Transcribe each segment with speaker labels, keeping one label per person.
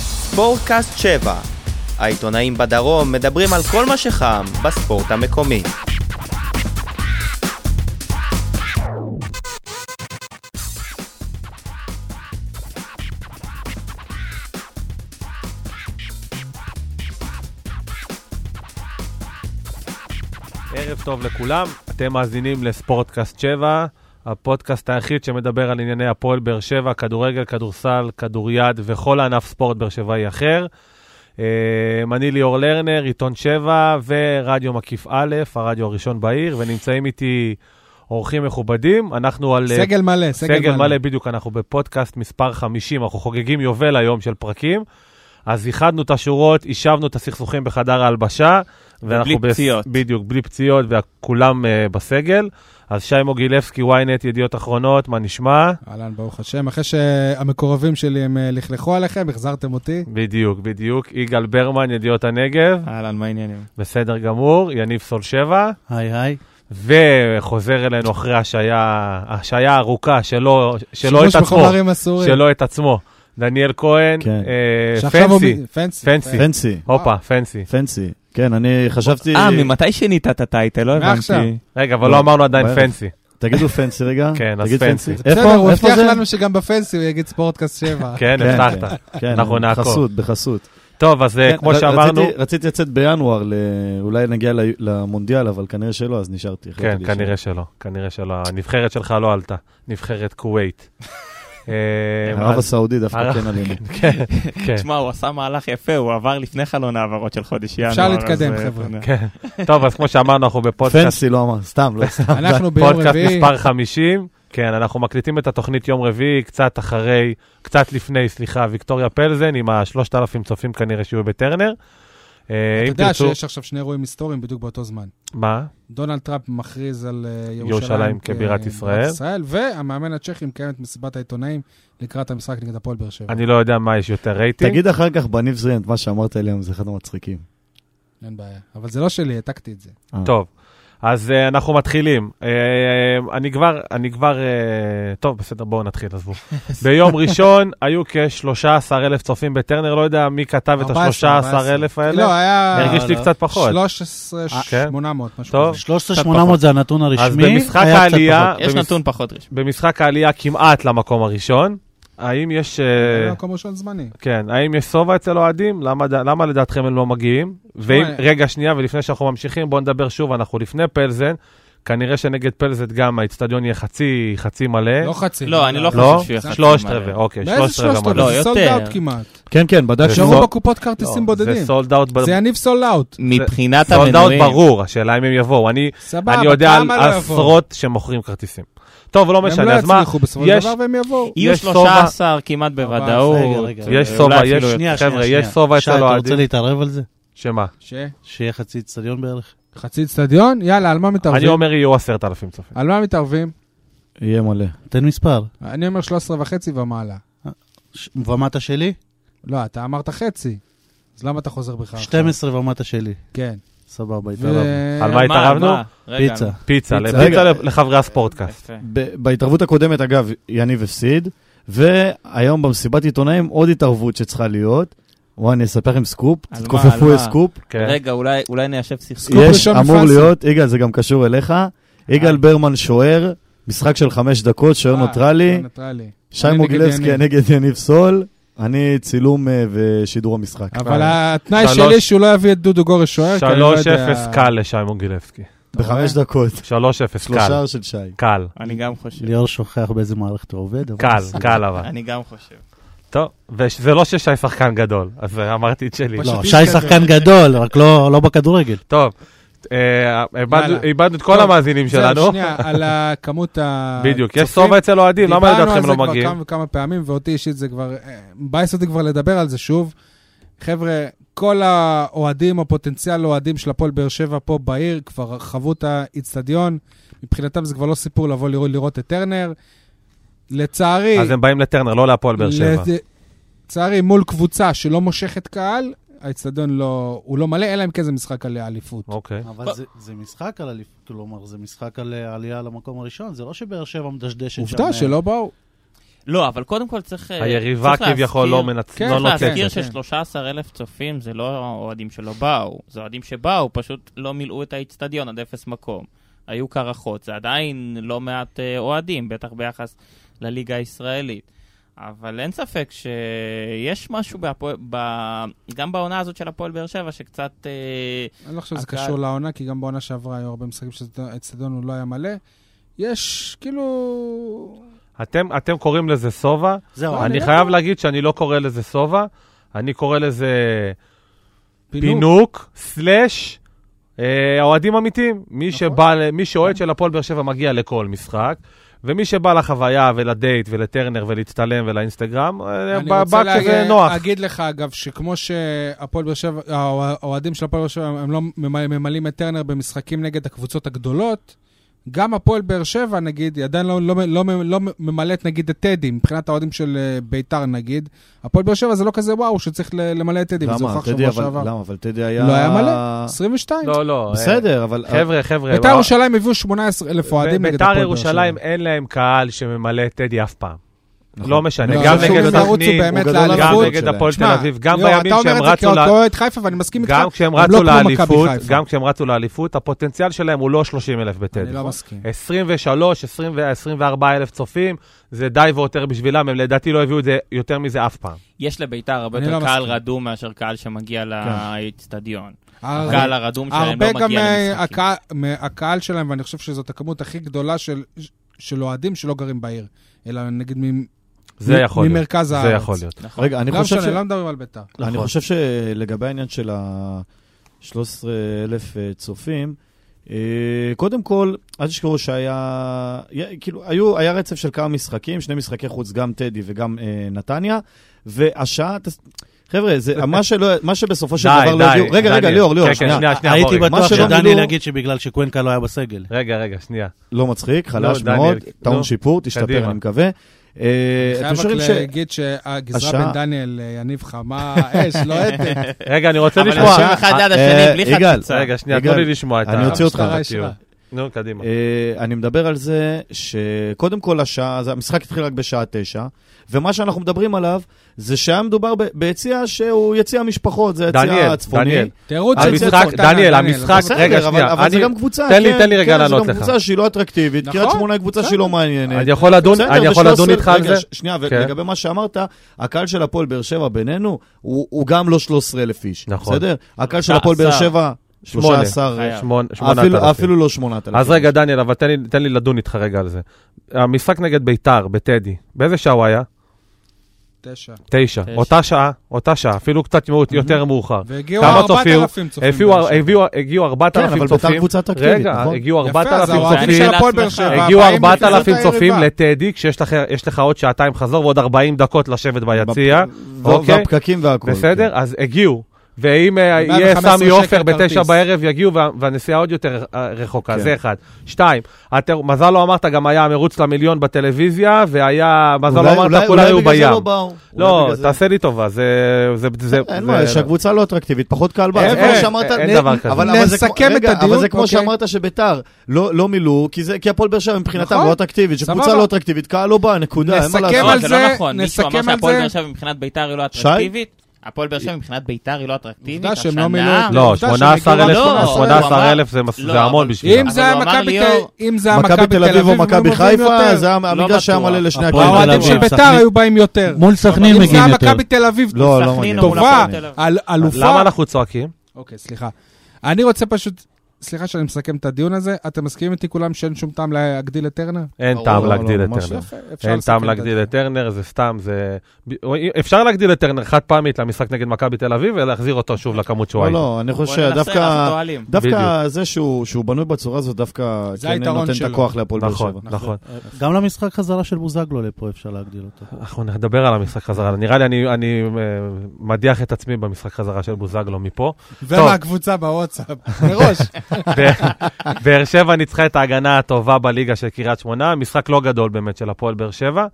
Speaker 1: ספורטקאסט 7. העיתונאים בדרום מדברים על כל מה שחם בספורט המקומי.
Speaker 2: ערב טוב לכולם, אתם מאזינים לספורטקאסט 7, הפודקאסט היחיד שמדבר על ענייני הפועל באר שבע, כדורגל, כדורסל, כדוריד וכל ענף ספורט באר שבעי אחר. אה, אני ליאור לרנר, עיתון 7 ורדיו מקיף א', הרדיו הראשון בעיר, ונמצאים איתי אורחים מכובדים. אנחנו על... אה,
Speaker 3: סגל מלא, סגל,
Speaker 2: סגל מלא, בדיוק, אנחנו בפודקאסט מספר 50, אנחנו חוגגים יובל היום של פרקים. אז איחדנו את השורות, יישבנו את הסכסוכים בחדר ההלבשה. ואנחנו
Speaker 1: ובלי פציעות.
Speaker 2: בדיוק, בלי פציעות, וכולם uh, בסגל. אז שי מוגילבסקי, ynet, ידיעות אחרונות, מה נשמע?
Speaker 3: אהלן, ברוך השם. אחרי שהמקורבים שלי הם אה, לכלכו עליכם, החזרתם אותי.
Speaker 2: בדיוק, בדיוק. יגאל ברמן, ידיעות הנגב,
Speaker 4: אהלן, מה העניינים?
Speaker 2: בסדר גמור, יניב סולשבע,
Speaker 4: היי היי.
Speaker 2: וחוזר אלינו אחרי השעיה, השעיה ארוכה, שלא, שלא את
Speaker 3: שימוש
Speaker 2: עצמו,
Speaker 3: בחומרים אסורים.
Speaker 2: שלא את עצמו. דניאל כהן,
Speaker 5: כן.
Speaker 2: אה,
Speaker 3: שעכשיו הוא
Speaker 2: פנסי,
Speaker 3: מ- פנסי.
Speaker 2: פנסי,
Speaker 5: פנסי,
Speaker 2: הופה, פנסי.
Speaker 5: פנסי. כן, אני חשבתי...
Speaker 4: אה, ממתי שינית את הטייטל? לא
Speaker 3: מעכשיו.
Speaker 4: הבנתי.
Speaker 2: רגע, אבל לא אמרנו עדיין
Speaker 5: בערב.
Speaker 2: פנסי.
Speaker 6: אה,
Speaker 5: תגידו פנסי רגע.
Speaker 2: כן, אז
Speaker 5: תגיד
Speaker 2: פנסי.
Speaker 5: איפה-
Speaker 3: בסדר, הוא
Speaker 5: איפה
Speaker 3: הבטיח
Speaker 5: זה?
Speaker 3: לנו שגם בפנסי הוא יגיד ספורטקאסט 7.
Speaker 2: כן,
Speaker 5: כן,
Speaker 2: הבטחת.
Speaker 5: כן,
Speaker 2: אנחנו נעקוב.
Speaker 5: בחסות, בחסות.
Speaker 2: טוב, אז אה,
Speaker 5: כן,
Speaker 6: לא,
Speaker 2: כמו
Speaker 5: ר-
Speaker 2: שאמרנו...
Speaker 5: רציתי- רציתי לצאת בינואר, ל- אולי נגיע ל- למונדיאל, אבל כנראה שלא, אז נשארתי.
Speaker 2: כן,
Speaker 5: החלטתי
Speaker 2: כנראה שלא, כנראה שלא. הנבחרת שלך לא עלתה, נבחרת כווית. אה,
Speaker 5: להישאר. ערב
Speaker 2: אז-
Speaker 5: הסעודי דווקא
Speaker 2: ערב-
Speaker 5: כן עלינו.
Speaker 2: כן, כן,
Speaker 4: תשמע, הוא עשה מהלך יפה, הוא עבר לפני חלון ההעברות של חודש ינואר.
Speaker 3: אפשר להתקדם,
Speaker 4: אז, אה,
Speaker 3: חבר'ה.
Speaker 4: אתה יודע.
Speaker 2: כן. טוב, אז כמו שאמרנו, אנחנו בפודקאסט
Speaker 5: פנסי לא אמר, סתם, לא סתם.
Speaker 3: אנחנו ביום
Speaker 2: פודקאסט
Speaker 3: רביעי,
Speaker 2: מספר 50. כן, אנחנו מקליטים את התוכנית יום רביעי, קצת אחרי, קצת לפני, סליחה, ויקטוריה פלזן, עם ה-3,000 צופים כנראה שיהיו בטרנר. אה,
Speaker 3: אתה
Speaker 2: אם
Speaker 3: יודע
Speaker 2: תרצו...
Speaker 3: שיש עכשיו שני אירועים היסטוריים בדיוק באותו זמן.
Speaker 2: מה?
Speaker 3: דונלד טראמפ מכריז על אה,
Speaker 2: ירושלים
Speaker 3: ירושלים
Speaker 2: כבירת ישראל.
Speaker 3: והמאמן הצ'כי מקיים את מסיבת העיתונאים לקראת המשחק נגד הפועל באר שבע.
Speaker 2: אני לא יודע מה יש יותר רייטינג.
Speaker 5: תגיד אחר כך בניב זריאן את מה שאמרת אליהם, זה אחד המצחיקים.
Speaker 3: אין בעיה. אבל זה לא שלי, העתקתי את זה.
Speaker 5: אה.
Speaker 2: טוב, אז uh, אנחנו מתחילים. Uh, אני כבר, אני כבר, uh, טוב, בסדר, בואו נתחיל, עזבו. ביום ראשון היו כ-13 אלף צופים בטרנר, לא יודע מי כתב את
Speaker 3: 14,
Speaker 2: ה-13 אלף האלה.
Speaker 3: לא, היה...
Speaker 2: הרגיש לי
Speaker 4: לא.
Speaker 2: קצת פחות. אה,
Speaker 3: 13,800, משהו
Speaker 2: טוב.
Speaker 3: כזה.
Speaker 6: 13,800 זה הנתון הרשמי.
Speaker 2: אז במשחק
Speaker 6: היה קצת
Speaker 2: העלייה,
Speaker 4: יש
Speaker 2: במש-
Speaker 4: נתון פחות רשמי.
Speaker 2: במשחק העלייה כמעט למקום הראשון, האם יש...
Speaker 3: זה
Speaker 2: אה,
Speaker 3: היה מקום ראשון זמני.
Speaker 2: כן, האם יש שובע אצל אוהדים? למה, ד- למה לדעתכם הם לא מגיעים? ואם,
Speaker 3: תשמע,
Speaker 2: רגע, שנייה, ולפני שאנחנו ממשיכים, בואו נדבר שוב, אנחנו לפני פלזן. כנראה שנגד פלזן גם האיצטדיון יהיה חצי, חצי מלא.
Speaker 3: לא חצי.
Speaker 4: לא, אני לא
Speaker 2: אה? לא?
Speaker 4: חושב שהוא יחד.
Speaker 2: שלושת רבעי, אוקיי,
Speaker 3: באיזה
Speaker 2: שלושת רבעי
Speaker 3: שלושת
Speaker 2: מלא.
Speaker 4: לא,
Speaker 3: רבעי? זה סולד
Speaker 4: יותר.
Speaker 3: אאוט כמעט.
Speaker 5: כן, כן, בדקתי.
Speaker 2: זה לא-
Speaker 3: נשארו
Speaker 2: סול-
Speaker 3: בקופות כרטיסים בודדים.
Speaker 2: זה סולד אאוט,
Speaker 3: זה יניב סולד אאוט.
Speaker 4: מבחינת
Speaker 2: סולד אאוט
Speaker 4: המנויים,
Speaker 2: ברור, השאלה אם הם יבואו. אני
Speaker 3: סבבה,
Speaker 2: אני יודע על
Speaker 3: כמה לא יבואו?
Speaker 2: עשרות שמוכרים כרטיסים. טוב, לא
Speaker 3: הם
Speaker 2: משנה,
Speaker 3: לא
Speaker 2: אז מה,
Speaker 3: יצליחו בסופו של
Speaker 2: יש-
Speaker 3: דבר והם יבואו.
Speaker 4: יהיו
Speaker 2: יש סובה.
Speaker 4: 13 כמעט בוודאות.
Speaker 6: רגע, רגע.
Speaker 2: יש
Speaker 4: אולי
Speaker 2: סובה,
Speaker 4: אפילו
Speaker 2: יש
Speaker 4: יותר.
Speaker 6: שנייה,
Speaker 2: חבר'ה,
Speaker 6: שנייה,
Speaker 2: יש סובה
Speaker 6: שי,
Speaker 2: אצל
Speaker 6: אתה
Speaker 2: אוהדים.
Speaker 6: רוצה להתערב על זה?
Speaker 2: שמה?
Speaker 3: ש?
Speaker 6: שיהיה חצי אצטדיון בערך?
Speaker 3: חצי אצטדיון? יאללה, על מה
Speaker 2: אני
Speaker 3: מתערבים?
Speaker 2: אומר יהיו עשרת אלפים צופים.
Speaker 3: על מה מתערבים?
Speaker 5: יהיה מלא.
Speaker 6: תן מספר.
Speaker 3: אני אומר 13 וחצי ומעלה.
Speaker 6: ש- ומטה
Speaker 5: אה,
Speaker 6: שלי?
Speaker 3: לא, אתה אמרת חצי. אז למה אתה חוזר בך? עכשיו?
Speaker 6: 12 ומטה שלי.
Speaker 3: כן.
Speaker 6: סבבה,
Speaker 3: ו-
Speaker 6: התערבנו.
Speaker 2: על מה התערבנו?
Speaker 4: מה? רגע,
Speaker 6: פיצה.
Speaker 2: פיצה,
Speaker 3: פיצה.
Speaker 2: פיצה
Speaker 5: רגע.
Speaker 2: לחברי הספורטקאסט.
Speaker 4: יפה.
Speaker 5: ב- בהתערבות הקודמת, אגב, יניב הפסיד, והיום במסיבת עיתונאים עוד התערבות שצריכה להיות. וואי, אני אספר לכם סקופ,
Speaker 4: על מה,
Speaker 5: תתכופפו
Speaker 4: על
Speaker 5: לסקופ.
Speaker 2: כן.
Speaker 4: רגע, אולי- אולי ניישב סכסוך.
Speaker 3: סקופ
Speaker 5: יש,
Speaker 3: ראשון
Speaker 5: אמור
Speaker 3: מפאסי.
Speaker 5: להיות, יגאל, זה גם קשור אליך.
Speaker 3: אה.
Speaker 5: יגאל ברמן שוער, משחק של חמש דקות, שוער
Speaker 3: אה,
Speaker 5: ניטרלי.
Speaker 3: שוער ניטרלי.
Speaker 5: שי
Speaker 3: אני נגד
Speaker 5: מוגילבסקי
Speaker 3: יניב.
Speaker 5: נגד יניב סול, אני צילום אה, ושידור המשחק.
Speaker 3: אבל התנאי
Speaker 2: שלוש-
Speaker 3: שלי שהוא לא יביא את דודו גורש שוער, כי אני לא יודע...
Speaker 2: 3-0 קל לשי מוגילבסקי.
Speaker 5: בחמש דקות.
Speaker 2: 3-0 קל.
Speaker 5: שלושה של שי.
Speaker 2: קל.
Speaker 4: אני גם חושב.
Speaker 6: ליאור שוכח באיזה מערכת הוא עובד. אבל
Speaker 2: קל,
Speaker 6: בסדר.
Speaker 2: קל אבל.
Speaker 4: אני גם חושב.
Speaker 2: טוב, וזה לא ששי שחקן גדול, אז אמרתי את שלי.
Speaker 3: פשוט
Speaker 6: לא,
Speaker 3: איש
Speaker 6: שי
Speaker 3: כזה.
Speaker 6: שחקן גדול, רק לא לא בכדורגל.
Speaker 2: טוב, אה, איבדנו-
Speaker 3: יאללה.
Speaker 2: איבדנו את כל
Speaker 3: טוב,
Speaker 2: המאזינים
Speaker 3: זהו,
Speaker 2: שלנו.
Speaker 3: שנייה, על הכמות ה...
Speaker 2: בדיוק, יש
Speaker 3: צופים.
Speaker 2: סובה אצל אוהדים, למה לדעתכם לא
Speaker 3: דיברנו על זה
Speaker 2: מגיעים?
Speaker 3: כבר כמה וכמה פעמים, ואותי אישית זה כבר... אה, מבאס אותי כבר לדבר על זה שוב. חבר'ה, כל האוהדים, הפוטנציאל אוהדים של הפועל באר שבע פה בעיר, כבר חוו את האיצטדיון. מבחינתם זה כבר לא סיפור לבוא לראות, לראות את טרנר. לצערי...
Speaker 2: אז הם באים לטרנר, לא להפועל באר שבע.
Speaker 3: לת- לצערי, מול קבוצה שלא מושכת קהל, האיצטדיון לא... הוא לא מלא, אלא אם כן זה משחק על האליפות.
Speaker 2: אוקיי.
Speaker 6: אבל זה- זה משחק על אליפות, כלומר, זה משחק על אה, עלייה למקום הראשון, זה לא שבאר שבע מדשדשת שם.
Speaker 3: עובדה
Speaker 6: אה,
Speaker 3: שלא באו.
Speaker 4: לא, אבל קודם כל צריך... אה,
Speaker 2: היריבה
Speaker 4: צריך
Speaker 2: כביכול
Speaker 4: להזכיר-
Speaker 2: לא מנצ-
Speaker 3: כן,
Speaker 2: לא
Speaker 4: צריך להזכיר
Speaker 2: נוצצת.
Speaker 3: כן.
Speaker 4: ש-13,000 צופים זה לא אוהדים שלא באו, זה אוהדים שבאו, פשוט לא מילאו את האיצטדיון עד אפס מקום. היו קרחות, זה עדיין לא מעט אה, אוהדים, בטח ביחס לליגה הישראלית. אבל אין ספק שיש משהו בהפועל, ב... גם בעונה הזאת של הפועל באר שבע שקצת... אה,
Speaker 3: אני לא חושב שזה
Speaker 4: הקהל-
Speaker 3: קשור לעונה, כי גם בעונה שעברה היו הרבה משחקים שהאצטדיון הוא לא היה מלא. יש, כאילו...
Speaker 2: אתם- אתם קוראים לזה סובה?
Speaker 6: זהו,
Speaker 3: לא,
Speaker 2: אני
Speaker 3: לא
Speaker 2: חייב
Speaker 3: קורא-
Speaker 2: להגיד שאני לא קורא לזה סובה, אני קורא לזה
Speaker 3: פינוק.
Speaker 2: פינוק, סלאש, אה, אוהדים אמיתיים. מי
Speaker 3: נכון.
Speaker 2: שבא ל- מי שאוהד של הפועל באר שבע מגיע לכל משחק. ומי שבא לחוויה ולדייט ולטרנר ולהצטלם ולאינסטגרם, אה,
Speaker 3: אני
Speaker 2: בא בא
Speaker 3: רוצה
Speaker 2: כזה
Speaker 3: להגיד-
Speaker 2: נוח.
Speaker 3: אגיד לך, אגב, שכמו שהפועל באר שבע, האוה- האוהדים של הפועל באר שבע, הם לא ממ- ממלאים את טרנר במשחקים נגד הקבוצות הגדולות, גם הפועל באר שבע, נגיד, היא עדיין לא, לא, לא, לא, לא ממלאת, נגיד, את טדי, מבחינת האוהדים של אה, ביתר, נגיד. הפועל באר שבע זה לא כזה וואו שצריך ל- למלא את טדי, וזה
Speaker 5: למה?
Speaker 3: הוכח
Speaker 5: טדי,
Speaker 3: שבוע
Speaker 5: אבל-
Speaker 3: שעבר.
Speaker 5: למה? אבל טדי היה...
Speaker 3: לא היה מלא? 22.
Speaker 2: לא, לא. אה,
Speaker 5: בסדר, אבל...
Speaker 2: חבר'ה, חבר'ה.
Speaker 3: ביתר
Speaker 2: אה,
Speaker 3: ירושלים הביאו 18,000 אוהדים נגד
Speaker 2: ביתר
Speaker 3: הפועל באר שבע.
Speaker 2: ירושלים אין להם קהל שממלא את טדי אף פעם.
Speaker 5: נכון.
Speaker 2: לא משנה,
Speaker 5: לא,
Speaker 2: גם
Speaker 5: זה שהוא
Speaker 2: נגד
Speaker 5: ירוץ, הוא
Speaker 2: סכנין,
Speaker 3: באמת
Speaker 5: גדול
Speaker 3: לאליפות.
Speaker 2: גם
Speaker 5: על
Speaker 2: נגד
Speaker 5: שלהם.
Speaker 2: הפועל תל
Speaker 3: שמע,
Speaker 2: אביב, גם
Speaker 3: יואו,
Speaker 2: בימים שהם
Speaker 3: אתה
Speaker 2: רצו
Speaker 3: אומר את זה
Speaker 2: ל-
Speaker 3: כאוהד חיפה, ואני מסכים איתך,
Speaker 2: גם כשהם
Speaker 3: הם
Speaker 2: רצו
Speaker 3: לא כמו מכבי
Speaker 2: לאליפות,
Speaker 3: חיפה.
Speaker 2: גם כשהם רצו לאליפות, הפוטנציאל שלהם הוא לא 30 אלף בטדי.
Speaker 3: אני לא מסכים.
Speaker 2: 23, 20 ו-24 אלף צופים, זה די ויותר בשבילם, הם לדעתי לא הביאו את זה יותר מזה אף פעם.
Speaker 4: יש לביתר הרבה
Speaker 3: אני
Speaker 4: יותר
Speaker 3: לא
Speaker 4: קהל
Speaker 3: מסכים.
Speaker 4: רדום מאשר קהל שמגיע לאיצטדיון.
Speaker 3: הר-
Speaker 4: הקהל הרדום שלהם לא
Speaker 3: הרבה גם
Speaker 4: מגיע
Speaker 3: אה,
Speaker 4: למשחקים.
Speaker 3: הקה- מהקהל שלהם, ואני חושב שזאת הכמות הכי גדולה של- של אוהדים שלא גרים בעיר, אלא נגיד מ-
Speaker 2: זה
Speaker 3: מ-
Speaker 2: יכול להיות.
Speaker 3: ממרכז הארץ.
Speaker 2: זה יכול להיות.
Speaker 4: נכון.
Speaker 5: רגע, אני
Speaker 3: לא
Speaker 5: חושב ש...
Speaker 3: משנה, לא מדברים על ביתר.
Speaker 5: אני
Speaker 2: נכון.
Speaker 5: חושב שלגבי העניין של ה-13,000 צופים, אה, קודם כל, אל תשכחו שהיה, יה- כאילו, היו, היה רצף של כמה משחקים, שני משחקי חוץ, גם טדי וגם אה, נתניה, והשעה, תס- חבר'ה, זה מה, שלא, מה שבסופו של
Speaker 2: די,
Speaker 5: דבר לא
Speaker 2: די,
Speaker 5: הגיעו, רגע, רגע,
Speaker 2: דניאל.
Speaker 5: ליאור,
Speaker 2: כן,
Speaker 5: ליאור,
Speaker 2: כן, שנייה, שנייה,
Speaker 6: הייתי
Speaker 2: בוא רגע.
Speaker 5: מה
Speaker 6: בטוח
Speaker 5: שלא
Speaker 6: שדניאל
Speaker 5: מילאו-
Speaker 6: יגיד שבגלל שקוונקה לא היה בסגל.
Speaker 2: רגע, רגע, שנייה.
Speaker 5: לא מצחיק, חלש
Speaker 2: דניאל,
Speaker 5: מאוד,
Speaker 2: לא.
Speaker 5: טעון שיפור, תשתפר,
Speaker 2: קדימה.
Speaker 5: אני מקווה. אה, אתם
Speaker 3: חייב רק
Speaker 5: חושבים ש...
Speaker 3: להגיד שהגזרה
Speaker 5: השעה-
Speaker 3: בין דניאל, אה, יניב חמה, אש, לא לוהטת.
Speaker 2: רגע, אני רוצה
Speaker 4: אבל
Speaker 2: לשמוע...
Speaker 4: אנשים אחד ליד
Speaker 5: אה,
Speaker 4: השני, בלי
Speaker 5: יגאל,
Speaker 4: חציצה.
Speaker 2: רגע, שנייה,
Speaker 5: יגאל,
Speaker 2: תנו לי לשמוע את ה...
Speaker 5: אני אוציא אותך.
Speaker 3: המשטרה
Speaker 2: הטיעון.
Speaker 3: ישבה.
Speaker 2: נו, קדימה.
Speaker 5: אה, אני מדבר על זה שקודם כל השעה, זה- המשחק התחיל רק בשעה תשע, ומה שאנחנו מדברים עליו זה שהיה מדובר ב- ביציע שהוא יציע משפחות, זה
Speaker 2: דניאל,
Speaker 5: יציע הצפוני.
Speaker 2: דניאל.
Speaker 3: תירוץ של
Speaker 2: המשחק,
Speaker 3: צייצור קטנה,
Speaker 2: דניאל,
Speaker 3: לא
Speaker 2: המשחק-
Speaker 3: בסדר.
Speaker 2: רגע,
Speaker 5: בסדר, אבל,
Speaker 2: שנייה,
Speaker 5: אבל זה
Speaker 2: אני-
Speaker 5: גם קבוצה,
Speaker 2: תן לי-
Speaker 5: כן,
Speaker 2: תן לי רגע
Speaker 5: כן,
Speaker 2: לענות
Speaker 5: זה גם
Speaker 2: לך.
Speaker 5: קבוצה שהיא לא אטרקטיבית,
Speaker 3: נכון,
Speaker 5: קריית שמונה היא קבוצה שהיא לא מעניינת.
Speaker 2: אני יכול לדון,
Speaker 5: בסדר,
Speaker 2: אני יכול לדון
Speaker 5: ושלוש עשרה-
Speaker 2: איתך על
Speaker 5: רגע,
Speaker 2: זה?
Speaker 5: ש- שנייה,
Speaker 2: כן.
Speaker 5: ולגבי מה שאמרת, הקהל של הפועל באר שבע בינינו, הוא הוא גם לא 13,000 איש.
Speaker 2: נכון.
Speaker 5: בסדר? הקהל של הפועל באר שבע, 13,
Speaker 4: חייב.
Speaker 2: שמונה- שמונת אלפים.
Speaker 5: אפילו- אפילו לא 8,000.
Speaker 2: אז רגע, דניאל, אבל תן לי, תן לי לדון איתך רגע על זה. המשחק נגד ביתר, בטדי, באיזה שעה הוא היה?
Speaker 3: תשע.
Speaker 2: תשע.
Speaker 4: תשע.
Speaker 2: אותה שעה, אותה שעה, אפילו קצת מאוד- יותר מאוחר.
Speaker 3: והגיעו
Speaker 2: כמה
Speaker 3: 4,000 צופים.
Speaker 2: הביאו-
Speaker 3: באר שבע.
Speaker 2: הביאו- הגיעו
Speaker 5: כן,
Speaker 2: 4,000
Speaker 5: אבל ביתר
Speaker 2: צופים.
Speaker 5: קבוצה אטרקטיבית,
Speaker 2: רגע,
Speaker 5: נכון?
Speaker 2: הגיעו
Speaker 3: יפה, אז
Speaker 2: 4,000
Speaker 3: האוהדים
Speaker 2: צופים.
Speaker 3: של הפועל באר
Speaker 4: לעצמך.
Speaker 3: שבע.
Speaker 2: הגיעו
Speaker 3: באים
Speaker 2: 4,000
Speaker 3: לזאת
Speaker 2: צופים
Speaker 3: היריבה.
Speaker 2: לטדי, כשיש לך- יש לך עוד שעתיים חזור ועוד 40 דקות לשבת ביציע.
Speaker 5: ו- כן.
Speaker 2: אוקיי.
Speaker 5: והפקקים והכול.
Speaker 2: בסדר? אז הגיעו. ואם אה,
Speaker 3: 115
Speaker 2: יהיה סמי עופר
Speaker 3: שקל
Speaker 2: בתשע
Speaker 3: כרטיס.
Speaker 2: בערב, יגיעו וה- והנסיעה עוד יותר אה, רחוקה,
Speaker 5: כן.
Speaker 2: זה אחד. שתיים, הטר- מזל לא אמרת, גם היה המרוץ למיליון בטלוויזיה, והיה, מזל לא אמרת, כולם היו בים. לא, תעשה לי טובה, זה... זה- זה-
Speaker 5: אין
Speaker 2: זה-
Speaker 5: מה, שהקבוצה לא אטרקטיבית, פחות קהל בא.
Speaker 2: אין,
Speaker 5: זה כמו
Speaker 2: אין,
Speaker 5: שאמרת,
Speaker 2: אין
Speaker 5: נ-
Speaker 2: דבר כזה.
Speaker 5: אבל- אבל זה כמו-
Speaker 3: נסכם
Speaker 5: רגע,
Speaker 3: את הדיון,
Speaker 5: אבל זה כמו
Speaker 3: אוקיי.
Speaker 5: שאמרת שביתר לא לא מילאו, כי זה- כי הפועל באר שבע מבחינתם
Speaker 3: נכון.
Speaker 5: לא אטרקטיבית, שקבוצה
Speaker 3: סבבה.
Speaker 5: לא אטרקטיבית, קהל לא בא, נקודה, אין מה
Speaker 3: נסכם
Speaker 5: לעשות.
Speaker 3: על
Speaker 4: לא, זה
Speaker 3: זה,
Speaker 4: לא נכון. מישהו אמר
Speaker 3: נסכם על
Speaker 4: שהפועל
Speaker 3: זה.
Speaker 4: באר שבע מבחינת ביתר היא לא
Speaker 5: שי?
Speaker 4: אטרקטיבית? הפועל באר שבע מבחינת ביתר היא לא אטרקטיבית?
Speaker 3: עובדה שהם לא
Speaker 4: השנה?
Speaker 3: מילאו את
Speaker 2: לא,
Speaker 3: העובדה שהם
Speaker 2: 18,000
Speaker 4: הגיעו
Speaker 5: לא,
Speaker 4: רק
Speaker 2: 18,000 זה מס-
Speaker 4: לא,
Speaker 2: זה המון
Speaker 4: אבל-
Speaker 2: בשבילם.
Speaker 3: אם
Speaker 4: אבל
Speaker 3: זה היה
Speaker 4: הוא אמר
Speaker 3: מכבי
Speaker 4: ליאור,
Speaker 3: תל- אם זה היה
Speaker 5: מכבי תל אביב או
Speaker 3: היו
Speaker 5: מכבי
Speaker 3: מביאים
Speaker 5: חיפה,
Speaker 3: יותר.
Speaker 5: זה היה- המגרש שהיה
Speaker 4: בטוח.
Speaker 5: מלא לשני
Speaker 6: הפועל
Speaker 5: הקבוצות.
Speaker 3: האוהדים של
Speaker 6: אביב,
Speaker 3: ביתר
Speaker 6: סכנין.
Speaker 3: היו באים יותר.
Speaker 6: מול סכנין
Speaker 3: אם זה
Speaker 6: מגיעים
Speaker 3: היה
Speaker 6: יותר.
Speaker 3: אה, מכבי תל אביב
Speaker 5: לא, לא
Speaker 4: סכנין
Speaker 5: מגיע.
Speaker 4: או מול
Speaker 3: טובה,
Speaker 4: הפועל תל אביב.
Speaker 3: אל-
Speaker 2: למה
Speaker 3: אלופה.
Speaker 2: אנחנו צועקים?
Speaker 3: אוקיי, סליחה. אני רוצה פשוט... סליחה שאני מסכם את הדיון הזה, אתם מסכימים איתי כולם שאין שום טעם להגדיל את טרנר?
Speaker 2: אין
Speaker 5: ברור,
Speaker 2: טעם
Speaker 5: לא,
Speaker 2: להגדיל
Speaker 5: לא,
Speaker 2: את
Speaker 5: ממש
Speaker 2: טרנר.
Speaker 3: יפה, אפשר
Speaker 2: אין
Speaker 3: לסכם
Speaker 2: טעם
Speaker 3: את
Speaker 2: להגדיל
Speaker 3: הדיון.
Speaker 2: את טרנר, זה סתם, זה... אפשר להגדיל את טרנר חד פעמית למשחק נגד מכבי תל אביב ולהחזיר אותו שוב לכמות שהוא
Speaker 5: לא,
Speaker 2: הייתה.
Speaker 5: לא, אני חושב
Speaker 4: בוא ננסה,
Speaker 5: שדווקא...
Speaker 4: אנחנו אוהלים.
Speaker 5: דווקא זה שהוא שהוא בנוי בצורה הזאת, דווקא
Speaker 3: זה
Speaker 5: כן
Speaker 3: היתרון
Speaker 5: נותן את
Speaker 3: שלו.
Speaker 5: הכוח להפועל באר שבע.
Speaker 2: נכון, נכון.
Speaker 6: גם למשחק חזרה של בוזגלו לפה אפשר להגדיל אותו.
Speaker 3: אה,
Speaker 2: אנחנו נדבר על המשחק חזרה, נראה לי אני, אני אה, מדיח את עצמי במשחק חזרה של בוזגלו מפה.
Speaker 3: ומהקבוצה בוואטסאפ, מראש.
Speaker 2: ב- באר שבע ניצחה את ההגנה הטובה בליגה של קריית שמונה, משחק לא גדול באמת של הפועל באר שבע.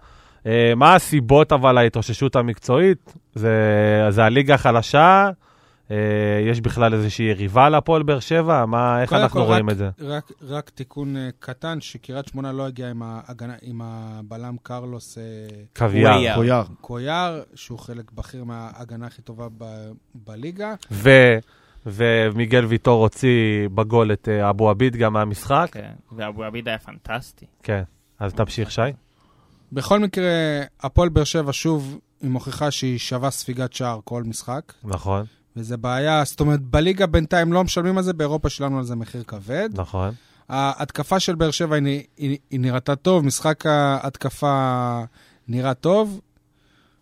Speaker 2: אה, מה הסיבות אבל להתאוששות המקצועית? זה, זה הליגה החלשה, אה, יש בכלל איזושהי יריבה להפועל באר שבע? מה, איך
Speaker 3: קודם
Speaker 2: אנחנו
Speaker 3: כל,
Speaker 2: רואים
Speaker 3: רק-
Speaker 2: את זה?
Speaker 3: רק, רק תיקון אה, קטן, שקריית שמונה לא הגיעה עם, ההגנה- עם הבלם קרלוס אה,
Speaker 2: קוויאר.
Speaker 1: קוויאר.
Speaker 5: קויאר.
Speaker 3: קויאר, שהוא חלק בכיר מההגנה הכי טובה ב, בליגה.
Speaker 2: ו- ומיגל ויטור הוציא בגול את אה, אבו עביד גם מהמשחק.
Speaker 4: כן, ואבו עביד היה פנטסטי.
Speaker 2: כן. אז תמשיך, שי.
Speaker 3: בכל מקרה, הפועל באר שבע שוב, היא מוכיחה שהיא שווה ספיגת שער כל משחק,
Speaker 2: נכון,
Speaker 3: וזה בעיה, זאת אומרת, בליגה בינתיים לא משלמים על זה, באירופה שלנו על זה מחיר כבד.
Speaker 2: נכון.
Speaker 3: ההתקפה של באר שבע היא, נ- היא, היא נראתה טוב, משחק ההתקפה נראה טוב.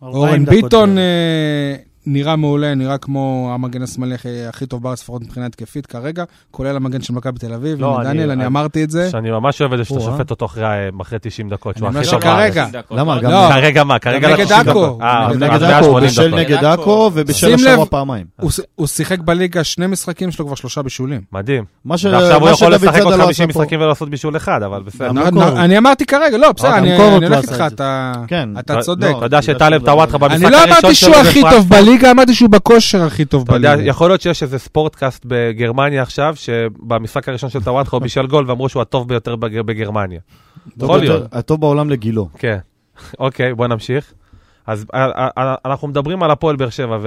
Speaker 6: 40
Speaker 3: אורן
Speaker 6: דקות
Speaker 3: ביטון
Speaker 6: בערך.
Speaker 3: אה, נראה מעולה, נראה כמו המגן השמאלי הכי- הכי טוב בארץ, לפחות מבחינה התקפית כרגע, כולל המגן של מכבי תל אביב,
Speaker 2: לא,
Speaker 3: עם
Speaker 2: אני-
Speaker 3: דניאל, אני
Speaker 2: אני-
Speaker 3: אמרתי את זה. אה?
Speaker 2: שאני ממש אוהב את זה שאתה
Speaker 5: או-אה.
Speaker 2: שופט אותו אחרי ה- אחרי 90 דקות,
Speaker 3: אני
Speaker 2: שהוא
Speaker 3: אומר
Speaker 2: הכי טוב
Speaker 3: שכרגע-
Speaker 2: בארץ.
Speaker 5: למה? גם
Speaker 3: לא,
Speaker 2: כרגע מה? כרגע
Speaker 3: נגד
Speaker 2: ל- 90
Speaker 3: עכו.
Speaker 2: דקות. אה, אז
Speaker 3: נגד
Speaker 2: אז
Speaker 5: נגד
Speaker 2: 180
Speaker 3: עכו,
Speaker 5: עכו, הוא בישל
Speaker 2: דקות.
Speaker 5: נגד עכו ובשל
Speaker 3: שים
Speaker 5: השבוע
Speaker 3: לב.
Speaker 5: פעמיים.
Speaker 3: הוא ש- הוא שיחק בליגה שני משחקים, יש לו כבר שלושה בישולים.
Speaker 2: מדהים.
Speaker 5: מה ש-
Speaker 2: ועכשיו הוא
Speaker 5: מה
Speaker 2: יכול
Speaker 5: שדוד
Speaker 2: לשחק
Speaker 5: זאדה
Speaker 2: עוד
Speaker 5: לא
Speaker 2: 50
Speaker 5: עשה פה.
Speaker 2: משחקים ולא לעשות בישול אחד, אבל בסדר.
Speaker 6: גם
Speaker 3: נ-
Speaker 6: קורות.
Speaker 3: נ- אני אמרתי כרגע, לא, בסדר,
Speaker 6: גם
Speaker 3: אני
Speaker 6: קורות
Speaker 3: אני
Speaker 6: לא
Speaker 3: הולך
Speaker 6: עשה
Speaker 3: איתך,
Speaker 6: את זה.
Speaker 3: אתה
Speaker 5: כן.
Speaker 4: לא,
Speaker 3: אתה צודק.
Speaker 2: אתה יודע שטלב
Speaker 5: לא,
Speaker 2: טוואטחה
Speaker 5: לא,
Speaker 2: במשחק
Speaker 3: אני
Speaker 2: הראשון
Speaker 3: לא אמרתי
Speaker 2: שלו
Speaker 3: שהוא הכי
Speaker 2: בפרנקפורט-
Speaker 3: טוב בליגה, אמרתי שהוא בכושר הכי טוב
Speaker 2: אתה יודע,
Speaker 3: בליגה.
Speaker 2: יכול להיות שיש איזה ספורטקאסט בגרמניה עכשיו, שבמשחק הראשון של טוואטחה הוא בישל גול ואמרו שהוא הטוב ביותר בג- בגרמניה.
Speaker 5: טוב
Speaker 2: יכול
Speaker 5: יותר-
Speaker 2: להיות.
Speaker 5: הטוב בעולם לגילו.
Speaker 2: כן. אוקיי, בוא נמשיך. אז אה, אה, אה, אנחנו מדברים על הפועל באר שבע,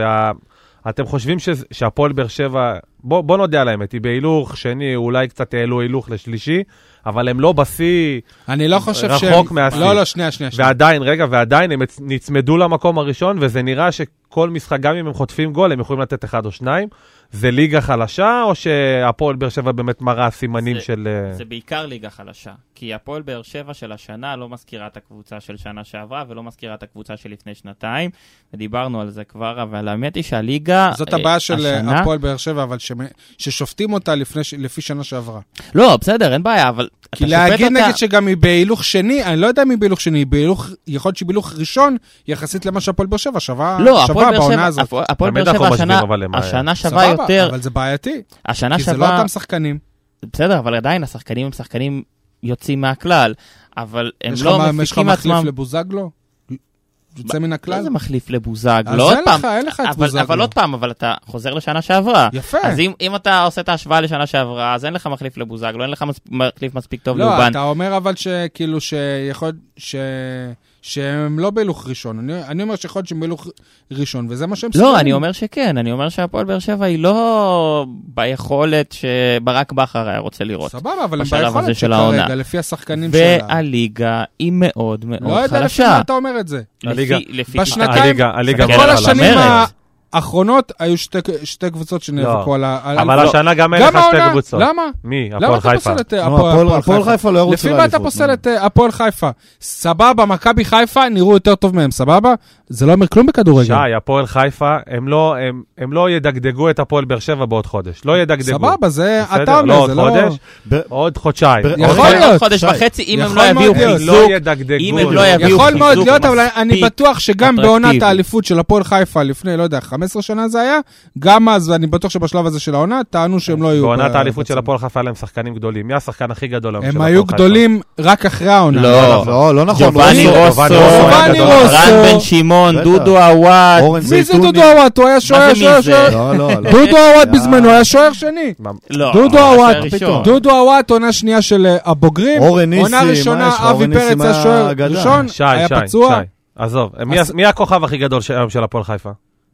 Speaker 2: ואתם חושבים שזה- שהפועל באר שבע, בוא בוא נודה על האמת, היא בהילוך שני, אולי קצת העלו הילוך לשלישי, אבל הם לא בשיא,
Speaker 3: אני לא חושב ש...
Speaker 2: רחוק מהשיא.
Speaker 3: לא, לא, שנייה, שנייה. שנייה.
Speaker 2: ועדיין, רגע, ועדיין הם הצ- נצמדו למקום הראשון, וזה נראה שכל משחק, גם אם הם חוטפים גול, הם יכולים לתת אחד או שניים. זה ליגה חלשה, או שהפועל באר שבע באמת מראה סימנים
Speaker 4: זה-
Speaker 2: של... אה,
Speaker 4: לא, זה בעיקר ליגה חלשה, כי הפועל באר שבע של השנה לא מזכירה את הקבוצה של שנה שעברה ולא מזכירה את הקבוצה של לפני שנתיים, ודיברנו על זה כבר, אבל האמת היא שהליגה...
Speaker 3: זאת
Speaker 4: אה,
Speaker 3: הבעיה של אה,
Speaker 4: השנה-
Speaker 3: הפועל באר שבע, אבל שמ- ששופטים אותה לפני ש- לפי שנה שעברה.
Speaker 4: לא, בסדר, אין בעיה, אבל... אתה
Speaker 3: כי
Speaker 4: שופט
Speaker 3: להגיד
Speaker 4: אותה-
Speaker 3: נגיד שגם היא בהילוך שני, אני לא יודע אם היא בהילוך שני, היא בהילוך, יכול להיות שהיא בהילוך ראשון, יחסית למה שהפועל באר שבע שווה
Speaker 4: לא, הפועל
Speaker 3: שווה
Speaker 4: באר שבע-
Speaker 3: בעונה הזאת.
Speaker 4: הפועל- הפועל
Speaker 2: תמיד
Speaker 4: באר שבע
Speaker 2: אנחנו
Speaker 4: השנה,
Speaker 2: משווים, אבל הם-
Speaker 4: השנה שווה יותר,
Speaker 3: אבל זה בעייתי,
Speaker 4: השנה
Speaker 3: כי זה לא
Speaker 4: שווה,
Speaker 3: אותם שחקנים.
Speaker 4: בסדר, אבל עדיין השחקנים הם שחקנים יוצאים מהכלל, אבל הם
Speaker 3: יש לך
Speaker 4: לא
Speaker 3: מה- יש לך
Speaker 4: מפיקים
Speaker 3: מחליף
Speaker 4: עצמם,
Speaker 3: לבוזגלו? יוצא מן
Speaker 4: לא
Speaker 3: הכלל?
Speaker 4: זה מחליף לבוזגלו,
Speaker 3: אז
Speaker 4: לא עוד
Speaker 3: אין
Speaker 4: פעם,
Speaker 3: לך, אין לך את
Speaker 4: אבל-
Speaker 3: בוזגלו.
Speaker 4: אבל עוד פעם, אבל אתה חוזר לשנה שעברה.
Speaker 3: יפה.
Speaker 4: אז אם, אם אתה עושה את ההשוואה לשנה שעברה, אז אין לך מחליף לבוזגלו, אין לך מס- מחליף מספיק טוב
Speaker 3: לא,
Speaker 4: לאובן.
Speaker 3: אתה אומר אבל שכאילו שיכול להיות ש... שהם לא בהילוך ראשון. אני, אני אומר שיכול להיות שהם בהילוך ראשון, וזה מה שהם
Speaker 4: לא,
Speaker 3: סבלנים.
Speaker 4: אני אומר שכן, אני אומר שהפועל באר שבע היא לא ביכולת שברק בכר היה רוצה לראות.
Speaker 3: סבבה, אבל הם
Speaker 4: בשלב הזה
Speaker 3: ביכולת
Speaker 4: של
Speaker 3: שכרגע,
Speaker 4: העונה.
Speaker 3: לפי השחקנים שלה.
Speaker 4: והליגה היא מאוד
Speaker 3: לא
Speaker 4: מאוד
Speaker 3: יודע לפי
Speaker 4: אה, חלשה.
Speaker 3: מה אתה אומר את זה.
Speaker 4: לפי-
Speaker 2: הליגה-
Speaker 4: לפי-
Speaker 3: בשנתיים-
Speaker 2: הליגה, הליגה
Speaker 4: כן,
Speaker 2: מאוד
Speaker 3: בכל
Speaker 4: אבל
Speaker 2: חלשה.
Speaker 3: השנים
Speaker 4: המרד.
Speaker 3: האחרונות היו שתי, שתי קבוצות שנאבקו על ה... על-
Speaker 2: אבל
Speaker 3: לא.
Speaker 2: השנה גם אין
Speaker 3: גם
Speaker 2: לך שתי
Speaker 3: העונה,
Speaker 2: קבוצות.
Speaker 3: למה?
Speaker 2: מי?
Speaker 3: למה
Speaker 2: הפועל
Speaker 3: אתה
Speaker 2: חיפה.
Speaker 3: פוסל את אה,
Speaker 5: נו,
Speaker 3: הפועל
Speaker 5: לא, הפועל- הפועל חיפה לא ירוצו
Speaker 3: לפי מה אתה
Speaker 5: לאליפות,
Speaker 3: פוסל
Speaker 5: נו.
Speaker 3: את אה, הפועל חיפה? סבבה, מכבי חיפה נראו יותר טוב מהם, סבבה? זה לא אומר כלום בכדורגל.
Speaker 2: שי, הפועל חיפה, הם לא, הם, הם לא ידגדגו את הפועל באר שבע בעוד חודש. לא ידגדגו.
Speaker 3: סבבה, זה
Speaker 2: בסדר?
Speaker 3: אתה
Speaker 2: לא
Speaker 3: אומר,
Speaker 2: עוד
Speaker 3: זה
Speaker 2: חודש,
Speaker 5: ב-
Speaker 2: עוד חודשיים.
Speaker 5: ב-
Speaker 2: עוד
Speaker 3: יכול
Speaker 2: חודש.
Speaker 4: עוד
Speaker 3: להיות,
Speaker 4: חודש
Speaker 5: שי.
Speaker 4: וחצי, אם הם
Speaker 3: יכול
Speaker 4: לא יביאו
Speaker 3: מאוד להיות.
Speaker 2: לא
Speaker 4: חיזוק,
Speaker 2: ידגדגו.
Speaker 4: אם הם לא יביאו
Speaker 3: יכול מאוד
Speaker 4: חיזוק
Speaker 3: להיות, אבל אני
Speaker 4: מספיק
Speaker 3: בטוח שגם
Speaker 4: אטרקטיבי.
Speaker 3: בעונת האליפות של הפועל חיפה לפני, לא יודע, 15 שנה זה היה, גם אז, ואני בטוח שבשלב הזה של העונה, טענו שהם לא היו...
Speaker 2: בעונת
Speaker 3: ב-
Speaker 2: האליפות של
Speaker 3: בצמרת.
Speaker 2: הפועל חיפה היה להם שחקנים גדולים. מי השחקן הכי גדול היום של
Speaker 3: הם
Speaker 2: הפועל
Speaker 3: היו
Speaker 2: חיפה?
Speaker 3: גדולים רק אחרי העונה.
Speaker 4: לא,
Speaker 5: לא, לא נכון.
Speaker 4: ג'ובאני
Speaker 5: לא,
Speaker 4: רוסו,
Speaker 3: ג'ובאני רוסו.
Speaker 4: רן בן שמעון,
Speaker 5: בטח.
Speaker 4: דודו עוואט,
Speaker 5: אורן
Speaker 3: מי זה
Speaker 5: זייתוני.
Speaker 3: דודו עוואט? הוא היה שוער,
Speaker 4: מי
Speaker 3: שוער,
Speaker 4: זה?
Speaker 3: שוער.
Speaker 5: לא, לא, לא.
Speaker 3: דודו עוואט
Speaker 5: יא.
Speaker 3: בזמנו היה שוער שני.
Speaker 4: לא,
Speaker 3: דודו עוואט,
Speaker 4: ראשון.
Speaker 5: פתאום.
Speaker 3: דודו עוואט, עונה שנייה של אה, הבוגרים.
Speaker 5: אורן ניסים,
Speaker 2: אה,
Speaker 3: עונה
Speaker 5: מה
Speaker 3: ראשונה,
Speaker 5: יש לך?
Speaker 3: אבי
Speaker 5: אורן ניסים
Speaker 3: פרץ היה
Speaker 5: היה
Speaker 3: שוער
Speaker 5: אגדה.
Speaker 3: ראשון,
Speaker 2: שי,
Speaker 3: היה
Speaker 2: שי,
Speaker 3: פצוע.
Speaker 2: שי. עזוב, מי-
Speaker 3: אז-
Speaker 2: מי הכוכב הכי גדול של- היום של הפועל חיפה?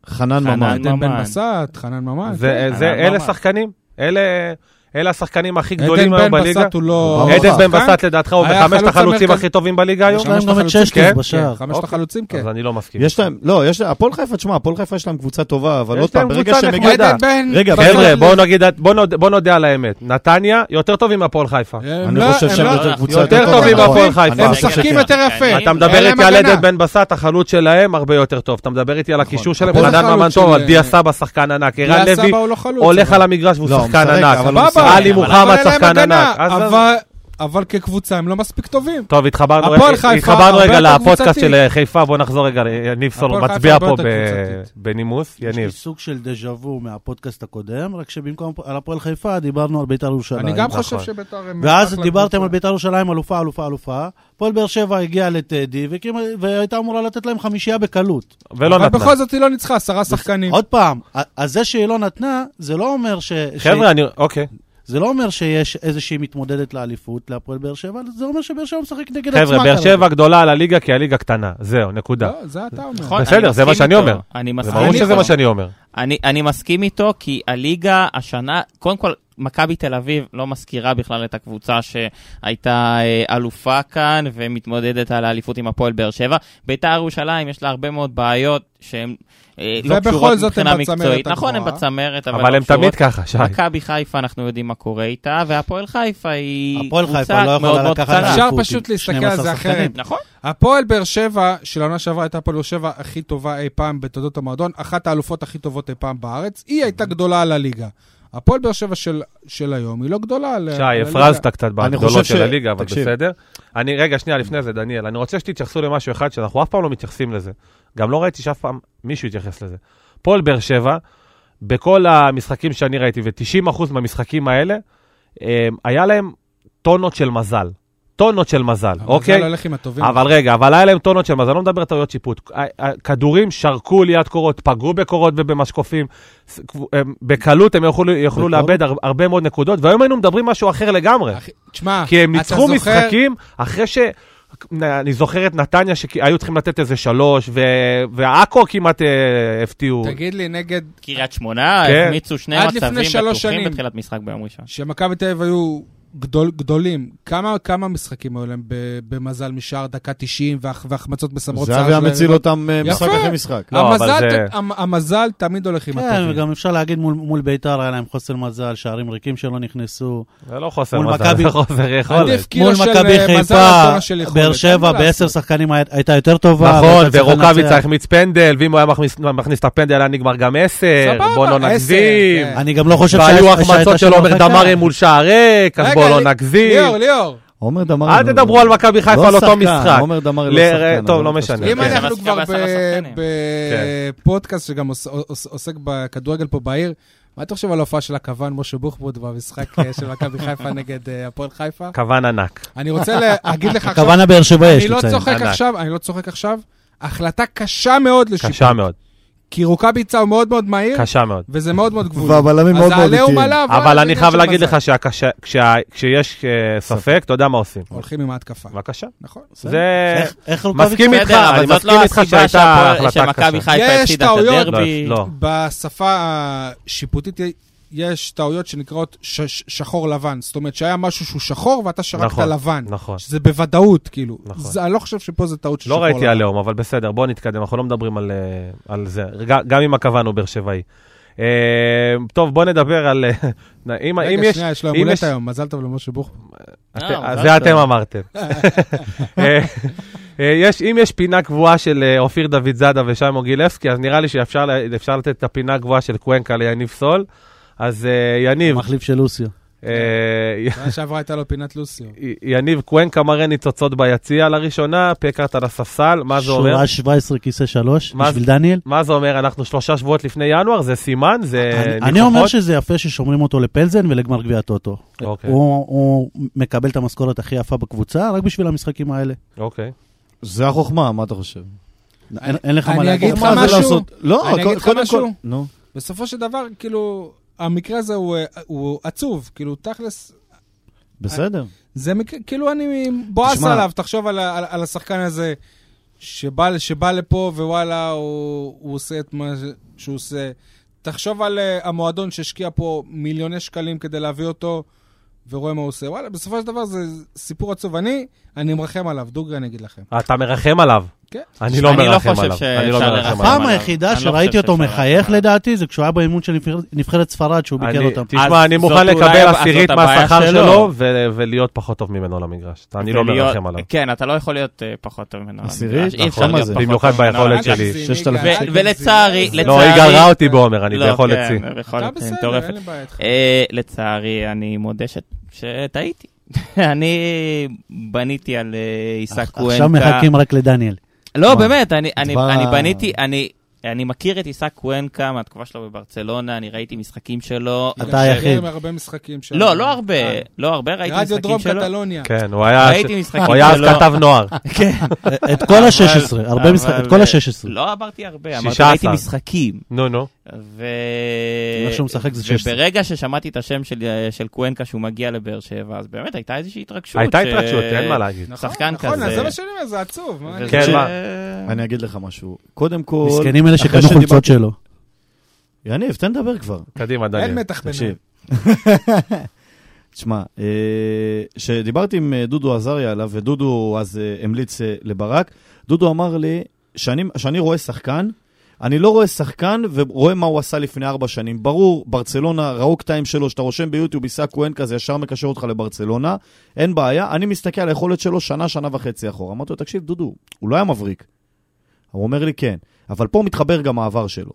Speaker 5: חנן
Speaker 4: חנן.
Speaker 5: ממן.
Speaker 3: עדן בן
Speaker 4: ממן.
Speaker 3: בסט, חנן ממן.
Speaker 2: זה-
Speaker 4: כן,
Speaker 2: זה-
Speaker 4: אבל
Speaker 2: אלה
Speaker 4: ממש.
Speaker 2: שחקנים? אלה אלה השחקנים הכי
Speaker 3: לא עדן
Speaker 2: גדולים היום
Speaker 3: בן
Speaker 2: בליגה?
Speaker 3: בסט הוא לא...
Speaker 5: ברור.
Speaker 2: עדן בן
Speaker 3: שחקן?
Speaker 2: בסט לדעתך הוא
Speaker 3: היה
Speaker 2: בחמשת
Speaker 3: החלוץ
Speaker 2: החלוצים
Speaker 3: המרכזי.
Speaker 2: הכי טובים בליגה היום?
Speaker 3: יש
Speaker 6: להם גם את
Speaker 3: חלוצים,
Speaker 6: ששטוס
Speaker 3: כן,
Speaker 6: בשער.
Speaker 3: חמשת
Speaker 2: אוקיי.
Speaker 3: החלוצים, כן.
Speaker 2: אז אני לא מסכים.
Speaker 5: יש להם, לא, יש להם, הפועל חיפה, תשמע, הפועל חיפה יש להם קבוצה טובה, אבל
Speaker 2: יש
Speaker 5: עוד פעם,
Speaker 2: להם
Speaker 5: ברגע
Speaker 2: קבוצה
Speaker 5: שהם
Speaker 2: נחמדה.
Speaker 5: יגיעו...
Speaker 3: עדן בן...
Speaker 5: רגע,
Speaker 3: בסט-
Speaker 2: חבר'ה, בואו נגיד, בואו נודה- בואו נודה על האמת. נתניה יותר טובים מהפועל חיפה.
Speaker 3: הם
Speaker 5: אני
Speaker 3: לא-
Speaker 5: חושב
Speaker 3: הם
Speaker 5: שהם
Speaker 3: לא-
Speaker 5: יותר קבוצה
Speaker 2: יותר
Speaker 5: יותר
Speaker 2: טובים
Speaker 5: טובה.
Speaker 2: מהפועל חיפה.
Speaker 5: אני
Speaker 3: הם
Speaker 5: חושב
Speaker 3: משחקים
Speaker 5: שכן.
Speaker 3: יותר יפה.
Speaker 2: כן. אתה מדבר
Speaker 3: כן, אין
Speaker 2: איתי
Speaker 3: להם
Speaker 2: על
Speaker 3: הגנה.
Speaker 2: עדן בן בסט, החלוץ שלהם הרבה יותר טוב. אתה מדבר איתי על הקישור שלהם,
Speaker 3: הפועל
Speaker 2: חנן
Speaker 3: נכון. החלוץ
Speaker 2: ממן טוב,
Speaker 3: של- אה,
Speaker 2: על דיה סבא שחקן ענק. ערן
Speaker 3: דיה
Speaker 2: לוי
Speaker 3: סבא הוא לא חלוץ.
Speaker 2: הולך
Speaker 3: אבל-
Speaker 2: על המגרש והוא
Speaker 5: לא, הוא
Speaker 2: שחקן
Speaker 5: משחק,
Speaker 2: ענק.
Speaker 5: אבל
Speaker 3: הוא משחק.
Speaker 2: עלי
Speaker 4: אבל-
Speaker 2: מוחמד
Speaker 3: אבל אין להם
Speaker 2: שחקן
Speaker 3: הגנה,
Speaker 2: ענק. אז-
Speaker 3: אבל- אבל כקבוצה הם לא מספיק טובים.
Speaker 2: טוב, התחברנו
Speaker 3: הפועל
Speaker 2: רגע-
Speaker 3: חיפה
Speaker 2: התחברנו
Speaker 3: הרבה
Speaker 2: רגע
Speaker 3: יותר
Speaker 2: לפודקאסט
Speaker 3: קבוצתית.
Speaker 2: של אה, חיפה, בואו נחזור רגע, יניב סולו
Speaker 3: חיפה
Speaker 2: מצביע
Speaker 3: הרבה
Speaker 2: פה
Speaker 3: יותר
Speaker 2: ב-
Speaker 3: קבוצתית.
Speaker 2: בנימוס,
Speaker 6: יש לי
Speaker 2: יניב.
Speaker 6: סוג של דז'ה וו מהפודקאסט הקודם, רק שבמקום על הפועל חיפה דיברנו על בית"ר ירושלים.
Speaker 3: אני גם
Speaker 2: נכון.
Speaker 3: חושב שביתר הם...
Speaker 6: ואז
Speaker 3: אחלה
Speaker 6: דיברתם
Speaker 3: קבוצה.
Speaker 6: על בית"ר ירושלים, אלופה, אלופה, אלופה. הפועל באר שבע הגיעה לטדי, וכמעט- והייתה אמורה לתת להם חמישייה בקלות.
Speaker 2: ולא
Speaker 3: אבל
Speaker 2: נתנה.
Speaker 3: בכל זאת היא לא ניצחה, עשרה שחקנים.
Speaker 6: עוד פעם, ה- אז זה שהיא לא נתנה, זה לא אומר ש...
Speaker 2: חבר'ה, אני... אוקיי.
Speaker 6: ש- זה לא אומר שיש איזושהי מתמודדת לאליפות להפועל באר שבע, זה אומר שבאר שבע משחק נגד עצמה.
Speaker 2: חבר'ה, באר
Speaker 6: כרגע.
Speaker 2: שבע גדולה על הליגה כי הליגה קטנה. זהו, נקודה.
Speaker 3: לא, זה אתה אומר.
Speaker 4: נכון,
Speaker 2: בסדר,
Speaker 4: אני
Speaker 2: זה מה
Speaker 4: מסכים
Speaker 2: שאני
Speaker 4: איתו.
Speaker 2: אומר.
Speaker 4: אני
Speaker 3: לא,
Speaker 2: זה
Speaker 4: מסכים
Speaker 2: ברור
Speaker 4: איתו.
Speaker 2: שזה מה שאני אומר.
Speaker 4: אני, אני מסכים איתו, כי הליגה השנה, קודם כל, מכבי תל אביב לא מזכירה בכלל את הקבוצה שהייתה אה, אלופה כאן ומתמודדת על האליפות עם הפועל באר שבע. ביתר ירושלים, יש לה הרבה מאוד בעיות שהן אה, לא
Speaker 3: ובכל
Speaker 4: קשורות
Speaker 3: זאת הם
Speaker 4: מבחינה
Speaker 3: בצמרת
Speaker 4: מקצועית. נכון, הם
Speaker 3: הגבוהה.
Speaker 4: בצמרת, אבל,
Speaker 2: אבל
Speaker 4: לא
Speaker 2: הם תמיד
Speaker 4: קשורות.
Speaker 2: ככה, שי.
Speaker 4: מכבי חיפה, אנחנו יודעים מה קורה איתה, והפועל חיפה היא
Speaker 6: הפועל
Speaker 4: קבוצה
Speaker 6: חיפה לא יכולה
Speaker 4: מאוד מאוד
Speaker 6: לקחת
Speaker 4: קטנה.
Speaker 3: אפשר
Speaker 6: אליפות
Speaker 3: פשוט
Speaker 6: עם
Speaker 3: להסתכל
Speaker 6: 12
Speaker 3: על זה
Speaker 6: שחקנים.
Speaker 3: אחרת.
Speaker 4: נכון?
Speaker 3: הפועל באר שבע של העונה שעברה הייתה הפועל באר שבע הכי טובה אי פעם בתולדות המועדון, אחת האלופות הכי טובות אי פעם בארץ, היא הייתה גדולה על הליגה. הפועל באר שבע של, של היום היא לא גדולה על, על
Speaker 2: שי,
Speaker 3: הליגה.
Speaker 2: הפרזת קצת בהגדולות
Speaker 5: חושב
Speaker 2: של
Speaker 5: ש-
Speaker 2: הליגה, אבל
Speaker 5: תקשיב.
Speaker 2: בסדר. אני, רגע, שנייה, לפני זה, דניאל, אני רוצה שתתייחסו למשהו אחד שאנחנו אף פעם לא מתייחסים לזה. גם לא ראיתי שאף פעם מישהו יתייחס לזה. פועל באר שבע, בכל המשחקים שאני ראיתי, ו-90% מהמשחקים האלה, אה, היה להם טונות של מזל. טונות של מזל,
Speaker 3: אבל
Speaker 2: אוקיי?
Speaker 3: זה לא הולך עם הטובים.
Speaker 2: אבל רגע, אבל היה להם טונות של מזל, אני לא מדבר על טעויות שיפוט. ה- ה- כדורים שרקו ליד קורות, פגעו בקורות ובמשקופים. ס- כב- הם- בקלות הם יכולו- יכלו
Speaker 6: בקלות.
Speaker 2: לאבד הר- הרבה מאוד נקודות, והיום היינו מדברים משהו אחר לגמרי.
Speaker 3: אחי, תשמע,
Speaker 2: כי הם
Speaker 3: אתה
Speaker 2: ניצחו
Speaker 3: זוכר-
Speaker 2: משחקים אחרי ש... אני זוכר את נתניה שהיו צריכים לתת איזה שלוש, ו- ועכו כמעט אה, הפתיעו.
Speaker 3: תגיד לי, נגד...
Speaker 4: קריית שמונה,
Speaker 2: כן.
Speaker 4: החמיצו שני
Speaker 3: עד לפני
Speaker 4: מצבים
Speaker 3: שלוש
Speaker 4: בטוחים
Speaker 3: שנים.
Speaker 4: בתחילת משחק ביום ראשון.
Speaker 3: שמכבי תל אביב היו גדול, גדולים, כמה, כמה משחקים היו להם ב- במזל משער דקה 90 והח- והחמצות מסמרות שיער
Speaker 5: זהבי
Speaker 3: של
Speaker 5: המציל
Speaker 3: היריבות?
Speaker 5: אותם אה, משחק
Speaker 3: יפה.
Speaker 5: אחרי משחק.
Speaker 2: לא, אבל
Speaker 3: המזל,
Speaker 2: זה-
Speaker 3: המ- המזל תמיד הולך עם
Speaker 6: כן,
Speaker 3: הטובים.
Speaker 6: וגם אפשר להגיד מול, מול ביתר היה להם חוסר מזל, שערים ריקים שלא נכנסו.
Speaker 2: זה לא חוסר
Speaker 6: מול
Speaker 2: מזל,
Speaker 6: מכבי-
Speaker 2: זה חוסר יכולת.
Speaker 3: עדיף
Speaker 6: מול
Speaker 3: קילו של,
Speaker 6: מכבי
Speaker 3: אה, מזל על
Speaker 6: חיפה,
Speaker 3: טונה של יכולת,
Speaker 6: באר
Speaker 3: אין
Speaker 6: שבע,
Speaker 3: מה
Speaker 6: בעשר
Speaker 3: לעשות.
Speaker 6: שחקנים היה- הייתה יותר טובה.
Speaker 2: נכון,
Speaker 6: והייתה צריכה
Speaker 2: ורוקאביצה
Speaker 6: לנצח.
Speaker 2: החמיץ פנדל, ואם הוא היה מכניס- מכניס את הפנדל היה נגמר גם עשר,
Speaker 3: סבבה,
Speaker 2: בוא לא
Speaker 3: עשר,
Speaker 2: נגזים.
Speaker 3: כן.
Speaker 6: אני גם לא חושב
Speaker 2: והיו
Speaker 6: שהייתה- שהייתה
Speaker 2: החמצות של
Speaker 6: שם
Speaker 2: עומר
Speaker 6: הרחקה.
Speaker 2: דמארי מול שער ריק, אז
Speaker 3: רגע,
Speaker 2: בואו
Speaker 3: לי-
Speaker 2: לא נגזים.
Speaker 3: ליאור, ליאור.
Speaker 5: עומר
Speaker 4: לא,
Speaker 5: דמרי...
Speaker 2: אל תדברו על מכבי חיפה על אותו משחק.
Speaker 5: עומר דמרי
Speaker 2: ל-
Speaker 5: לא שחקן.
Speaker 2: טוב,
Speaker 5: אבל
Speaker 2: לא
Speaker 5: הוא
Speaker 2: משנה.
Speaker 5: שחקן.
Speaker 3: אם
Speaker 2: כן.
Speaker 3: אנחנו כבר
Speaker 4: בעשרה שחקנים.
Speaker 3: בפודקאסט שגם עוס- עוס- עוסק בכדורגל פה בעיר, מה אתה חושב על ההופעה של הכוון משה בוחבוט במשחק אה, של מכבי חיפה נגד אה, הפועל חיפה?
Speaker 2: כוון ענק.
Speaker 3: אני רוצה להגיד לך עכשיו,
Speaker 6: הכוונה באר שבע יש
Speaker 3: אני לא
Speaker 6: לציין.
Speaker 3: צוחק
Speaker 2: ענק.
Speaker 3: עכשיו, אני לא צוחק עכשיו, החלטה קשה מאוד לשיפוט.
Speaker 2: קשה מאוד,
Speaker 3: כי רוקאביצה הוא מאוד מאוד מהיר,
Speaker 2: קשה מאוד.
Speaker 3: וזה מאוד מאוד גבולי.
Speaker 5: והבלמים מאוד
Speaker 3: אז
Speaker 5: מאוד
Speaker 3: העליהום
Speaker 5: איטיים.
Speaker 3: עליו,
Speaker 2: אבל
Speaker 3: לא זה
Speaker 2: אני
Speaker 3: עניין
Speaker 2: חייב
Speaker 3: של
Speaker 2: להגיד
Speaker 3: מזל.
Speaker 2: לך שהקשה- כשה- כשיש אה, ספק, אתה יודע מה עושים.
Speaker 3: הולכים עם ההתקפה,
Speaker 2: בבקשה.
Speaker 3: נכון.
Speaker 2: זה...
Speaker 6: איך- איך רוקאביצה?
Speaker 2: מסכים איתך,
Speaker 4: בסדר,
Speaker 2: אני
Speaker 4: אבל זאת
Speaker 2: מסכים
Speaker 4: לא
Speaker 2: איתך שהייתה
Speaker 4: הסיבה שהפועל-
Speaker 2: החלטה
Speaker 4: שמכבי
Speaker 2: קשה.
Speaker 4: חיפה
Speaker 3: יש
Speaker 4: הפסידה את
Speaker 3: טעויות.
Speaker 4: הדרבי.
Speaker 2: לא, לא.
Speaker 3: בשפה השיפוטית יש טעויות שנקראות ש- ש- שחור לבן. זאת אומרת שהיה משהו שהוא שחור ואתה שרקת
Speaker 2: נכון,
Speaker 3: לבן.
Speaker 2: נכון.
Speaker 3: שזה בוודאות, כאילו.
Speaker 2: נכון.
Speaker 3: זה- אני לא חושב שפה זה טעות של
Speaker 2: לא
Speaker 3: שחור לבן.
Speaker 2: ראיתי עליהום, אבל בסדר, בואו נתקדם, אנחנו לא מדברים על, אה, על זה. ג- גם אם הכוון הוא באר שבעי. אה, טוב, בואו נדבר על... אה, אם, אם
Speaker 3: רגע,
Speaker 2: יש...
Speaker 3: שנייה, יש לו
Speaker 2: אם
Speaker 3: יום הולדת
Speaker 2: יש-
Speaker 3: היום, מזל טוב למשה בוך.
Speaker 2: את-
Speaker 4: אה, מזל
Speaker 2: זה
Speaker 4: טוב.
Speaker 2: אתם אמרתם. אה, אה, יש, אם יש פינה קבועה של אה, אופיר דוד זאדה ושי מוגילבסקי, אז נראה לי שאפשר ל- אפשר לתת את הפינה הקבועה של קוונקה ליניב סול. אז אה, יניב,
Speaker 6: מחליף של לוסיו.
Speaker 2: אה,
Speaker 3: שנה שעברה הייתה לו פינת לוסיו.
Speaker 2: י- יניב קוונקה מראה ניצוצות ביציע לראשונה, פקארט על הספסל, מה זה אומר?
Speaker 6: שורה 17 כיסא 3,
Speaker 2: מה
Speaker 6: בשביל דניאל.
Speaker 2: מה זה אומר? אנחנו שלושה שבועות לפני ינואר? זה סימן? זה
Speaker 6: אני-
Speaker 2: ניחוחות?
Speaker 6: אני אומר שזה יפה ששומרים אותו לפלזן ולגמר גביע הטוטו.
Speaker 2: אוקיי,
Speaker 6: הוא הוא מקבל את המשכורת הכי יפה בקבוצה, רק בשביל המשחקים האלה.
Speaker 2: אוקיי.
Speaker 5: זה החוכמה, מה אתה חושב?
Speaker 6: אין אין לך מה
Speaker 3: אני
Speaker 6: להגיד.
Speaker 3: אגיד לך
Speaker 5: מה זה
Speaker 3: משהו?
Speaker 5: לעשות? לא,
Speaker 3: אני
Speaker 5: קו-
Speaker 3: אגיד לך
Speaker 5: קודם
Speaker 3: משהו?
Speaker 5: כל- נו.
Speaker 3: בסופו של דבר, כאילו, המקרה הזה הוא, אה, הוא עצוב. כאילו, תכלס,
Speaker 5: בסדר.
Speaker 3: זה מקרה, כאילו אני בועס
Speaker 5: תשמע.
Speaker 3: עליו, תחשוב על, ה- על, על השחקן הזה שבא, שבא לפה ווואלה, הוא, הוא עושה את מה ש- שהוא עושה. תחשוב על uh, המועדון שהשקיע פה מיליוני שקלים כדי להביא אותו, ורואה מה הוא עושה. וואלה, בסופו של דבר זה סיפור עצוב. אני, אני מרחם עליו, דוגרי אני אגיד לכם.
Speaker 2: אתה מרחם עליו.
Speaker 3: כן.
Speaker 2: אני לא
Speaker 4: אני לא
Speaker 2: מרחם
Speaker 4: חושב
Speaker 2: עליו.
Speaker 4: שאפשר
Speaker 2: אני לא מרחם
Speaker 4: לרחם
Speaker 2: עליו.
Speaker 6: הפעם
Speaker 4: עליו.
Speaker 6: היחידה
Speaker 4: אני לא
Speaker 6: שראיתי
Speaker 4: חושב
Speaker 6: אותו
Speaker 4: שאפשר
Speaker 6: מחייך
Speaker 4: לרחם עליו.
Speaker 6: לדעתי, זה כשהוא היה באימון של נבחרת- נבחרת ספרד, שהוא ביקר
Speaker 2: אני-
Speaker 6: אותם. אה,
Speaker 2: תשמע,
Speaker 4: אז
Speaker 2: אני
Speaker 4: זאת
Speaker 2: מוכן
Speaker 4: אולי
Speaker 2: לקבל
Speaker 4: הבע-
Speaker 2: עשירית
Speaker 4: זאת הבעיה
Speaker 2: מהשכר
Speaker 4: שלו.
Speaker 2: שלו ו- ולהיות פחות טוב ממנו על המגרש. אני לא
Speaker 4: ולהיות-
Speaker 2: מרחם עליו.
Speaker 4: כן, אתה לא יכול להיות אה, פחות טוב ממנו.
Speaker 5: עשירי?
Speaker 4: אי אפשר
Speaker 5: נכון,
Speaker 4: להיות
Speaker 5: זה-
Speaker 4: פחות
Speaker 2: במיוחד
Speaker 4: טוב ממנו.
Speaker 2: ביכולת
Speaker 3: אל
Speaker 2: שלי.
Speaker 3: תגזים,
Speaker 5: 6,000
Speaker 3: יגאל, אל
Speaker 4: ו-
Speaker 3: תגזים.
Speaker 4: ולצערי-
Speaker 3: זה-
Speaker 4: לצערי-
Speaker 2: לא, יגאל ראה אותי בעומר, אני
Speaker 4: לא,
Speaker 2: ביכולת
Speaker 4: כן,
Speaker 2: שיא.
Speaker 4: ביכולת
Speaker 3: אתה בסדר,
Speaker 4: מטורפת.
Speaker 3: אין לי בעיה איתך.
Speaker 4: אה, לצערי, אני מודה ש- שטעיתי. אני בניתי על אה, עיסק קוונטה.
Speaker 6: עכשיו מחכים רק לדניאל.
Speaker 4: לא, באמת, אני, אני,
Speaker 5: דבר-
Speaker 4: אני בניתי, אני, אני מכיר את עיסק קוונקה מהתקופה שלו בברצלונה, אני ראיתי משחקים שלו.
Speaker 6: אתה היחיד.
Speaker 3: הרבה משחקים שם.
Speaker 4: לא, לא הרבה, לא הרבה ראיתי
Speaker 3: אה. רדיו
Speaker 4: משחקים
Speaker 3: דרום
Speaker 4: שלו.
Speaker 3: קטלוניה.
Speaker 2: כן, הוא היה
Speaker 4: ראיתי משחקים
Speaker 2: הוא היה אז
Speaker 4: שלו.
Speaker 2: כתב נוער.
Speaker 4: כן.
Speaker 6: את כל ה-16, הרבה
Speaker 4: אבל-
Speaker 6: משחק, את כל ה-16.
Speaker 4: לא אמרתי הרבה, אמרתי
Speaker 2: 16.
Speaker 4: ראיתי משחקים.
Speaker 2: נו, נו.
Speaker 4: ו...
Speaker 6: מה לא שהוא משחק זה 16.
Speaker 4: וברגע ששמעתי את השם של, אה, של קוונקה שהוא מגיע לבאר שבע, אז באמת הייתה איזושהי התרגשות.
Speaker 2: הייתה
Speaker 4: ש-
Speaker 2: התרגשות, אין מה להגיד.
Speaker 3: נכון,
Speaker 4: שחקן
Speaker 3: נכון,
Speaker 4: כזה.
Speaker 3: אז זה מה שאני אומר, זה עצוב. מה אני-
Speaker 4: וזה
Speaker 2: כן,
Speaker 4: ש-
Speaker 2: מה?
Speaker 5: אני אגיד לך משהו. קודם כל...
Speaker 6: מסכנים אלה
Speaker 5: אחרי
Speaker 6: שקנו
Speaker 5: שדיברתי-
Speaker 6: חולצות שלו.
Speaker 5: יניב, תן לדבר כבר.
Speaker 2: קדימה,
Speaker 3: אין
Speaker 2: דניאל.
Speaker 3: מתח ביניהם.
Speaker 5: תקשיב. תשמע, כשדיברתי אה, עם אה, דודו עזריה עליו, ודודו אז אה, המליץ אה, לברק, דודו אמר לי, שאני- שאני רואה שחקן, אני לא רואה שחקן ורואה מה הוא עשה לפני ארבע שנים. ברור, ברצלונה, ראוק טיים שלו, שאתה רושם ביוטיוב, עיסק כהן כזה, ישר מקשר אותך לברצלונה, אין בעיה. אני מסתכל על היכולת שלו שנה, שנה וחצי אחורה. אמרתי לו, תקשיב, דודו, הוא לא היה מבריק. הוא אומר לי, כן. אבל פה מתחבר גם העבר שלו.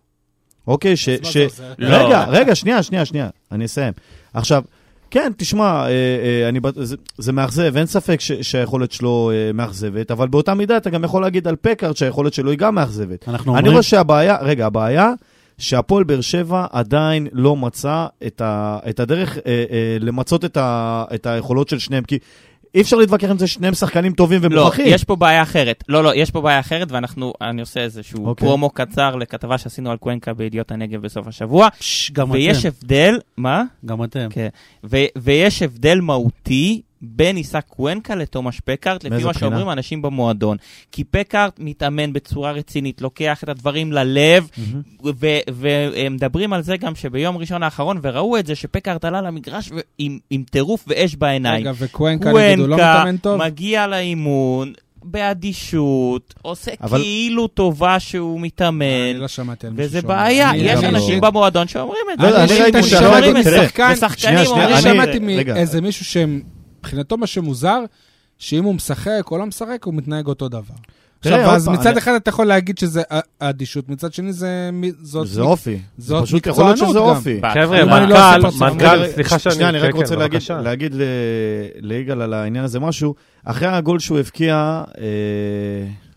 Speaker 5: אוקיי, ש...
Speaker 3: אז מה
Speaker 5: ש-
Speaker 3: זה עוזר?
Speaker 4: לא.
Speaker 5: רגע, רגע, שנייה, שנייה, שנייה, אני אסיים. עכשיו, כן, תשמע, אה, אה, אני, בט- זה, זה מאכזב, אין ספק ש, שהיכולת שלו אה, מאכזבת, אבל באותה מידה אתה גם יכול להגיד על פקארט שהיכולת שלו היא גם מאכזבת.
Speaker 6: אנחנו
Speaker 5: אני
Speaker 6: אומרים,
Speaker 5: חושב שהבעיה, רגע, הבעיה שהפועל באר שבע עדיין לא מצא את, ה, את הדרך אה, אה, למצות את, ה, את היכולות של שניהם, כי אי אפשר להתווכח עם זה שניהם שחקנים טובים
Speaker 4: לא,
Speaker 5: ומוכחים.
Speaker 4: יש פה בעיה אחרת. לא, לא, יש פה בעיה אחרת, ואנחנו, אני עושה איזשהו
Speaker 5: אוקיי.
Speaker 4: פרומו קצר לכתבה שעשינו על קוונקה בידיעות הנגב בסוף השבוע,
Speaker 6: "פש, גם
Speaker 4: ויש
Speaker 6: אתם,
Speaker 4: הבדל, מה?
Speaker 6: גם אתם.
Speaker 4: כן. ו- ויש הבדל מהותי בין עיסק קוונקה לתומש פקארט, לפי
Speaker 5: מאיזה
Speaker 4: מה
Speaker 5: בחינה?
Speaker 4: שאומרים האנשים במועדון. כי פקארט מתאמן בצורה רצינית, לוקח את הדברים ללב, ו- ומדברים על זה גם שביום ראשון האחרון, וראו את זה שפקארט עלה למגרש ו- עם, עם טירוף ואש בעיניים.
Speaker 3: רגע, וקוונקה נגיד, הוא לא
Speaker 4: קוונקה
Speaker 3: מתאמן טוב?
Speaker 4: מגיע לאימון. באדישות, עושה
Speaker 5: אבל-
Speaker 4: כאילו טובה שהוא
Speaker 3: אני
Speaker 4: מתאמן,
Speaker 3: לא שמעתי על מישהו
Speaker 4: וזה
Speaker 3: שאומר.
Speaker 4: בעיה,
Speaker 3: אני
Speaker 4: יש
Speaker 3: גם לא.
Speaker 4: אנשים במועדון שאומרים את זה.
Speaker 5: לא, אני
Speaker 4: אנשים
Speaker 5: ראיתי
Speaker 4: שאומרים
Speaker 5: שאומרים
Speaker 4: את זה.
Speaker 5: את זה.
Speaker 3: שחקן-
Speaker 4: ושחקנים
Speaker 5: שנייה,
Speaker 4: אומרים
Speaker 3: אני
Speaker 4: את
Speaker 5: שנייה,
Speaker 4: זה.
Speaker 3: שמעתי
Speaker 5: רגע.
Speaker 3: מאיזה מישהו שמבחינתו מה שמוזר, שאם הוא משחק או לא משחק, הוא מתנהג אותו דבר.
Speaker 5: תראה,
Speaker 3: עכשיו,
Speaker 5: עוד
Speaker 3: אז
Speaker 5: פעם,
Speaker 3: מצד
Speaker 5: אני-
Speaker 3: אחד אתה יכול להגיד שזה א- אדישות, מצד שני זה... מ- זאת-
Speaker 5: זה אופי, זה
Speaker 3: זאת
Speaker 5: פשוט יכול להיות שזה
Speaker 3: מקצוענות גם.
Speaker 5: אופי.
Speaker 2: חבר'ה,
Speaker 3: אם אני לא עושה
Speaker 2: מנכ"ל,
Speaker 3: פרצוף,
Speaker 2: מנכ"ל,
Speaker 5: רגע,
Speaker 2: אוקיי, סליחה שאני...
Speaker 5: שנייה, אני רק
Speaker 2: כן, כן,
Speaker 5: רוצה להגיד-
Speaker 2: בבקשה.
Speaker 5: להגיד ל- ליגאל על העניין הזה משהו. אחרי הגול שהוא הבקיע... אה,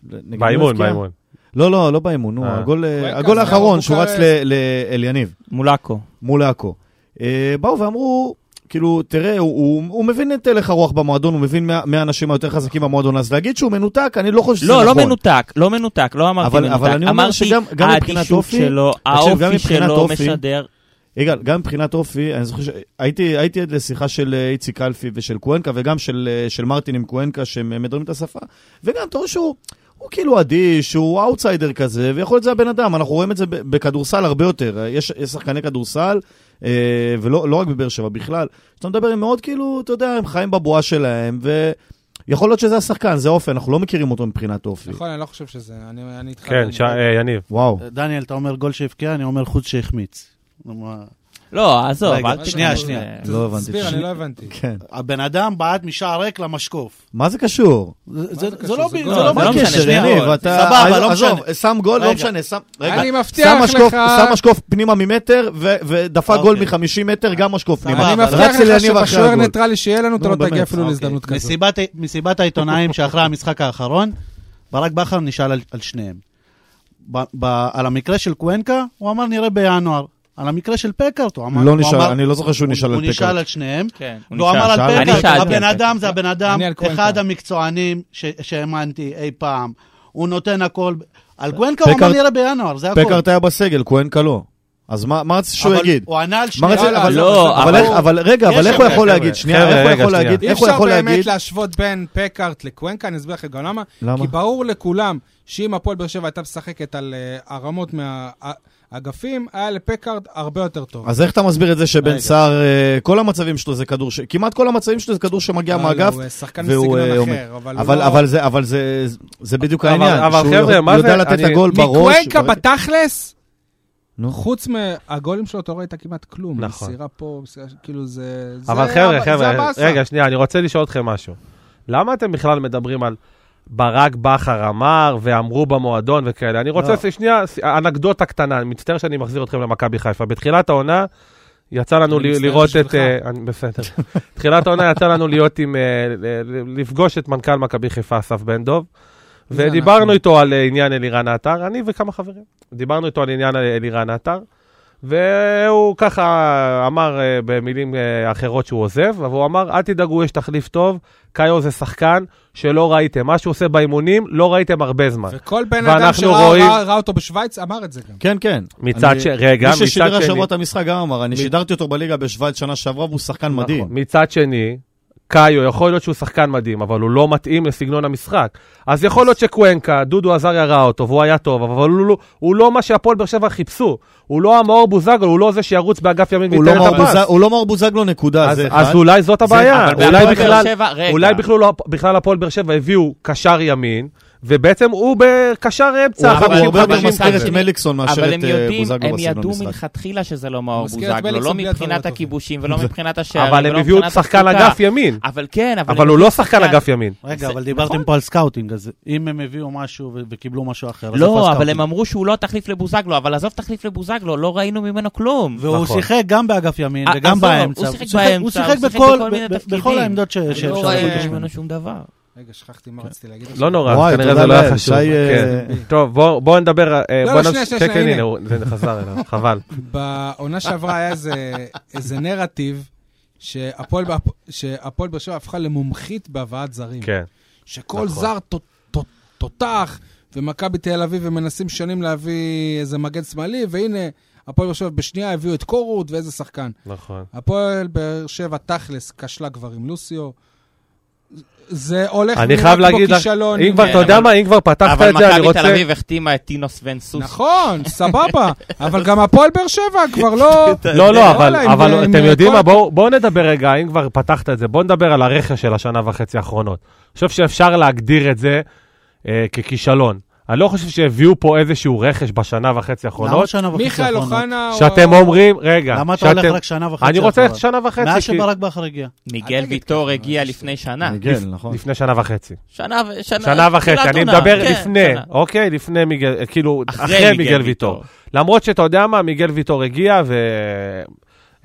Speaker 5: נגיד, הוא
Speaker 2: באימון,
Speaker 5: הבקיע?
Speaker 2: באימון.
Speaker 5: לא, לא, לא באימון, נו,
Speaker 2: אה.
Speaker 5: הגול, אה,
Speaker 3: קוונקה,
Speaker 5: הגול
Speaker 3: זה
Speaker 5: האחרון
Speaker 3: אבוקה-
Speaker 5: שהוא רץ ל- לאל יניב,
Speaker 4: מולאקו.
Speaker 5: מול עכו. אה, באו ואמרו, כאילו, תראה, הוא- הוא הוא מבין את הלך הרוח במועדון, הוא מבין מה- מי האנשים היותר חזקים במועדון, אז להגיד שהוא מנותק, אני לא חושב שזה
Speaker 4: לא,
Speaker 5: נכון.
Speaker 4: לא מנותק, לא מנותק, לא אמרתי
Speaker 5: אבל-
Speaker 4: מנותק.
Speaker 5: אבל אני אומר
Speaker 4: אמרתי,
Speaker 5: שגם- גם מבחינת
Speaker 4: האדישות
Speaker 5: אופי-
Speaker 4: שלו,
Speaker 5: גם
Speaker 4: האופי
Speaker 5: מבחינת
Speaker 4: שלו
Speaker 5: אופי-
Speaker 4: משדר.
Speaker 5: יגאל, גם מבחינת אופי, אני זוכר שהייתי הייתי עד לשיחה של אה, איציק אלפי ושל קוונקה, וגם של, אה, של מרטין עם קוונקה, שהם אה, מדברים את השפה, וגם, אתה רואה שהוא הוא כאילו אדיש, הוא אאוטסיידר כזה, ויכול להיות זה הבן אדם, אנחנו רואים את זה ב- בכדורסל הרבה יותר. אה, יש, יש שחקני כדורסל, אה, ולא לא רק בבאר שבע, בכלל, שאתה מדבר עם מאוד כאילו, אתה יודע, הם חיים בבועה שלהם, ו... יכול להיות שזה השחקן, זה אופי, אנחנו לא מכירים אותו מבחינת אופי.
Speaker 3: נכון, אני לא חושב שזה, אני אני איתך.
Speaker 2: כן, ש- אה, יניב.
Speaker 5: וואו.
Speaker 6: כן. דניאל, אתה אומר גול שהבקיע, אני אומר חוץ שהחמיץ. כלומר,
Speaker 4: לא, עזוב,
Speaker 6: רגע,
Speaker 4: אל תקרא.
Speaker 6: שנייה,
Speaker 4: לזה.
Speaker 6: שנייה.
Speaker 5: לא הבנתי.
Speaker 3: תסביר, אני לא הבנתי.
Speaker 5: כן.
Speaker 6: הבן אדם בעט משער ריק למשקוף.
Speaker 5: מה זה קשור?
Speaker 6: זה-
Speaker 3: זה
Speaker 6: זה
Speaker 3: קשור?
Speaker 6: זה לא
Speaker 3: זה
Speaker 6: ב-
Speaker 3: גול.
Speaker 6: זה לא
Speaker 4: זה לא
Speaker 6: מה
Speaker 4: משנה,
Speaker 6: הקשר,
Speaker 4: שנייה,
Speaker 6: יניב.
Speaker 5: יניב, אתה...
Speaker 6: סבבה, לא
Speaker 5: עזוב,
Speaker 6: משנה.
Speaker 5: שם גול, לא
Speaker 6: רגע.
Speaker 5: משנה, שם... רגע.
Speaker 3: אני
Speaker 5: שם
Speaker 3: מבטיח
Speaker 5: משקוף,
Speaker 3: לך...
Speaker 5: שם משקוף פנימה ממטר, ו- ודפק
Speaker 6: אוקיי.
Speaker 5: גול מ-50 מטר, גם משקוף
Speaker 3: אני
Speaker 5: פנימה.
Speaker 6: סבבה,
Speaker 3: מבטיח
Speaker 5: רץ אל
Speaker 3: לך
Speaker 5: יניב אחרי
Speaker 3: שבשוער
Speaker 5: הגול.
Speaker 3: ניטרלי שיהיה לנו, אתה
Speaker 5: נו,
Speaker 3: לא תגיע
Speaker 5: באמת,
Speaker 3: אפילו
Speaker 5: אוקיי.
Speaker 3: להזדמנות כזאת.
Speaker 6: מסיבת, מסיבת העיתונאים שאחרי המשחק האחרון, ברק בכר נשאל על, על שניהם. ב, ב, על המקרה של קוונקה, הוא אמר נראה בינואר. על המקרה של פקארט, הוא אמר...
Speaker 5: לא
Speaker 6: הוא
Speaker 5: נשאל,
Speaker 6: אמר-
Speaker 5: אני לא זוכר שהוא נשאל על
Speaker 6: הוא נשאל
Speaker 5: פקארט.
Speaker 6: על שניהם.
Speaker 4: כן, הוא
Speaker 6: והוא אמר
Speaker 4: נשאל.
Speaker 6: על
Speaker 5: שאל-
Speaker 4: אני
Speaker 6: פקארט,
Speaker 4: שאלתי על
Speaker 6: הבן
Speaker 4: פקארט.
Speaker 6: אדם זה הבן אדם,
Speaker 3: אני על קוונקה.
Speaker 6: אחד המקצוענים ש- שהאמנתי אי פעם. הוא נותן הכל. על קוונקה הוא אמר
Speaker 5: פקארט-
Speaker 6: נראה בינואר, זה הכל.
Speaker 5: פקארט היה בסגל, קוונקה לא. אז מה מה רצית שהוא
Speaker 6: אבל
Speaker 5: יגיד?
Speaker 6: הוא ענה על
Speaker 5: מה
Speaker 6: שניהם.
Speaker 5: רצית?
Speaker 3: לא,
Speaker 5: אבל-
Speaker 4: לא,
Speaker 5: אבל
Speaker 4: אבל-
Speaker 5: איך- אבל רגע,
Speaker 6: יש
Speaker 5: אבל איך הוא
Speaker 6: שם,
Speaker 5: יכול
Speaker 2: חבר'ה.
Speaker 5: להגיד? שנייה,
Speaker 2: חבר'ה,
Speaker 5: איך הוא
Speaker 2: רגע,
Speaker 5: יכול
Speaker 2: שנייה.
Speaker 5: להגיד?
Speaker 3: אי
Speaker 5: איך הוא
Speaker 3: אפשר
Speaker 5: יכול
Speaker 3: באמת
Speaker 5: להגיד?
Speaker 3: להשוות בין פקארט לקוונקה, אני אסביר לכם גם למה.
Speaker 5: למה?
Speaker 3: כי ברור לכולם שאם הפועל באר שבע הייתה משחקת על אה, הרמות מהאגפים, היה לפקארט הרבה יותר טוב.
Speaker 5: אז איך אתה מסביר את זה שבן
Speaker 3: רגע.
Speaker 5: סער, אה, כל המצבים שלו זה כדור, ש- כמעט כל המצבים שלו זה כדור שמגיע
Speaker 3: לא, לא,
Speaker 5: מהאגף?
Speaker 3: הוא שחקן
Speaker 5: והוא, אה,
Speaker 3: מסגנון
Speaker 5: עומד.
Speaker 3: אחר, אבל הוא
Speaker 5: אבל,
Speaker 3: לא...
Speaker 5: אבל, זה, אבל זה, זה בדיוק
Speaker 2: אבל-
Speaker 5: העניין.
Speaker 2: אבל
Speaker 5: שהוא
Speaker 2: חבר'ה, מה
Speaker 5: יודע
Speaker 2: זה-
Speaker 5: לתת
Speaker 2: אני-
Speaker 5: את הגול בראש.
Speaker 3: מקוונקה
Speaker 5: ברגע-
Speaker 3: בתכלס,
Speaker 5: נו.
Speaker 3: חוץ מהגולים שלו, אתה רואה איתה כמעט כלום.
Speaker 2: נכון.
Speaker 3: מסירה פה, מסירה ש- כאילו זה...
Speaker 2: אבל
Speaker 3: זה
Speaker 2: חבר'ה,
Speaker 3: הבא- זה
Speaker 2: חבר'ה,
Speaker 3: הבאסה.
Speaker 2: רגע, שנייה, אני רוצה לשאול אתכם משהו. למה אתם בכלל מדברים על ברק בכר אמר ואמרו במועדון וכאלה? אני רוצה,
Speaker 5: לא.
Speaker 2: ש- שנייה, ס- אנקדוטה קטנה, אני מצטער שאני מחזיר אתכם למכבי חיפה. בתחילת העונה, יצא לנו
Speaker 3: אני
Speaker 2: ל-
Speaker 3: מצטער
Speaker 2: לראות
Speaker 3: בשבילך.
Speaker 2: את... אה, אני- בסדר. תחילת העונה יצא לנו להיות עם... אה, ל- ל- לפגוש את מנכ"ל מכבי חיפה, אסף בן דב,
Speaker 3: זה
Speaker 2: ודיברנו
Speaker 3: אנחנו.
Speaker 2: איתו על אה, עניין אלירן עטר, אני וכמה חברים. דיברנו איתו על עניין אלירן עטר, והוא ככה אמר אה, במילים אה, אחרות שהוא עוזב, אבל הוא אמר, אל תדאגו, יש תחליף טוב, קאיו זה שחקן שלא ראיתם. מה שהוא עושה באימונים, לא ראיתם הרבה זמן.
Speaker 3: וכל בן אדם
Speaker 2: ואנחנו
Speaker 3: שראה
Speaker 2: רואים-
Speaker 3: ראה- ראה אותו בשוויץ אמר את זה גם.
Speaker 5: כן, כן.
Speaker 2: מצד
Speaker 5: אני-
Speaker 2: ש... רגע,
Speaker 5: מי
Speaker 2: מצד
Speaker 5: ששידר
Speaker 2: שני...
Speaker 5: השבוע את המשחק גם אמר, אני שידרתי אותו בליגה בשוויץ שנה שעברה והוא שחקן מדהים.
Speaker 2: נכון. מצד שני, קאיו, יכול להיות שהוא שחקן מדהים, אבל הוא לא מתאים לסגנון המשחק. אז יכול להיות שקוונקה, דודו עזריה ראה אותו, והוא היה טוב, אבל הוא לא, הוא לא מה שהפועל באר שבע חיפשו. הוא לא המאור בוזגלו, הוא לא זה שירוץ באגף ימין
Speaker 5: הוא לא
Speaker 2: וייתן את
Speaker 5: מאור
Speaker 2: הפס.
Speaker 5: בוזג- הוא לא מאור בוזגלו, נקודה,
Speaker 2: אז,
Speaker 5: זה
Speaker 2: אז
Speaker 5: אחד.
Speaker 2: אולי זאת הבעיה,
Speaker 5: אבל
Speaker 2: אולי
Speaker 5: בהפועל באר
Speaker 2: בכלל,
Speaker 4: שבע- רגע.
Speaker 2: אולי בכלל, לא- בכלל הפועל באר שבע הביאו קשר ימין, ובעצם הוא בקשר
Speaker 5: הוא
Speaker 2: אמצע,
Speaker 5: הרבה- הוא הרבה
Speaker 2: 50-50
Speaker 5: יותר מזכיר
Speaker 2: כזה.
Speaker 5: את מליקסון מאשר
Speaker 4: אבל
Speaker 5: את
Speaker 4: הם
Speaker 5: אה,
Speaker 4: יודעים,
Speaker 5: בוזגלו
Speaker 4: הם
Speaker 5: בסגנון
Speaker 4: ידעו
Speaker 5: משחק.
Speaker 4: מלכתחילה שזה לא מאור
Speaker 3: מזכיר את
Speaker 4: בוזגלו,
Speaker 3: בלינסון
Speaker 4: לא
Speaker 3: בלי
Speaker 4: מבחינת
Speaker 3: התחלות
Speaker 4: הכיבושים ולא מבחינת השערים.
Speaker 2: אבל הם
Speaker 4: ולא
Speaker 2: הביאו
Speaker 4: מבחינת
Speaker 2: שחקן
Speaker 4: התפוקה.
Speaker 2: אגף ימין,
Speaker 4: אבל כן, אבל...
Speaker 2: אבל
Speaker 4: הם
Speaker 2: הוא לא
Speaker 4: הביאו
Speaker 2: שחקן אגף ימין.
Speaker 6: רגע,
Speaker 4: זה-
Speaker 6: אבל דיברתם
Speaker 4: נכון.
Speaker 6: פה על סקאוטינג, אז אם הם הביאו משהו ו- וקיבלו משהו אחר, אז איפה
Speaker 4: לא, אבל
Speaker 6: הסקאוטינג?
Speaker 4: הם אמרו שהוא לא תחליף לבוזגלו, אבל עזוב תחליף לבוזגלו, לא ראינו ממנו כלום.
Speaker 6: והוא
Speaker 2: נכון.
Speaker 6: שיחק גם באגף ימין
Speaker 4: אה,
Speaker 6: וגם
Speaker 4: עזוב, הוא
Speaker 6: באמצע.
Speaker 4: שיחק באמצע,
Speaker 6: הוא
Speaker 4: הוא
Speaker 6: שיחק
Speaker 4: שיחק
Speaker 6: בכל-
Speaker 4: בכל מיני
Speaker 6: ב- ב-
Speaker 4: תפקידים.
Speaker 6: בכל העמדות ש-
Speaker 4: אני
Speaker 6: שאפשר
Speaker 4: לא
Speaker 6: לבקש
Speaker 4: ראיתי
Speaker 6: ממנו.
Speaker 4: ממנו שום דבר.
Speaker 3: רגע, שכחתי
Speaker 5: כן.
Speaker 3: מה רציתי להגיד. עכשיו.
Speaker 2: לא נורא,
Speaker 5: וואי,
Speaker 2: אז כנראה
Speaker 5: תודה
Speaker 2: זה לא היה
Speaker 5: לאל,
Speaker 2: חשוב.
Speaker 5: שי,
Speaker 2: כן.
Speaker 5: אה,
Speaker 2: טוב, בוא- בואו נדבר... אה,
Speaker 3: לא,
Speaker 2: בוא
Speaker 3: לא,
Speaker 2: נס-
Speaker 3: שנייה, שנייה,
Speaker 2: כן,
Speaker 3: שנייה,
Speaker 2: כן,
Speaker 3: הנה.
Speaker 2: הנה, הוא- זה חזר אליו, חבל.
Speaker 3: בעונה שעברה היה איזה, איזה נרטיב שהפועל בהפ- שהפועל באר שבע הפכה למומחית בהבאת זרים.
Speaker 2: כן.
Speaker 3: שכל
Speaker 2: נכון.
Speaker 3: זר ת- ת- תותח, ומכבי תל אביב, ומנסים שנים להביא איזה מגן שמאלי, והנה, הפועל באר שבע בשנייה הביאו את קורות ואיזה שחקן.
Speaker 2: נכון.
Speaker 3: הפועל באר שבע תכלס כשלה כבר עם לוסיו. זה הולך
Speaker 2: אני חייב
Speaker 3: נראה כמו
Speaker 2: להגיד לך,
Speaker 3: כישלון.
Speaker 2: אם כבר,
Speaker 4: כן,
Speaker 2: אתה יודע
Speaker 4: אבל-
Speaker 2: מה, אם כבר פתחת
Speaker 4: אבל
Speaker 2: את זה, אני
Speaker 4: מכבי תל
Speaker 2: רוצה...
Speaker 4: אביב החתימה את טינוס ון סוס.
Speaker 3: נכון, סבבה, אבל גם הפועל באר שבע כבר לא...
Speaker 2: לא, לא, אבל-
Speaker 3: וואלה, עם-
Speaker 2: אבל
Speaker 3: עם
Speaker 2: אתם יודעים
Speaker 3: כל-
Speaker 2: מה, בואו בואו נדבר רגע, אם כבר פתחת את זה, בואו נדבר על הרכש של השנה וחצי האחרונות. אני חושב שאפשר להגדיר את זה אה, ככישלון. אני לא חושב שהביאו פה איזשהו רכש בשנה וחצי
Speaker 6: למה
Speaker 2: האחרונות,
Speaker 6: שנה וחצי
Speaker 3: מיכאל
Speaker 6: האחרונות?
Speaker 3: אוחנה... הוא-
Speaker 2: שאתם אומרים, רגע,
Speaker 6: למה אתה הולך
Speaker 2: שאתם...
Speaker 6: רק שנה וחצי?
Speaker 2: אני רוצה
Speaker 6: אחרונות?
Speaker 2: ללכת שנה וחצי,
Speaker 6: מאז
Speaker 2: כי- כן,
Speaker 6: שברק בכר הגיע.
Speaker 4: מיגל
Speaker 3: אל תגיד
Speaker 4: ויטור
Speaker 3: ככה,
Speaker 4: הגיע
Speaker 3: אל
Speaker 4: לפני שנה.
Speaker 5: מיגל, נכון.
Speaker 2: לפני שנה וחצי.
Speaker 4: שנה ו-
Speaker 2: שנה וחצי,
Speaker 4: תחילת
Speaker 2: אני
Speaker 4: עונה,
Speaker 2: מדבר
Speaker 4: כן,
Speaker 2: לפני,
Speaker 4: שנה.
Speaker 2: אוקיי? לפני מיגל, כאילו, אחרי מיגל ויטור. למרות שאתה יודע מה, מיגל ויטור הגיע,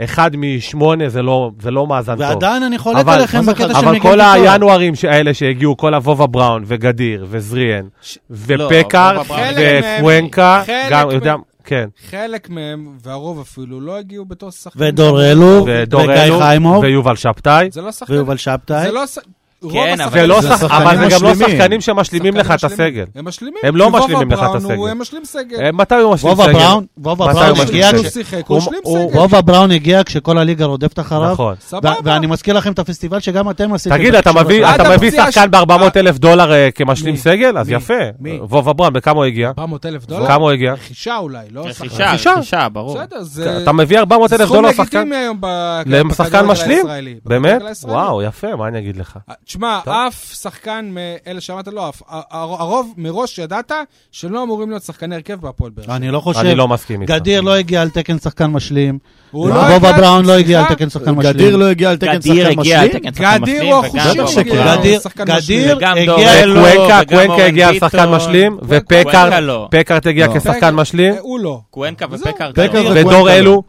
Speaker 2: ואחד משמונה זה לא, זה לא מאזן טוב.
Speaker 6: ועדיין אני חולק
Speaker 2: אבל-
Speaker 6: עליכם
Speaker 5: מה זה
Speaker 6: בקטע של
Speaker 2: אבל
Speaker 6: מיגל
Speaker 2: כל
Speaker 6: ויטור.
Speaker 2: הינוארים ש- האלה שהגיעו, כל הוובה בראון וגדיר וזריאן
Speaker 3: ש-
Speaker 2: ופקארט
Speaker 4: לא, וובה בראון.
Speaker 2: ופואנקה,
Speaker 3: חלק
Speaker 2: גם,
Speaker 3: מהם-
Speaker 2: יודע, כן,
Speaker 3: חלק מהם, והרוב אפילו, לא הגיעו בתור שחקנים.
Speaker 6: ודור אלו,
Speaker 2: ודור
Speaker 6: וגיא
Speaker 2: אלו,
Speaker 6: חיימוב,
Speaker 2: ויובל שבתאי.
Speaker 3: זה לא שחקנים.
Speaker 6: ויובל שבתאי.
Speaker 3: זה לא... ש- רוב
Speaker 4: כן, אבל-
Speaker 3: השחקנים-
Speaker 2: זה לא
Speaker 5: זה
Speaker 2: שחק-
Speaker 5: שחקנים
Speaker 2: אבל זה גם לא
Speaker 5: משלימים.
Speaker 2: שחקנים שמשלימים לך את
Speaker 3: שחקנים
Speaker 2: הסגל.
Speaker 3: משלימים. הם משלימים.
Speaker 2: הם לא
Speaker 3: כי וובה
Speaker 2: משלימים לך את
Speaker 3: בראון הוא-
Speaker 2: הסגל.
Speaker 3: הם משלים סגל.
Speaker 2: אה, מתי הוא משלים
Speaker 6: וובה
Speaker 2: סגל?
Speaker 6: בראון, וובה
Speaker 2: מתי
Speaker 6: בראון
Speaker 2: הוא משלים
Speaker 6: הגיע
Speaker 2: סגל?
Speaker 3: כשהוא שיחק, הוא השלים
Speaker 2: הוא-
Speaker 3: סגל.
Speaker 6: וובה בראון הגיע כשכל הליגה רודפת אחריו.
Speaker 2: נכון.
Speaker 3: סבבה.
Speaker 6: ו- ואני מזכיר לכם את הפסטיבל שגם אתם עשיתם.
Speaker 2: תגיד, אתה
Speaker 6: בתקשורת.
Speaker 2: מביא,
Speaker 3: עד
Speaker 2: אתה מביא
Speaker 3: הפציעה ש-
Speaker 2: שחקן ב-400 אלף דולר אה, כמשלים
Speaker 3: מי?
Speaker 2: סגל? אז
Speaker 3: מי?
Speaker 2: יפה.
Speaker 3: מי?
Speaker 2: וובה בראון, בכמה הוא הגיע?
Speaker 3: 400 אלף דולר? אה,
Speaker 2: כמה הוא הגיע?
Speaker 3: רכישה אולי, לא
Speaker 4: רכישה,
Speaker 3: שחקן.
Speaker 2: רכישה.
Speaker 4: רכישה, ברור.
Speaker 3: בסדר, זה
Speaker 2: אתה מביא 400 אלף
Speaker 3: סכום
Speaker 2: דולר שחקן?
Speaker 3: לגיטימי היום בכ-
Speaker 2: לשחקן
Speaker 3: בכדורגל
Speaker 2: משלים?
Speaker 3: הישראלי. בכדורגל
Speaker 2: באמת?
Speaker 3: הישראלי. אה,
Speaker 2: וואו, יפה, מה אני אגיד לך?
Speaker 3: תשמע,
Speaker 2: טוב.
Speaker 3: אף שחקן מאלה שאמרת, לא אף, הר- הרוב מראש ידעת שלא אמורים להיות שחקני הרכב בהפועל באר שבע.
Speaker 6: אני לא חושב.
Speaker 2: אני לא מסכים איתך.
Speaker 6: גדיר לא הגיע על תקן שחקן משלים.
Speaker 3: הוא לא
Speaker 6: וובה
Speaker 3: הגיע-
Speaker 6: בראון לא הגיע
Speaker 3: סליחה?
Speaker 6: על תקן שחקן משלים.
Speaker 5: גדיר לא הגיע על תקן
Speaker 4: גדיר
Speaker 5: שחקן
Speaker 4: הגיע
Speaker 5: משלים?
Speaker 4: לתקן שחקן
Speaker 3: גדיר
Speaker 4: משלים,
Speaker 3: הוא
Speaker 4: וגם
Speaker 3: החושי
Speaker 4: דור
Speaker 5: שכן.
Speaker 4: בראון.
Speaker 6: גדיר-
Speaker 3: שחקן
Speaker 6: גדיר
Speaker 4: וגם דור
Speaker 6: הגיע
Speaker 4: אלו,
Speaker 6: אל...
Speaker 2: קוונקה,
Speaker 4: וגם
Speaker 2: קוונקה
Speaker 4: אורן
Speaker 2: הגיע
Speaker 4: ביטון.
Speaker 2: שחקן משלים,
Speaker 4: קוונקה
Speaker 2: ופקארט
Speaker 4: לא.
Speaker 2: פקארט הגיע
Speaker 5: לא.
Speaker 2: כשחקן משלים,
Speaker 3: אה, הוא לא.
Speaker 4: קוונקה
Speaker 3: זהו.
Speaker 4: ופקארט.
Speaker 5: פקארט
Speaker 4: לא.
Speaker 5: ו-
Speaker 2: ודור
Speaker 5: קוונקה
Speaker 2: אלו.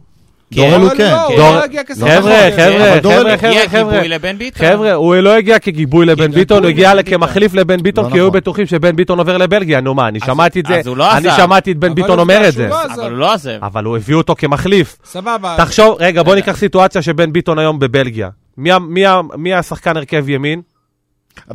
Speaker 4: כן.
Speaker 5: אלו
Speaker 3: אבל
Speaker 5: כן.
Speaker 3: לא, הוא
Speaker 2: דור-
Speaker 3: לא הגיע כשחקן
Speaker 2: חבר'ה,
Speaker 3: הרכב.
Speaker 2: חבר'ה,
Speaker 5: אבל דור אלו
Speaker 2: חבר'ה,
Speaker 4: הגיע
Speaker 2: חבר'ה, חבר'ה.
Speaker 4: גיבוי לבן ביטון.
Speaker 2: חבר'ה, הוא לא הגיע כגיבוי לבן
Speaker 3: כגיבוי
Speaker 2: ביטון, הוא הגיע
Speaker 3: לבן
Speaker 2: כמחליף לבן ביטון,
Speaker 5: לא
Speaker 2: כי היו
Speaker 5: נכון.
Speaker 2: בטוחים שבן ביטון עובר לבלגיה, נו מה, אני
Speaker 4: אז-
Speaker 2: שמעתי את זה,
Speaker 4: אז הוא לא
Speaker 2: אני
Speaker 4: עזב.
Speaker 2: שמעתי את בן
Speaker 3: אבל
Speaker 2: ביטון
Speaker 3: עובדה
Speaker 2: אומר את
Speaker 3: שהוא
Speaker 2: זה.
Speaker 3: לא עזב.
Speaker 4: אבל הוא לא עוזב.
Speaker 2: אבל הוא הביאו אותו כמחליף.
Speaker 3: סבבה.
Speaker 2: תחשוב, רגע, בוא ניקח סיטואציה שבן ביטון היום בבלגיה. מי ה- מי ה- מי השחקן הרכב ימין?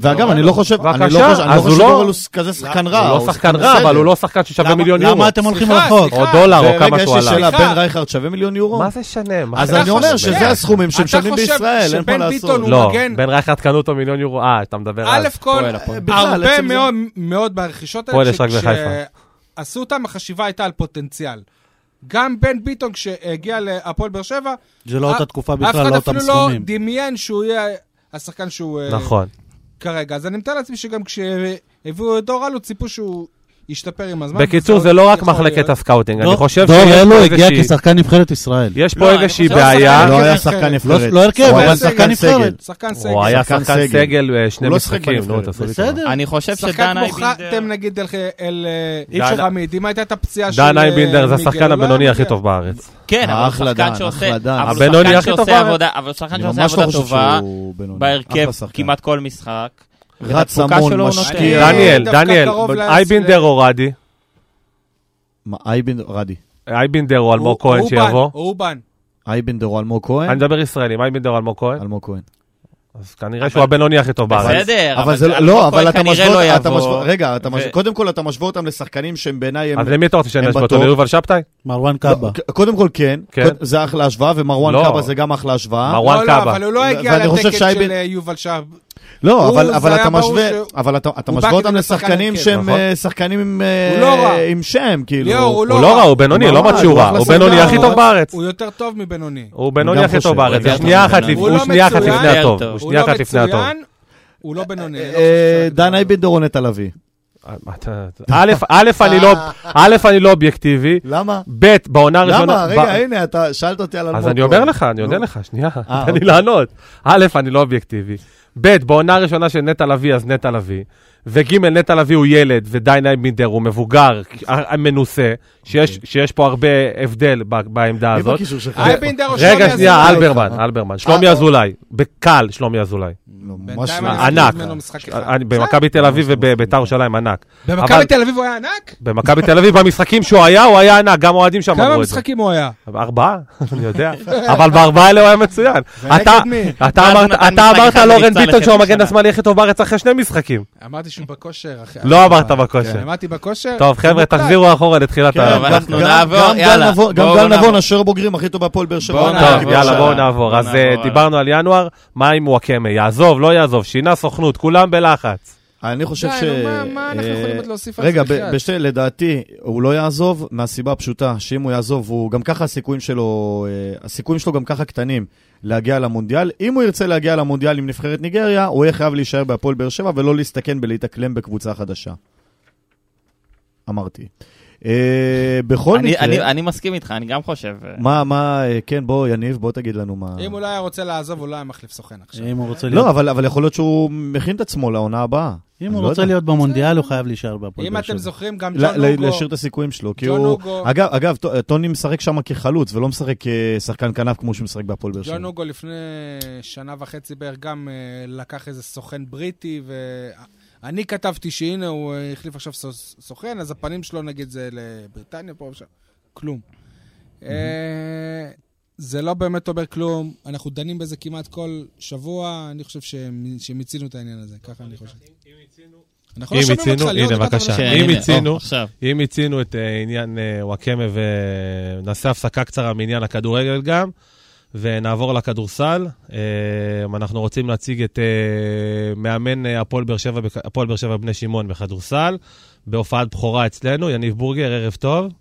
Speaker 5: ואגב, אני לא חושב, אני לא
Speaker 2: בבקשה,
Speaker 5: חושב, אני
Speaker 2: אז הוא
Speaker 5: לא חושב
Speaker 2: לא-
Speaker 5: שדור אלו ס- כזה שחקן רע.
Speaker 2: הוא לא שחקן רע,
Speaker 5: בסדר.
Speaker 2: אבל הוא לא שחקן ששווה
Speaker 6: למה-
Speaker 2: מיליון יורו.
Speaker 6: למה אתם הולכים
Speaker 3: סליחה,
Speaker 6: רחוק?
Speaker 3: סליחה.
Speaker 2: או דולר, אה, או
Speaker 5: רגע,
Speaker 2: כמה
Speaker 5: יש
Speaker 2: שהוא
Speaker 5: לי
Speaker 2: עלה.
Speaker 5: שאלה,
Speaker 3: סליחה.
Speaker 5: בן רייכרד שווה מיליון יורו?
Speaker 2: מה זה שנה? מה
Speaker 5: אז
Speaker 2: זה
Speaker 5: אני אומר
Speaker 3: חושב-
Speaker 5: שזה הסכומים
Speaker 3: אתה
Speaker 5: שמשלמים
Speaker 3: חושב
Speaker 5: בישראל, אין מה
Speaker 3: שבן ביטון
Speaker 5: לעשות.
Speaker 3: הוא
Speaker 2: לא,
Speaker 3: מגן?
Speaker 2: בן רייכרד קנו אותו מיליון יורו. אה, אתה מדבר על...
Speaker 3: א' כל,
Speaker 4: הפועל, הפועל.
Speaker 5: בכלל,
Speaker 3: הרבה
Speaker 5: עצם זה-
Speaker 3: מאוד- מאוד מהרכישות
Speaker 2: הפועל
Speaker 3: האלה,
Speaker 2: יש רק בחיפה.
Speaker 3: שכשעשו אותם, החשיבה הייתה על פוטנציאל. גם בן ביטון, כשהגיע להפועל באר שבע,
Speaker 6: זה לא אותה תקופה
Speaker 3: אף
Speaker 6: בכלל,
Speaker 3: אחד
Speaker 6: לא אותם
Speaker 3: אפילו לא
Speaker 6: סכומים.
Speaker 3: דמיין שהוא יהיה השחקן שהוא אה,
Speaker 2: נכון.
Speaker 3: כרגע. אז אני מתאר לעצמי שגם כשהביאו את דור אלו, ציפו שהוא ישתפר עם הזמן.
Speaker 2: בקיצור,
Speaker 3: וזה
Speaker 2: זה לא
Speaker 3: עוד
Speaker 2: רק
Speaker 3: יכול
Speaker 2: מחלקת
Speaker 3: להיות.
Speaker 2: הסקאוטינג, אני
Speaker 6: דור-
Speaker 2: חושב
Speaker 6: דור
Speaker 2: שיש פה
Speaker 6: אלו הגיע
Speaker 2: איזושהי-
Speaker 6: כשחקן נבחרת ישראל.
Speaker 2: יש
Speaker 4: לא,
Speaker 2: פה
Speaker 4: אני
Speaker 2: איזושהי
Speaker 4: חושב שזה
Speaker 2: בעיה.
Speaker 3: שחקן
Speaker 5: לא היה
Speaker 3: נבחרת.
Speaker 5: שחקן
Speaker 6: לא-
Speaker 5: נבחרת.
Speaker 6: לא הרכב,
Speaker 5: הוא היה
Speaker 6: אבל
Speaker 5: שחקן
Speaker 6: שחקן
Speaker 5: סגל.
Speaker 6: נבחרת.
Speaker 3: כן, שחקן סגל.
Speaker 2: הוא היה
Speaker 5: שחקן
Speaker 2: שחקן
Speaker 5: סגל.
Speaker 2: סגל אה, שני
Speaker 5: הוא לא שיחק
Speaker 2: משחקים, נו,
Speaker 5: בנבחרת.
Speaker 2: תעשו לי טובה.
Speaker 6: בסדר.
Speaker 4: אני חושב שדן
Speaker 3: שחקן כמו חתם
Speaker 4: אייבינדר...
Speaker 3: נגיד אל- אל
Speaker 2: אי אפשר-
Speaker 3: אה, חמיד, אם הייתה את הפציעה של...
Speaker 2: דן
Speaker 3: אה,
Speaker 2: אייבינדר זה
Speaker 3: מיגל,
Speaker 2: השחקן
Speaker 3: הוא לא
Speaker 2: הבינוני
Speaker 3: היה
Speaker 2: הכי
Speaker 3: מגיע.
Speaker 2: טוב בארץ.
Speaker 4: כן, אבל הוא
Speaker 5: אחלה
Speaker 4: שחקן
Speaker 5: דן,
Speaker 4: שעושה...
Speaker 5: אחלה דן.
Speaker 4: אבל הוא
Speaker 2: הבינוני
Speaker 4: שחקן
Speaker 2: הכי טוב
Speaker 4: שעושה
Speaker 2: בארץ.
Speaker 4: עבודה- אבל הוא שחקן
Speaker 5: אני
Speaker 4: שעושה
Speaker 5: ממש לא
Speaker 4: עבודה
Speaker 5: חושב
Speaker 4: טובה
Speaker 5: שהוא בינוני.
Speaker 4: בהרכב
Speaker 5: אחלה שחקן.
Speaker 4: כמעט כל משחק. ואת
Speaker 5: רץ
Speaker 4: התפוקה
Speaker 5: המון,
Speaker 4: שלו הוא
Speaker 5: משקיע.
Speaker 4: נותן.
Speaker 3: אה,
Speaker 2: דניאל,
Speaker 3: דווקא
Speaker 2: דניאל,
Speaker 3: קרוב ל-
Speaker 2: אייבינדר או רדי?
Speaker 5: מה, אייבנדר, רדי.
Speaker 2: אייבינדר או אלמוג
Speaker 3: הוא-
Speaker 2: כהן
Speaker 3: הוא בן,
Speaker 2: שיבוא?
Speaker 3: הוא בן.
Speaker 5: אייבנדר או אלמוג
Speaker 2: אני
Speaker 5: כהן?
Speaker 2: מדבר ישראלים, אייבינדר או אלמוג
Speaker 3: אה,
Speaker 2: כהן?
Speaker 5: אלמוג כהן.
Speaker 2: אז כנראה שהוא הבינוני הכי טוב בארץ.
Speaker 4: בסדר,
Speaker 5: אבל זה
Speaker 4: אה, אלמוג
Speaker 5: לא, אבל
Speaker 4: כהן
Speaker 5: אתה
Speaker 4: כנראה
Speaker 5: משווה,
Speaker 4: לא
Speaker 5: אתה
Speaker 4: יבוא.
Speaker 5: משווה, רגע, אתה
Speaker 4: ו-
Speaker 5: משווה, קודם כל אתה משווה אותם לשחקנים שהם בעיניי הם...
Speaker 2: אז למי אתה רוצה שאני
Speaker 5: הם
Speaker 2: אשווה אותו?
Speaker 5: בטופ.
Speaker 2: ליובל שבתאי?
Speaker 6: מרואן
Speaker 5: לא,
Speaker 6: קאבה.
Speaker 5: ק- קודם כל כן,
Speaker 2: כן.
Speaker 5: קוד- זה אחלה השוואה, ומרואן
Speaker 2: לא.
Speaker 5: קאבה זה גם אחלה השוואה.
Speaker 2: מרואן
Speaker 3: לא, לא,
Speaker 2: קאבה.
Speaker 3: אבל הוא לא הגיע
Speaker 5: ואני חושב
Speaker 3: לתקן
Speaker 5: שאייבן-
Speaker 3: של אה, יובל שב.
Speaker 5: לא,
Speaker 3: הוא-
Speaker 5: אבל-
Speaker 3: זה
Speaker 5: אבל
Speaker 3: היה
Speaker 5: אתה
Speaker 3: ברור
Speaker 5: משווה,
Speaker 3: שהוא-
Speaker 5: אבל אתה אתה
Speaker 3: הוא
Speaker 5: משווה
Speaker 3: בא
Speaker 5: אותם
Speaker 3: כדי לשחקן
Speaker 5: לשחקנים
Speaker 3: הרכב,
Speaker 5: שהם
Speaker 2: נכון.
Speaker 5: אה, שחקנים עם,
Speaker 3: הוא לא
Speaker 5: אה,
Speaker 3: רע.
Speaker 5: עם שם, כאילו.
Speaker 3: ליאור, הוא
Speaker 2: הוא לא רע, הוא בינוני, לא
Speaker 5: ממש,
Speaker 2: אמרתי שהוא
Speaker 5: הוא
Speaker 2: רע.
Speaker 5: אחלה
Speaker 2: הוא בינוני
Speaker 3: שחקן.
Speaker 2: הכי טוב בארץ.
Speaker 3: הוא יותר טוב מבינוני.
Speaker 2: הוא בינוני
Speaker 5: גם
Speaker 2: הכי
Speaker 5: חושב,
Speaker 2: טוב בארץ.
Speaker 5: הוא
Speaker 2: זה שנייה
Speaker 5: גם
Speaker 2: אחת
Speaker 5: בינוני.
Speaker 2: לפ-
Speaker 3: הוא
Speaker 2: הוא
Speaker 3: לא
Speaker 2: שנייה אחת
Speaker 3: מצוין.
Speaker 2: לפני הטוב.
Speaker 4: הוא
Speaker 2: הוא
Speaker 3: הוא
Speaker 2: שנייה
Speaker 3: לא
Speaker 2: אחת לפני הטוב.
Speaker 3: מצוין, הוא לא בינוני.
Speaker 5: אה,
Speaker 3: אני לא חושב שזה-
Speaker 5: דן אייבנדר או נטע לביא.
Speaker 2: אתה- א', א', אני לא- א', אני לא אובייקטיבי,
Speaker 5: למה?
Speaker 2: ב', בעונה הראשונה...
Speaker 5: למה?
Speaker 2: ב-
Speaker 5: רגע, הנה, אתה שאלת אותי על אלמוג
Speaker 2: אז אני אומר לך, אני עונה
Speaker 5: נו.
Speaker 2: לך, שנייה, תן לי
Speaker 5: אוקיי.
Speaker 2: לענות. א', אני לא אובייקטיבי. ב', בעונה הראשונה של נטע לביא, אז נטע לביא. וג', נטע לביא הוא ילד, ודיין אייבינדר הוא מבוגר, אה, מנוסה, שיש שיש פה הרבה הבדל ב- בעמדה
Speaker 5: אוקיי. מי
Speaker 2: הזאת.
Speaker 5: בקישור שלך?
Speaker 3: אייבינדר או שלומי
Speaker 2: רגע, שנייה,
Speaker 3: אזולאי?
Speaker 2: אלברמן, אלברמן.
Speaker 5: אה,
Speaker 2: שלומי אזולאי, בקל שלומי אזולאי.
Speaker 5: לא, ממש
Speaker 3: בינתיים
Speaker 5: לא.
Speaker 3: אני
Speaker 2: ענק.
Speaker 3: מזמין ממנו משחק אחד.
Speaker 2: אני- במכבי תל אביב ובביתר ירושלים, ענק. אבל-
Speaker 3: במכבי תל אביב הוא היה ענק?
Speaker 2: במכבי תל אביב, במשחקים שהוא היה, הוא היה ענק, גם אוהדים שם
Speaker 3: כמה
Speaker 2: אמרו את זה.
Speaker 3: משחקים הוא היה?
Speaker 2: ארבעה, אני יודע. אבל בארבעה האלה הוא היה מצוין. אתה-
Speaker 3: מי?
Speaker 2: אתה אמרת- אתה
Speaker 4: נתן משחק
Speaker 2: אמרת
Speaker 4: אחד
Speaker 2: לורן
Speaker 4: וריצה
Speaker 2: ביטון שהוא
Speaker 4: לחצי
Speaker 2: המגן
Speaker 4: שנה.
Speaker 2: השמאלי הכי טוב בארץ אחרי שני משחקים.
Speaker 3: אמרתי שהוא בכושר, אחי.
Speaker 2: לא אמרת
Speaker 3: כן,
Speaker 2: בכושר.
Speaker 3: אמרתי בכושר.
Speaker 2: טוב, חבר'ה,
Speaker 3: מוקלט.
Speaker 2: תחזירו אחורה לתחילת
Speaker 5: כן,
Speaker 2: ה...
Speaker 4: אבל
Speaker 5: גם-
Speaker 4: אנחנו
Speaker 5: גם-
Speaker 4: נעבור,
Speaker 5: גם גל
Speaker 4: יאללה,
Speaker 5: נבון- גם
Speaker 4: בואו
Speaker 5: גל נבון,
Speaker 4: נעבור.
Speaker 5: אשר בוגרים הכי טוב בהפועל באר שבע.
Speaker 4: בואו
Speaker 5: עונה.
Speaker 4: נעבור
Speaker 2: טוב, יאללה,
Speaker 4: הלאה.
Speaker 2: בואו נעבור.
Speaker 4: בואו
Speaker 2: אז אה,
Speaker 4: נעבור הלאה.
Speaker 2: דיברנו על ינואר, מה עם וואקמה? יעזוב, לא יעזוב, שינה סוכנות, כולם בלחץ.
Speaker 5: אני חושב ש...
Speaker 3: די, נו, מה- מה אנחנו
Speaker 5: אה,
Speaker 3: יכולים עוד להוסיף על
Speaker 5: רגע,
Speaker 3: זה,
Speaker 5: ב-
Speaker 3: בחייאת?
Speaker 5: בשתי, לדעתי, הוא לא יעזוב מהסיבה הפשוטה, שאם הוא יעזוב, הוא גם ככה הסיכויים שלו, אה, הסיכויים שלו גם ככה קטנים להגיע למונדיאל. אם הוא ירצה להגיע למונדיאל עם נבחרת ניגריה, הוא יהיה חייב להישאר בהפועל באר שבע ולא להסתכן בלהתאקלם בקבוצה חדשה. אמרתי. אה, בכל
Speaker 4: אני- אני-
Speaker 5: מקרה,
Speaker 4: אני מסכים איתך, אני גם חושב. אה,
Speaker 5: מה, מה, אה, כן, בוא, יניב, בוא תגיד לנו מה...
Speaker 3: אם הוא לא היה רוצה לעזוב, הוא לא היה מחליף סוכן
Speaker 2: אה,
Speaker 3: עכשיו.
Speaker 6: אם הוא רוצה להיות-
Speaker 5: לא, אבל אבל יכול להיות שהוא מכין את עצמו לעונה הבאה.
Speaker 6: אם
Speaker 5: אני
Speaker 6: הוא
Speaker 5: לא
Speaker 6: רוצה
Speaker 5: יודע.
Speaker 6: להיות במונדיאל, הוא חייב להישאר בהפועל
Speaker 3: אם
Speaker 6: באר
Speaker 3: אתם
Speaker 6: שבע.
Speaker 3: זוכרים, גם ג'ון
Speaker 5: ל- ל-
Speaker 3: אוגו,
Speaker 5: להשאיר את הסיכויים שלו, כי
Speaker 3: ג'ון
Speaker 5: הוא...
Speaker 3: אוגו.
Speaker 5: אגב, אגב, ט- טוני משחק שם כחלוץ, ולא משחק כשחקן כנף כמו שהוא משחק בהפועל באר
Speaker 3: ג'ון
Speaker 5: שבע.
Speaker 3: אוגו לפני שנה וחצי בערך גם אה, לקח איזה סוכן בריטי, ואני כתבתי שהנה הוא אה, החליף עכשיו סו- סוכן, אז הפנים שלו נגיד זה לבריטניה פה ושם, כלום. אה, זה לא באמת אומר כלום, אנחנו דנים בזה כמעט כל שבוע, אני חושב שמ- שמיצינו את העניין הזה, ככה אני חושב. אנחנו לא
Speaker 2: אם
Speaker 3: שומעים
Speaker 2: מיצינו,
Speaker 3: אותך, ליאור,
Speaker 2: הנה,
Speaker 3: דיברת
Speaker 2: בבקשה.
Speaker 3: אבל-
Speaker 4: כן,
Speaker 2: אם
Speaker 4: הנה,
Speaker 2: מיצינו-
Speaker 4: או, עכשיו.
Speaker 2: אם מיצינו את אה, עניין אה, וואקמה ונעשה הפסקה קצרה מעניין הכדורגל גם, ונעבור לכדורסל, אה, אנחנו רוצים להציג את אה, מאמן אה, הפועל באר שבע, בכ- הפועל באר שבע בני שמעון בכדורסל, בהופעת בכורה אצלנו, יניב בורגר, ערב טוב,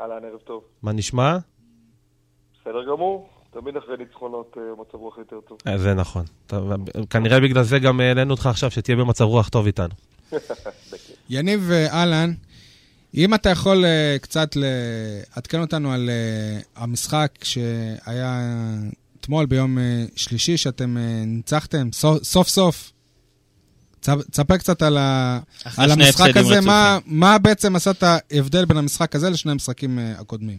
Speaker 7: אהלן, ערב טוב.
Speaker 2: מה נשמע?
Speaker 7: בסדר גמור, תמיד אחרי ניצחונות אה, מצב רוח יותר טוב.
Speaker 2: אה, זה נכון. טוב, כנראה בגלל זה גם העלינו אותך עכשיו, שתהיה במצב רוח טוב איתנו.
Speaker 3: יניב אה, אהלן, אם אתה יכול אה, קצת לעדכן אותנו על אה, המשחק שהיה אתמול ביום אה, שלישי, שאתם אה, ניצחתם סו- סוף סוף. צ- תספר קצת על, ה...
Speaker 4: אחרי
Speaker 3: על
Speaker 4: שני
Speaker 3: המשחק
Speaker 4: הפסדים
Speaker 3: הזה, מה,
Speaker 4: רצופים.
Speaker 3: מה בעצם עשה את ההבדל בין המשחק הזה לשני המשחקים אה, הקודמים.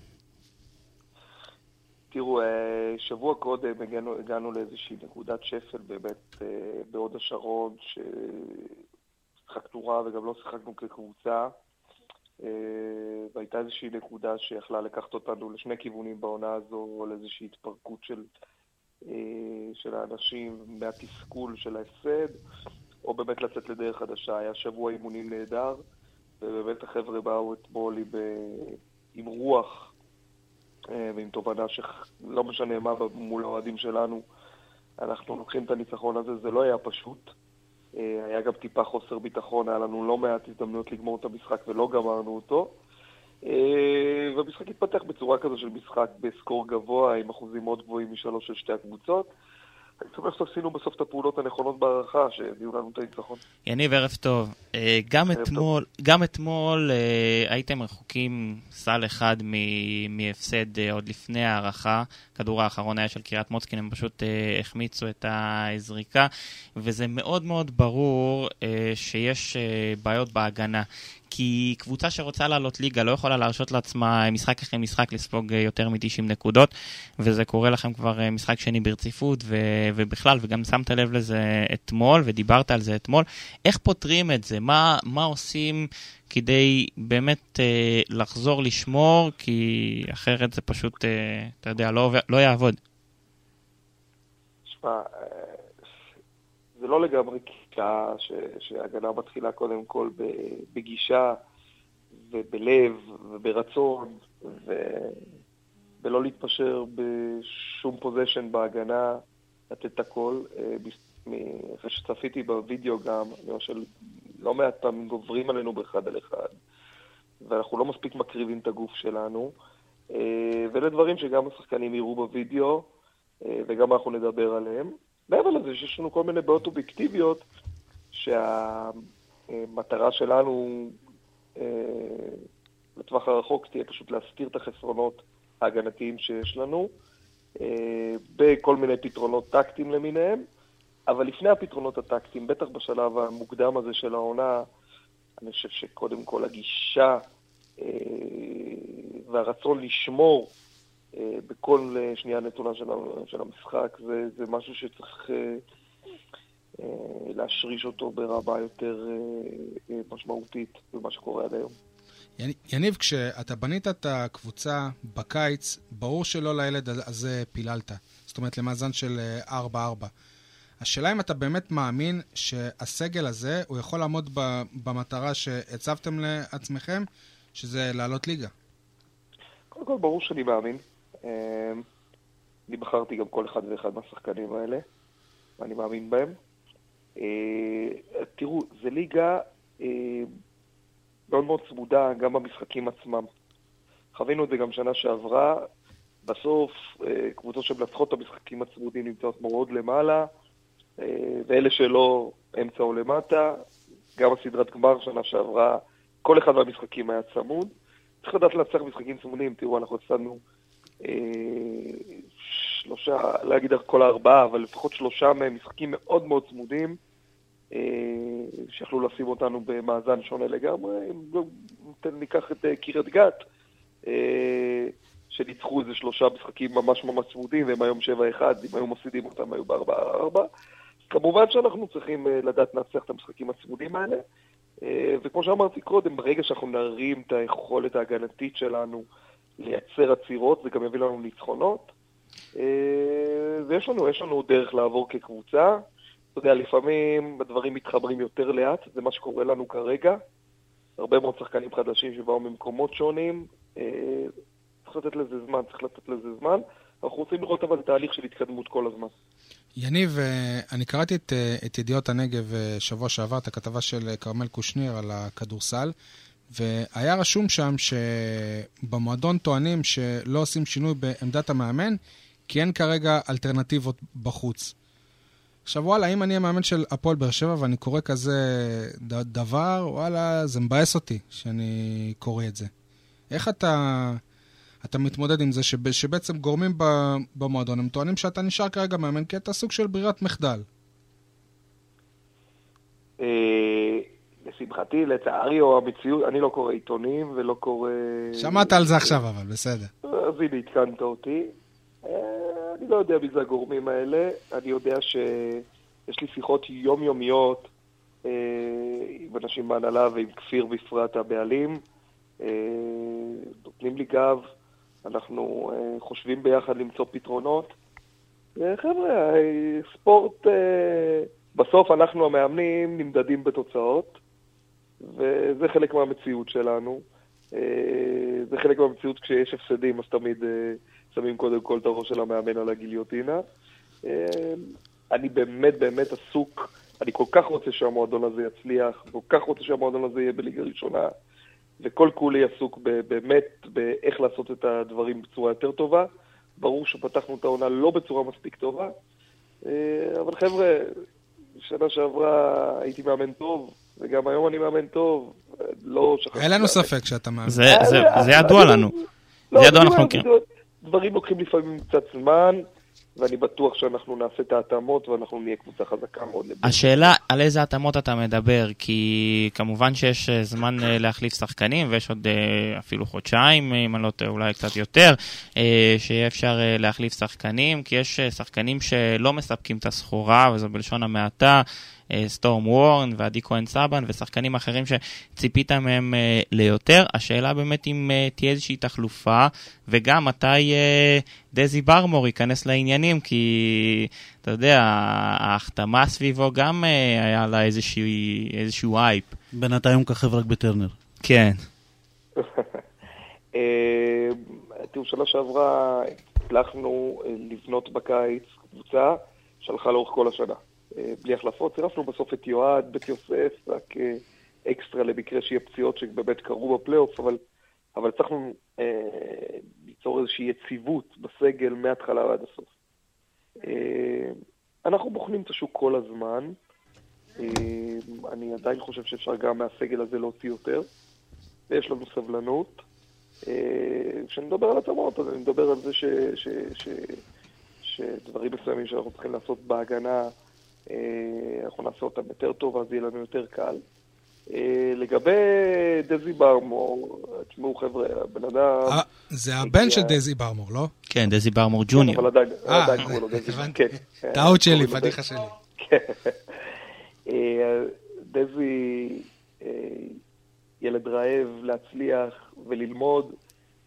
Speaker 7: תראו, אה, שבוע קודם הגענו, הגענו לאיזושהי נקודת שפל באמת אה, בהוד השרון, ששיחקנו רע וגם לא שיחקנו כקבוצה, אה, והייתה איזושהי נקודה שיכלה לקחת אותנו לשני כיוונים בעונה הזו, או לאיזושהי התפרקות של, אה, של האנשים מהתסכול של ההפסד, או באמת לצאת לדרך חדשה. היה שבוע אימונים נהדר, ובאמת החבר'ה באו אתמול עם, אה, עם רוח. אה, ועם תובנה שלא משנה מה מול האוהדים שלנו, אנחנו לוקחים את הניצחון הזה, זה לא היה פשוט. אה, היה גם טיפה חוסר ביטחון, היה לנו לא מעט הזדמנויות לגמור את המשחק ולא גמרנו אותו. אה, והמשחק התפתח בצורה כזו של משחק בסקור גבוה, עם אחוזים מאוד גבוהים משלוש של שתי הקבוצות. אני שמח שעשינו בסוף את הפעולות הנכונות בהערכה שהביאו לנו את הניצחון.
Speaker 4: יניב, ערב טוב. אה, גם
Speaker 7: ערב
Speaker 4: אתמול, גם אתמול אה, הייתם רחוקים סל אחד מ- מהפסד אה, עוד לפני ההערכה. הכדור האחרון היה של קריית מוצקין, הם פשוט אה, החמיצו את הזריקה, וזה מאוד מאוד ברור אה, שיש אה, בעיות בהגנה. כי קבוצה שרוצה לעלות ליגה לא יכולה להרשות לעצמה משחק אחרי משחק לספוג אה, יותר מ-90 נקודות, וזה קורה לכם כבר אה, משחק שני ברציפות, ו- ובכלל, וגם שמת לב לזה אתמול, ודיברת על זה אתמול. איך פותרים את זה? מה, מה עושים כדי באמת אה, לחזור לשמור? כי אחרת זה פשוט, אה, אתה יודע, לא, עובד- לא יעבוד.
Speaker 7: תשמע, אה, זה לא לגמרי כיתה ש- שההגנה מתחילה קודם כל ב- בגישה ובלב וברצון ובלא להתפשר בשום פוזיישן בהגנה, לתת את הכל. אה, בס- מ- אחרי שצפיתי בווידאו גם, אני רואה שלא מעט פעמים גוברים עלינו באחד על אחד, ואנחנו לא מספיק מקריבים את הגוף שלנו. אה, ואלה דברים שגם השחקנים יראו בווידאו. אה, וגם אנחנו נדבר עליהם. מעבר לזה שיש לנו כל מיני בעיות אובייקטיביות שהמטרה שלנו אה, לטווח הרחוק תהיה פשוט להסתיר את החסרונות ההגנתיים שיש לנו אה, בכל מיני פתרונות טקטיים למיניהם, אבל לפני הפתרונות הטקטיים, בטח בשלב המוקדם הזה של העונה, אני חושב שקודם כל הגישה אה, והרצון לשמור אה, בכל אה, שנייה נתונה של, ה- של המשחק, זה, זה משהו שצריך אה, אה, להשריש אותו ברמה יותר אה, אה, משמעותית ממה שקורה עד היום.
Speaker 8: יני- יניב, כשאתה בנית את הקבוצה בקיץ, ברור שלא לילד הזה פיללת. זאת אומרת, למאזן של אה, 4-4. השאלה אם אתה באמת מאמין שהסגל הזה, הוא יכול לעמוד ב- במטרה שהצבתם לעצמכם, שזה לעלות ליגה.
Speaker 7: קודם כל, ברור שאני מאמין. אה, אני בחרתי גם כל אחד ואחד מהשחקנים האלה, ואני מאמין בהם. אה, תראו, זו ליגה אה, מאוד מאוד צמודה גם במשחקים עצמם. חווינו את זה גם שנה שעברה. בסוף, אה, קבוצות שמנצחות את המשחקים הצמודים נמצאות מאוד למעלה, אה, ואלה שלא, אמצע או למטה. גם הסדרת גמר שנה שעברה, כל אחד מהמשחקים היה צמוד. צריך לדעת לנצח משחקים צמודים, תראו, אנחנו הפסדנו אה, שלושה, לא אגיד כל הארבעה, אבל לפחות שלושה מהם משחקים מאוד מאוד צמודים, אה, שיכלו לשים אותנו במאזן שונה לגמרי. אם לא, ניתן- ניקח את אה, קריית גת, אה, שניצחו איזה שלושה משחקים ממש ממש צמודים, והם היום 7-1, אם היו מפסידים אותם היו ב-4-4. כמובן שאנחנו צריכים אה, לדעת לנצח את המשחקים הצמודים האלה. אה, וכמו שאמרתי קודם, ברגע שאנחנו נרים את היכולת ההגנתית שלנו לייצר עצירות, זה גם יביא לנו ניצחונות. אה, ויש לנו, יש לנו דרך לעבור כקבוצה. אתה יודע, לפעמים הדברים מתחברים יותר לאט, זה מה שקורה לנו כרגע. הרבה מאוד שחקנים חדשים שבאו ממקומות שונים. אה, צריך לתת לזה זמן, צריך לתת לזה זמן. אנחנו רוצים לראות אבל תהליך של התקדמות כל הזמן.
Speaker 8: יניב, אה, אני קראתי את, אה, את ידיעות הנגב אה, שבוע שעבר, את הכתבה של אה, כרמל קושניר על הכדורסל, והיה רשום שם שבמועדון טוענים שלא עושים שינוי בעמדת המאמן, כי אין כרגע אלטרנטיבות בחוץ. עכשיו וואלה, אם אני המאמן של הפועל באר שבע ואני קורא כזה ד- דבר, וואלה, זה מבאס אותי שאני קורא את זה. איך אתה... אתה מתמודד עם זה שב, שבעצם גורמים ב, במועדון, הם טוענים שאתה נשאר כרגע מאמן כי אתה סוג של ברירת מחדל.
Speaker 7: אה, לשמחתי, לצערי, או המציאות, אני לא קורא עיתונים ולא קורא...
Speaker 8: שמעת על זה עכשיו אבל, בסדר.
Speaker 7: אז הנה, עדכנת אותי. אה, אני לא יודע מי זה הגורמים האלה, אני יודע שיש לי שיחות יומיומיות אה, עם אנשים בהנהלה ועם כפיר בפרט הבעלים. אה, נותנים לי גב, אנחנו אה, חושבים ביחד למצוא פתרונות. אה, חבר'ה, אה, ספורט, אה, בסוף אנחנו המאמנים נמדדים בתוצאות, וזה חלק מהמציאות שלנו. אה, זה חלק מהמציאות כשיש הפסדים, אז תמיד אה, שמים קודם כל את הראש של המאמן על הגיליוטינה. אה, אני באמת באמת עסוק, אני כל כך רוצה שהמועדון הזה יצליח, כל כך רוצה שהמועדון הזה יהיה בליגה ראשונה, וכל כולי עסוק ב- באמת באיך לעשות את הדברים בצורה יותר טובה. ברור שפתחנו את העונה לא בצורה מספיק טובה, אה, אבל חבר'ה, שנה שעברה הייתי מאמן טוב, וגם היום אני מאמן טוב, אה, לא שכחתי.
Speaker 3: אין לנו ספק שאתה מאמין.
Speaker 4: זה- זה- זה ידוע לנו. זה ידוע, אנחנו
Speaker 7: אבל
Speaker 4: מכירים.
Speaker 7: כאילו, דברים לוקחים לפעמים קצת זמן, ואני בטוח שאנחנו נעשה את ההתאמות ואנחנו נהיה קבוצה חזקה מאוד. לבני
Speaker 4: השאלה על איזה התאמות אתה מדבר, כי כמובן שיש אה, זמן אה, להחליף שחקנים, ויש עוד אה, אפילו חודשיים, אה, אם אני לא טועה, אולי קצת יותר, אה, שיהיה אפשר אה, להחליף שחקנים, כי יש אה, שחקנים שלא מספקים את הסחורה, וזה בלשון המעטה, אה, סטורם וורן ועדי כהן סבן, ושחקנים אחרים שציפית מהם אה, ליותר. השאלה באמת אם אה, תהיה איזושהי תחלופה, וגם מתי אה, דזי ברמור ייכנס לעניינים, כי... אתה יודע, ההחתמה סביבו גם אה, היה לה איזושהי, איזשהו הייפ.
Speaker 6: בינתיים הוא מככב רק בטרנר.
Speaker 4: כן.
Speaker 7: אה, תראו, שנה שעברה הצלחנו אה, לבנות בקיץ קבוצה שהלכה לאורך כל השנה. אה, בלי החלפות, צירפנו בסוף את יועד, בית יוסף, רק אה, אקסטרה למקרה שיהיה פציעות שבאמת קרו בפלייאוף, אבל, אבל הצלחנו אה, ליצור איזושהי יציבות בסגל מההתחלה ועד הסוף. אה, אנחנו בוחנים את השוק כל הזמן. אה, אני עדיין חושב שאפשר גם מהסגל הזה להוציא יותר. ויש לנו סבלנות. אה, כשאני מדבר על התאמות, אז אני מדבר על זה ש, ש, ש, שדברים מסוימים שאנחנו צריכים לעשות בהגנה, אה, אנחנו נעשה אותם יותר טוב, אז יהיה לנו יותר קל. אה, לגבי דזי ברמור, תשמעו חבר'ה, הבן אדם...
Speaker 3: אה, זה הבן של דייזי ברמור, לא?
Speaker 4: כן, דזי ברמור
Speaker 7: כן,
Speaker 4: ג'וניור.
Speaker 7: אבל עדיין,
Speaker 3: אה,
Speaker 7: עדיין קוראים לו דזי.
Speaker 3: הבנתי.
Speaker 7: כן.
Speaker 3: טעות שלי,
Speaker 7: קוראים לו דזי.
Speaker 3: פדיחה שלי.
Speaker 7: כן. אה, דזי אה, ילד רעב להצליח וללמוד,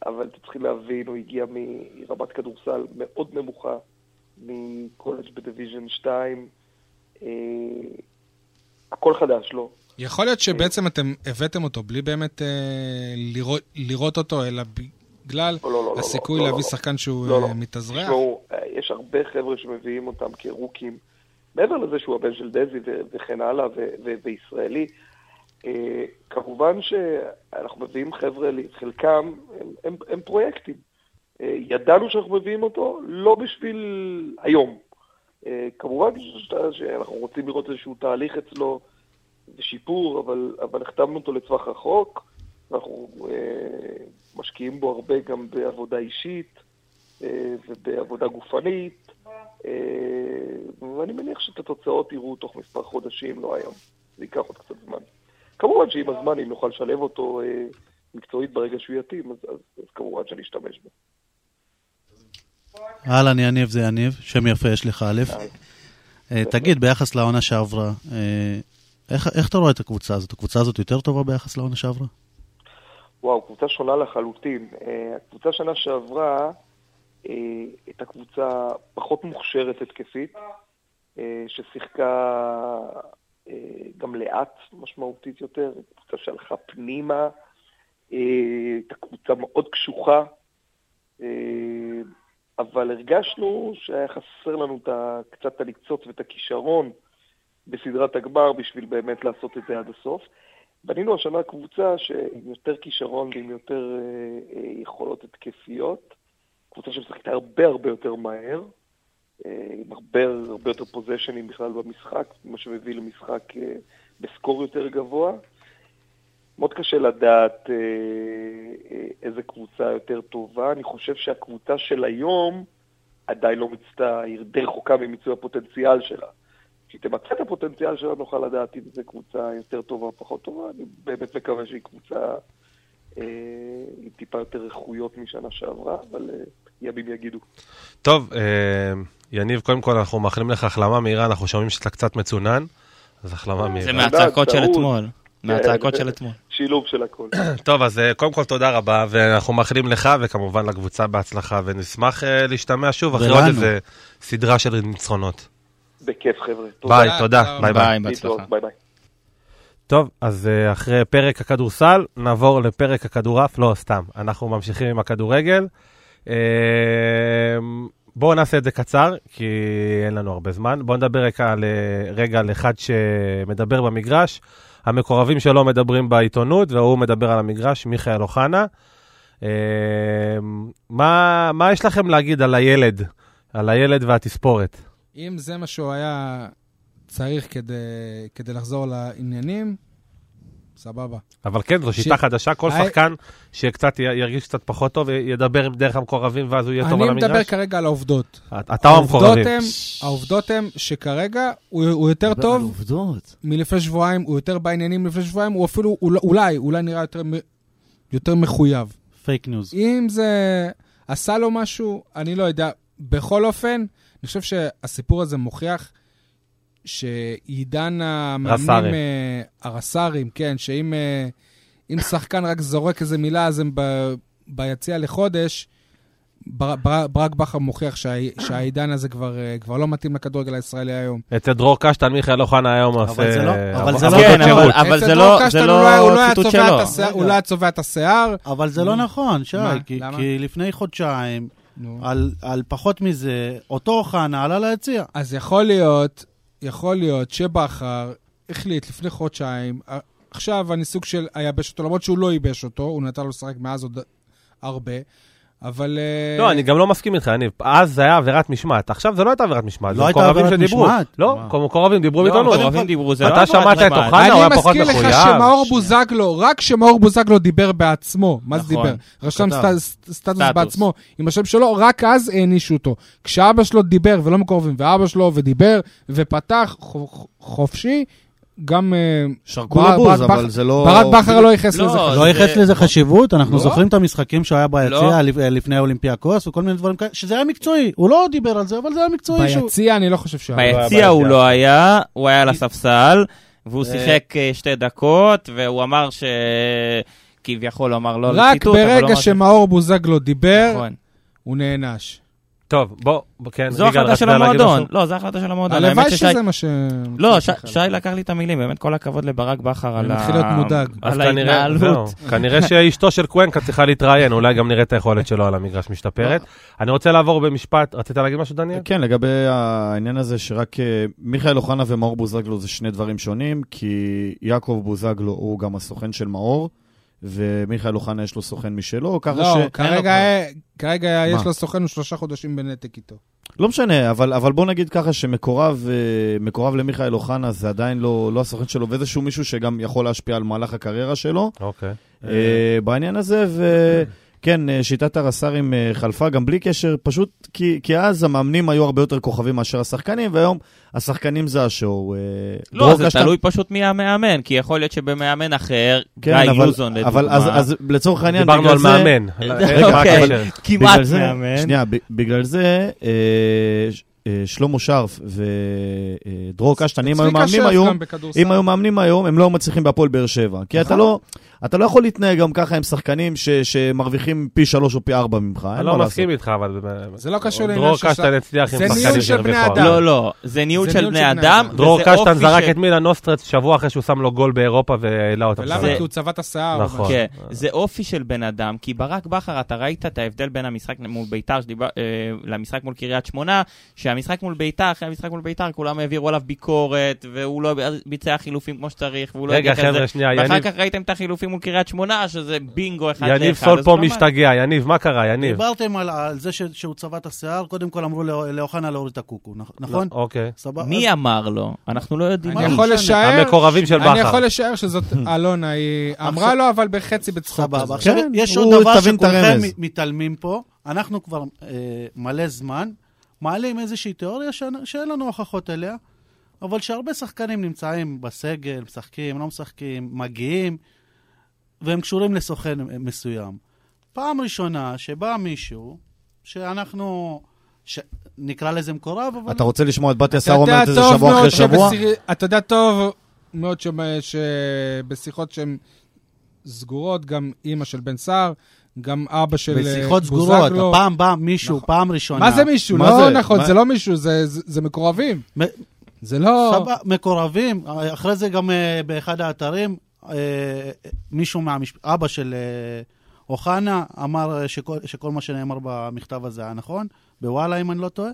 Speaker 7: אבל אתם צריכים להבין, הוא הגיע מרמת כדורסל מאוד נמוכה, מקולג' בדיוויז'ן 2. אה, הכל חדש לא? לו.
Speaker 3: יכול להיות שבעצם אתם הבאתם אותו בלי באמת אה, לראות- לראות אותו, אלא בגלל
Speaker 7: לא, לא, לא, לא,
Speaker 3: הסיכוי
Speaker 7: לא, לא,
Speaker 3: להביא
Speaker 7: לא.
Speaker 3: שחקן שהוא
Speaker 7: לא, לא.
Speaker 3: אה, מתאזרח?
Speaker 7: תשמעו, אה, יש הרבה חבר'ה שמביאים אותם כרוקים, מעבר לזה שהוא הבן של דזי ו- וכן הלאה, ו- ו- וישראלי. אה, כמובן שאנחנו מביאים חבר'ה, ל- חלקם הם, הם, הם פרויקטים. אה, ידענו שאנחנו מביאים אותו לא בשביל היום. אה, כמובן ש- שאנחנו רוצים לראות איזשהו תהליך אצלו ושיפור, אבל, אבל החתמנו אותו לטווח רחוק, ואנחנו אה, משקיעים בו הרבה גם בעבודה אישית. אה, ובעבודה גופנית, אה, ואני מניח שאת התוצאות יראו תוך מספר חודשים, לא היום. זה ייקח עוד קצת זמן. כמובן שעם הזמן, אם נוכל לשלב אותו אה, מקצועית ברגע שהוא יתאים, אז, אז, אז כמובן שנשתמש בו.
Speaker 6: אהלן, יניב זה יניב, שם יפה יש לך א'. אה, תגיד, ביחס לעונה שעברה, אה, איך איך אתה רואה את הקבוצה הזאת? הקבוצה הזאת יותר טובה ביחס לעונה שעברה?
Speaker 7: וואו, קבוצה שונה לחלוטין. אה, הקבוצה שנה שעברה אה, הייתה קבוצה פחות מוכשרת התקפית, אה, ששיחקה אה, גם לאט משמעותית יותר, קבוצה שהלכה פנימה, אה, הייתה קבוצה מאוד קשוחה, אה, אבל הרגשנו שהיה חסר לנו את ה- קצת את הניצוץ ואת הכישרון בסדרת הגמר בשביל באמת לעשות את זה עד הסוף. בנינו השנה קבוצה שעם יותר כישרון ועם יותר אה, אה, יכולות התקפיות, קבוצה שמשחקת הרבה הרבה יותר מהר, אה, עם הרבה הרבה יותר פוזיישנים בכלל במשחק, מה שמביא למשחק אה, בסקור יותר גבוה. מאוד קשה לדעת אה, אה, איזה קבוצה יותר טובה. אני חושב שהקבוצה של היום עדיין לא מיצתה, היא די רחוקה ממיצוי הפוטנציאל שלה. כשתמצה את הפוטנציאל שלה נוכל לדעת אם זו קבוצה יותר טובה או פחות טובה. אני באמת מקווה שהיא קבוצה אה, עם טיפה יותר איכויות משנה שעברה, אבל אה, ימים יגידו.
Speaker 2: טוב, אה, יניב, קודם כל אנחנו מאחלים לך החלמה מהירה, אנחנו שומעים שאתה קצת מצונן, אז החלמה
Speaker 4: זה
Speaker 2: מהירה.
Speaker 4: מהצעקות של
Speaker 7: טעות.
Speaker 4: אתמול.
Speaker 3: כן,
Speaker 6: אה,
Speaker 4: מהצעקות של אתמול.
Speaker 7: שילוב של הכל.
Speaker 2: טוב, אז אה, קודם כל תודה רבה, ואנחנו מאחלים לך וכמובן לקבוצה בהצלחה, ונשמח אה, להשתמע שוב אחרי עוד
Speaker 6: ולנו.
Speaker 2: איזה סדרה של ניצחונות.
Speaker 7: בכיף, חבר'ה. תודה.
Speaker 2: ביי, תודה,
Speaker 3: תודה
Speaker 2: ביי ביי.
Speaker 4: ביי,
Speaker 7: להתראות,
Speaker 4: בהצלחה.
Speaker 7: ביי ביי.
Speaker 2: טוב, אז אה, אחרי פרק הכדורסל, נעבור לפרק הכדורעף, לא, סתם, אנחנו ממשיכים עם הכדורגל. אה, בואו נעשה את זה קצר, כי אין לנו הרבה זמן. בואו נדבר רגע על, אה, רגע על אחד שמדבר במגרש. המקורבים שלו מדברים בעיתונות, והוא מדבר על המגרש, מיכאל אוחנה. אה, מה, מה יש לכם להגיד על הילד, על הילד והתספורת?
Speaker 3: אם זה מה שהוא היה צריך כדי, כדי לחזור לעניינים, סבבה.
Speaker 2: אבל כן, זו שיטה
Speaker 3: ש-
Speaker 2: חדשה, כל
Speaker 3: היי-
Speaker 2: שחקן שקצת י- ירגיש קצת פחות טוב, י- ידבר עם דרך המקורבים, ואז הוא יהיה טוב על
Speaker 3: אני מדבר
Speaker 2: המגרש.
Speaker 3: כרגע על העובדות.
Speaker 2: אתה- אתה או המקורבים.
Speaker 3: העובדות הם- העובדות הן שכרגע הוא, הוא יותר
Speaker 5: דבר
Speaker 6: לא.
Speaker 5: על
Speaker 3: טוב
Speaker 5: עובדות.
Speaker 3: מלפני שבועיים, הוא יותר בעניינים מלפני שבועיים, הוא אפילו, אול- אולי, אולי נראה יותר, מ- יותר מחויב.
Speaker 6: פייק ניוז.
Speaker 3: אם זה עשה לו משהו, אני לא יודע. בכל אופן, אני חושב שהסיפור הזה מוכיח שעידן
Speaker 2: רס"רים.
Speaker 3: המאמנים... אה, הרס"רים, כן, שאם אה, אם שחקן רק זורק איזה מילה, אז הם ב- ביציע לחודש. בר- בר- ברק בכר מוכיח שהעי- שהעידן הזה כבר, אה, כבר לא מתאים לכדורגל הישראלי היום.
Speaker 2: אצל דרור קשטן, מיכאל אוחנה היום עושה...
Speaker 6: אבל זה לא-
Speaker 2: אה,
Speaker 6: אבל זה
Speaker 2: עבודות
Speaker 6: לא-
Speaker 4: כן,
Speaker 2: שירות.
Speaker 4: אבל- אבל
Speaker 3: אצל
Speaker 4: זה
Speaker 3: אה, דרור
Speaker 4: לא
Speaker 3: קשטן
Speaker 4: זה
Speaker 3: הוא לא היה- הוא לא היה
Speaker 4: ציטוט
Speaker 3: צובע את
Speaker 4: שלו.
Speaker 3: השיער- הוא לא היה צובע את השיער.
Speaker 6: אבל זה לא נכון, שי,
Speaker 3: מה?
Speaker 6: כי-
Speaker 3: למה?
Speaker 6: כי לפני חודשיים,
Speaker 3: נו.
Speaker 6: על- על פחות מזה, אותו אוחנה עלה ליציע.
Speaker 3: אז יכול להיות, יכול להיות שבכר החליט לפני חודשיים, אה, עכשיו אני סוג של אייבש אותו, למרות שהוא לא ייבש אותו, הוא נתן לו לשחק מאז עוד הרבה, אבל... אה,
Speaker 2: לא, אני גם לא מסכים איתך, יניב. אז זה היה עבירת משמעת, עכשיו זה לא הייתה עבירת משמעת.
Speaker 6: לא
Speaker 2: זה
Speaker 6: הייתה
Speaker 2: מקורבים
Speaker 6: עבירת
Speaker 2: שדיברו.
Speaker 6: משמעת.
Speaker 2: לא,
Speaker 6: מה?
Speaker 2: מקורבים דיברו
Speaker 4: לא,
Speaker 2: איתנו.
Speaker 4: המעורבים דיברו, זה לא
Speaker 2: אתה
Speaker 4: עבירת
Speaker 2: שמעת את
Speaker 4: משמעת.
Speaker 2: אוחנה, הוא היה פחות
Speaker 3: אני מזכיר
Speaker 2: מחויב.
Speaker 3: לך שמאור בוזגלו, רק שמאור בוזגלו דיבר בעצמו. מה זה
Speaker 4: נכון,
Speaker 3: דיבר? רשם
Speaker 5: כתב.
Speaker 3: סטט- סטטוס
Speaker 4: סטטוס.
Speaker 3: בעצמו עם השם שלו, רק אז הענישו אותו. כשאבא שלו דיבר, ולא מקורבים, ואבא שלו ודיבר, ופתח חו- חו- חופשי, גם אה,
Speaker 5: שרקו
Speaker 3: ברק-
Speaker 5: לו בוז,
Speaker 3: ברק
Speaker 5: אבל
Speaker 3: בכר-
Speaker 5: זה לא...
Speaker 3: ברק בכר לא ייחס
Speaker 4: לא,
Speaker 3: לזה חשוב.
Speaker 6: לא
Speaker 4: זה-
Speaker 6: ייחס לזה חשיבות, אנחנו
Speaker 3: לא.
Speaker 6: זוכרים את המשחקים שהוא היה ביציע
Speaker 4: לא.
Speaker 6: לפ- אה, לפני אולימפיאקוס וכל מיני דברים כאלה, שזה היה מקצועי, הוא לא דיבר על זה, אבל זה היה מקצועי שהוא...
Speaker 3: ביציע אני לא חושב שהיה.
Speaker 4: ביציע הוא לא היה, הוא היה על הספסל, והוא שיחק אה, שתי דקות, והוא אמר ש... כביכול הוא אמר לא
Speaker 3: רק
Speaker 4: לציטוט, אבל לא
Speaker 3: ברגע
Speaker 4: אמר ש-
Speaker 3: שמאור בוזגלו דיבר,
Speaker 4: נכון. לא,
Speaker 3: הוא נענש.
Speaker 2: טוב, בוא, כן,
Speaker 4: זו
Speaker 2: יגאל,
Speaker 4: החלטה
Speaker 2: רצית
Speaker 4: של
Speaker 2: להגיד
Speaker 4: המועדון.
Speaker 2: משהו?
Speaker 4: לא, זו החלטה של המועדון. האמת
Speaker 3: הלוואי
Speaker 4: ששי-
Speaker 3: שזה מה ש...
Speaker 4: לא, ש- שי לקח לי את המילים, באמת כל הכבוד לברק בכר על
Speaker 3: אני
Speaker 4: ה...
Speaker 3: מתחיל להיות מודאג.
Speaker 2: אז
Speaker 4: על
Speaker 2: כנראה, זהו,
Speaker 4: ההתנהלות.
Speaker 2: כנראה שאשתו של קוונקה צריכה להתראיין, אולי גם נראה את היכולת שלו על המגרש
Speaker 4: לא.
Speaker 2: משתפרת. אני רוצה לעבור במשפט, רצית להגיד משהו, דניאל?
Speaker 5: כן, לגבי העניין הזה שרק אה, מיכאל אוחנה ומאור בוזגלו זה שני דברים שונים, כי יעקב בוזגלו הוא גם הסוכן של מאור, ומיכאל אוחנה יש לו סוכן משלו, ככה
Speaker 3: לא,
Speaker 5: ש...
Speaker 3: כרגע, כרגע יש
Speaker 5: מה?
Speaker 3: לו סוכן הוא שלושה חודשים בנתק איתו.
Speaker 5: לא משנה, אבל, אבל בוא נגיד ככה שמקורב אה, מקורב למיכאל אוחנה זה עדיין לא, לא הסוכן שלו, ואיזשהו מישהו שגם יכול להשפיע על מהלך הקריירה שלו.
Speaker 2: אוקיי.
Speaker 5: אה, בעניין הזה, וכן, אה, שיטת הרס"רים אה, חלפה גם בלי קשר, פשוט כי, כי אז המאמנים היו הרבה יותר כוכבים מאשר השחקנים, והיום השחקנים זה השואו. אה,
Speaker 4: לא,
Speaker 5: דרור
Speaker 4: זה
Speaker 5: קשטן-
Speaker 4: תלוי פשוט מי המאמן, כי יכול להיות שבמאמן אחר, גיא
Speaker 5: כן, אבל,
Speaker 4: לוזון לדוגמה.
Speaker 5: אבל אז, אז לצורך העניין,
Speaker 2: דיברנו
Speaker 5: בגלל
Speaker 2: על
Speaker 5: זה...
Speaker 2: מאמן. רגע, מה
Speaker 4: אוקיי.
Speaker 2: הקשר?
Speaker 4: כמעט
Speaker 5: בגלל זה-
Speaker 4: מאמן.
Speaker 5: שנייה, ב- בגלל זה אה, ש- אה, שלמה שרף ודרור קשטן, אם היו
Speaker 3: צביקה
Speaker 5: מאמנים
Speaker 3: שרף
Speaker 5: היום,
Speaker 3: גם נכון. בכדורסל.
Speaker 5: אם היו מאמנים היום, הם לא היו מצליחים בהפועל באר שבע. כי אתה לא, אתה לא יכול להתנהג גם ככה עם שחקנים ש, שמרוויחים פי שלוש או פי ארבע ממך. אין
Speaker 2: אני
Speaker 5: מה
Speaker 2: לא
Speaker 5: לעשות.
Speaker 2: מסכים איתך, אבל... באמת.
Speaker 3: זה לא קשור
Speaker 2: דרור
Speaker 3: לעניין של...
Speaker 2: קשטן הצליח עם
Speaker 3: זה
Speaker 2: שחקנים
Speaker 3: ניהול של בני
Speaker 2: שהרוויחו הרבה.
Speaker 3: אדם.
Speaker 4: לא, לא, זה ניהול
Speaker 3: זה
Speaker 4: של
Speaker 3: ניהול
Speaker 4: בני
Speaker 3: של בני
Speaker 4: אדם.
Speaker 3: אדם.
Speaker 2: דרור
Speaker 4: וזה
Speaker 2: קשטן
Speaker 4: אופי
Speaker 2: זרק
Speaker 4: של-
Speaker 2: את מילה נוסטרץ שבוע אחרי שהוא שם לו גול באירופה והעלה אותם.
Speaker 3: ולמה?
Speaker 2: שם.
Speaker 3: כי הוא צבע את השיער.
Speaker 2: נכון.
Speaker 4: כן, זה אופי של בן אדם, כי ברק בכר, אתה ראית את ההבדל בין המשחק מול ביתר שדיבר, אה, למשחק מול קריית שמונה, שהמשחק מול ביתר, אחרי המשחק מול ביתר, כולם העבירו עליו ביקורת, והוא לא ביצע חילופים כמו שצריך, והוא לא
Speaker 2: רגע,
Speaker 4: יודע כזה.
Speaker 2: חבר'ה, שנייה,
Speaker 4: ואחר
Speaker 2: יניב-
Speaker 4: כך ראיתם את החילופים מול קריית שמונה, שזה בינגו אחד לאחד.
Speaker 2: יניב סול
Speaker 4: אז
Speaker 2: פה
Speaker 4: אתה אומר,
Speaker 2: משתגע, יניב, מה קרה, יניב?
Speaker 6: דיברתם על- על זה ש- שהוא צבע את השיער, קודם כל אמרו לא- לאוחנה להוריד את הקוקו, נכ- נכון?
Speaker 2: אוקיי.
Speaker 6: סבבה?
Speaker 4: מי אמר לו? אנחנו לא יודעים.
Speaker 3: אני
Speaker 6: מה
Speaker 3: יכול
Speaker 6: משנה?
Speaker 3: לשער...
Speaker 2: המקורבים של
Speaker 3: אני
Speaker 2: בכר.
Speaker 3: יכול לשער שזאת אלונה, היא אמרה
Speaker 6: עכשיו-
Speaker 3: לו, אבל בחצי בצחוק.
Speaker 6: סבבה.
Speaker 3: כזה.
Speaker 6: עכשיו,
Speaker 5: כן,
Speaker 6: יש
Speaker 5: הוא
Speaker 6: עוד דבר
Speaker 5: תבין את
Speaker 6: שכולכם
Speaker 5: הרמז.
Speaker 6: מתעלמים פה, אנחנו כבר אה, מלא זמן מעלים איזושהי תיאוריה שאנ- שאין לנו הוכחות אליה, אבל שהרבה שחקנים נמצאים בסגל, משחקים, לא משחקים, מגיעים, והם קשורים לסוכן אה, מסוים. פעם ראשונה שבא מישהו, שאנחנו, ש... נקרא לזה מקורב, אבל...
Speaker 5: אתה רוצה לשמוע את בת
Speaker 3: אתה
Speaker 5: יסר
Speaker 3: יודע
Speaker 5: אומרת את זה
Speaker 3: טוב
Speaker 5: שבוע
Speaker 3: מאוד
Speaker 5: אחרי שבוע?
Speaker 3: שבשיר- אתה יודע טוב מאוד שמ- שבשיחות שהן סגורות, גם אימא של בן סער, גם אבא של אה, בוזגלו.
Speaker 6: בשיחות סגורות, הפעם בא מישהו,
Speaker 3: נכון.
Speaker 6: פעם ראשונה.
Speaker 3: מה זה מישהו?
Speaker 5: מה
Speaker 3: לא
Speaker 5: זה?
Speaker 3: נכון,
Speaker 5: מה-
Speaker 3: זה לא מישהו, זה- זה זה מקורבים.
Speaker 6: מ-
Speaker 3: זה לא...
Speaker 6: סבבה, מקורבים, אחרי זה גם אה, באחד האתרים, אה, מישהו מהמשפ... אבא של אה, אוחנה אמר אה, שכל, שכל מה שנאמר במכתב הזה היה נכון, בוואלה אם אני לא טועה.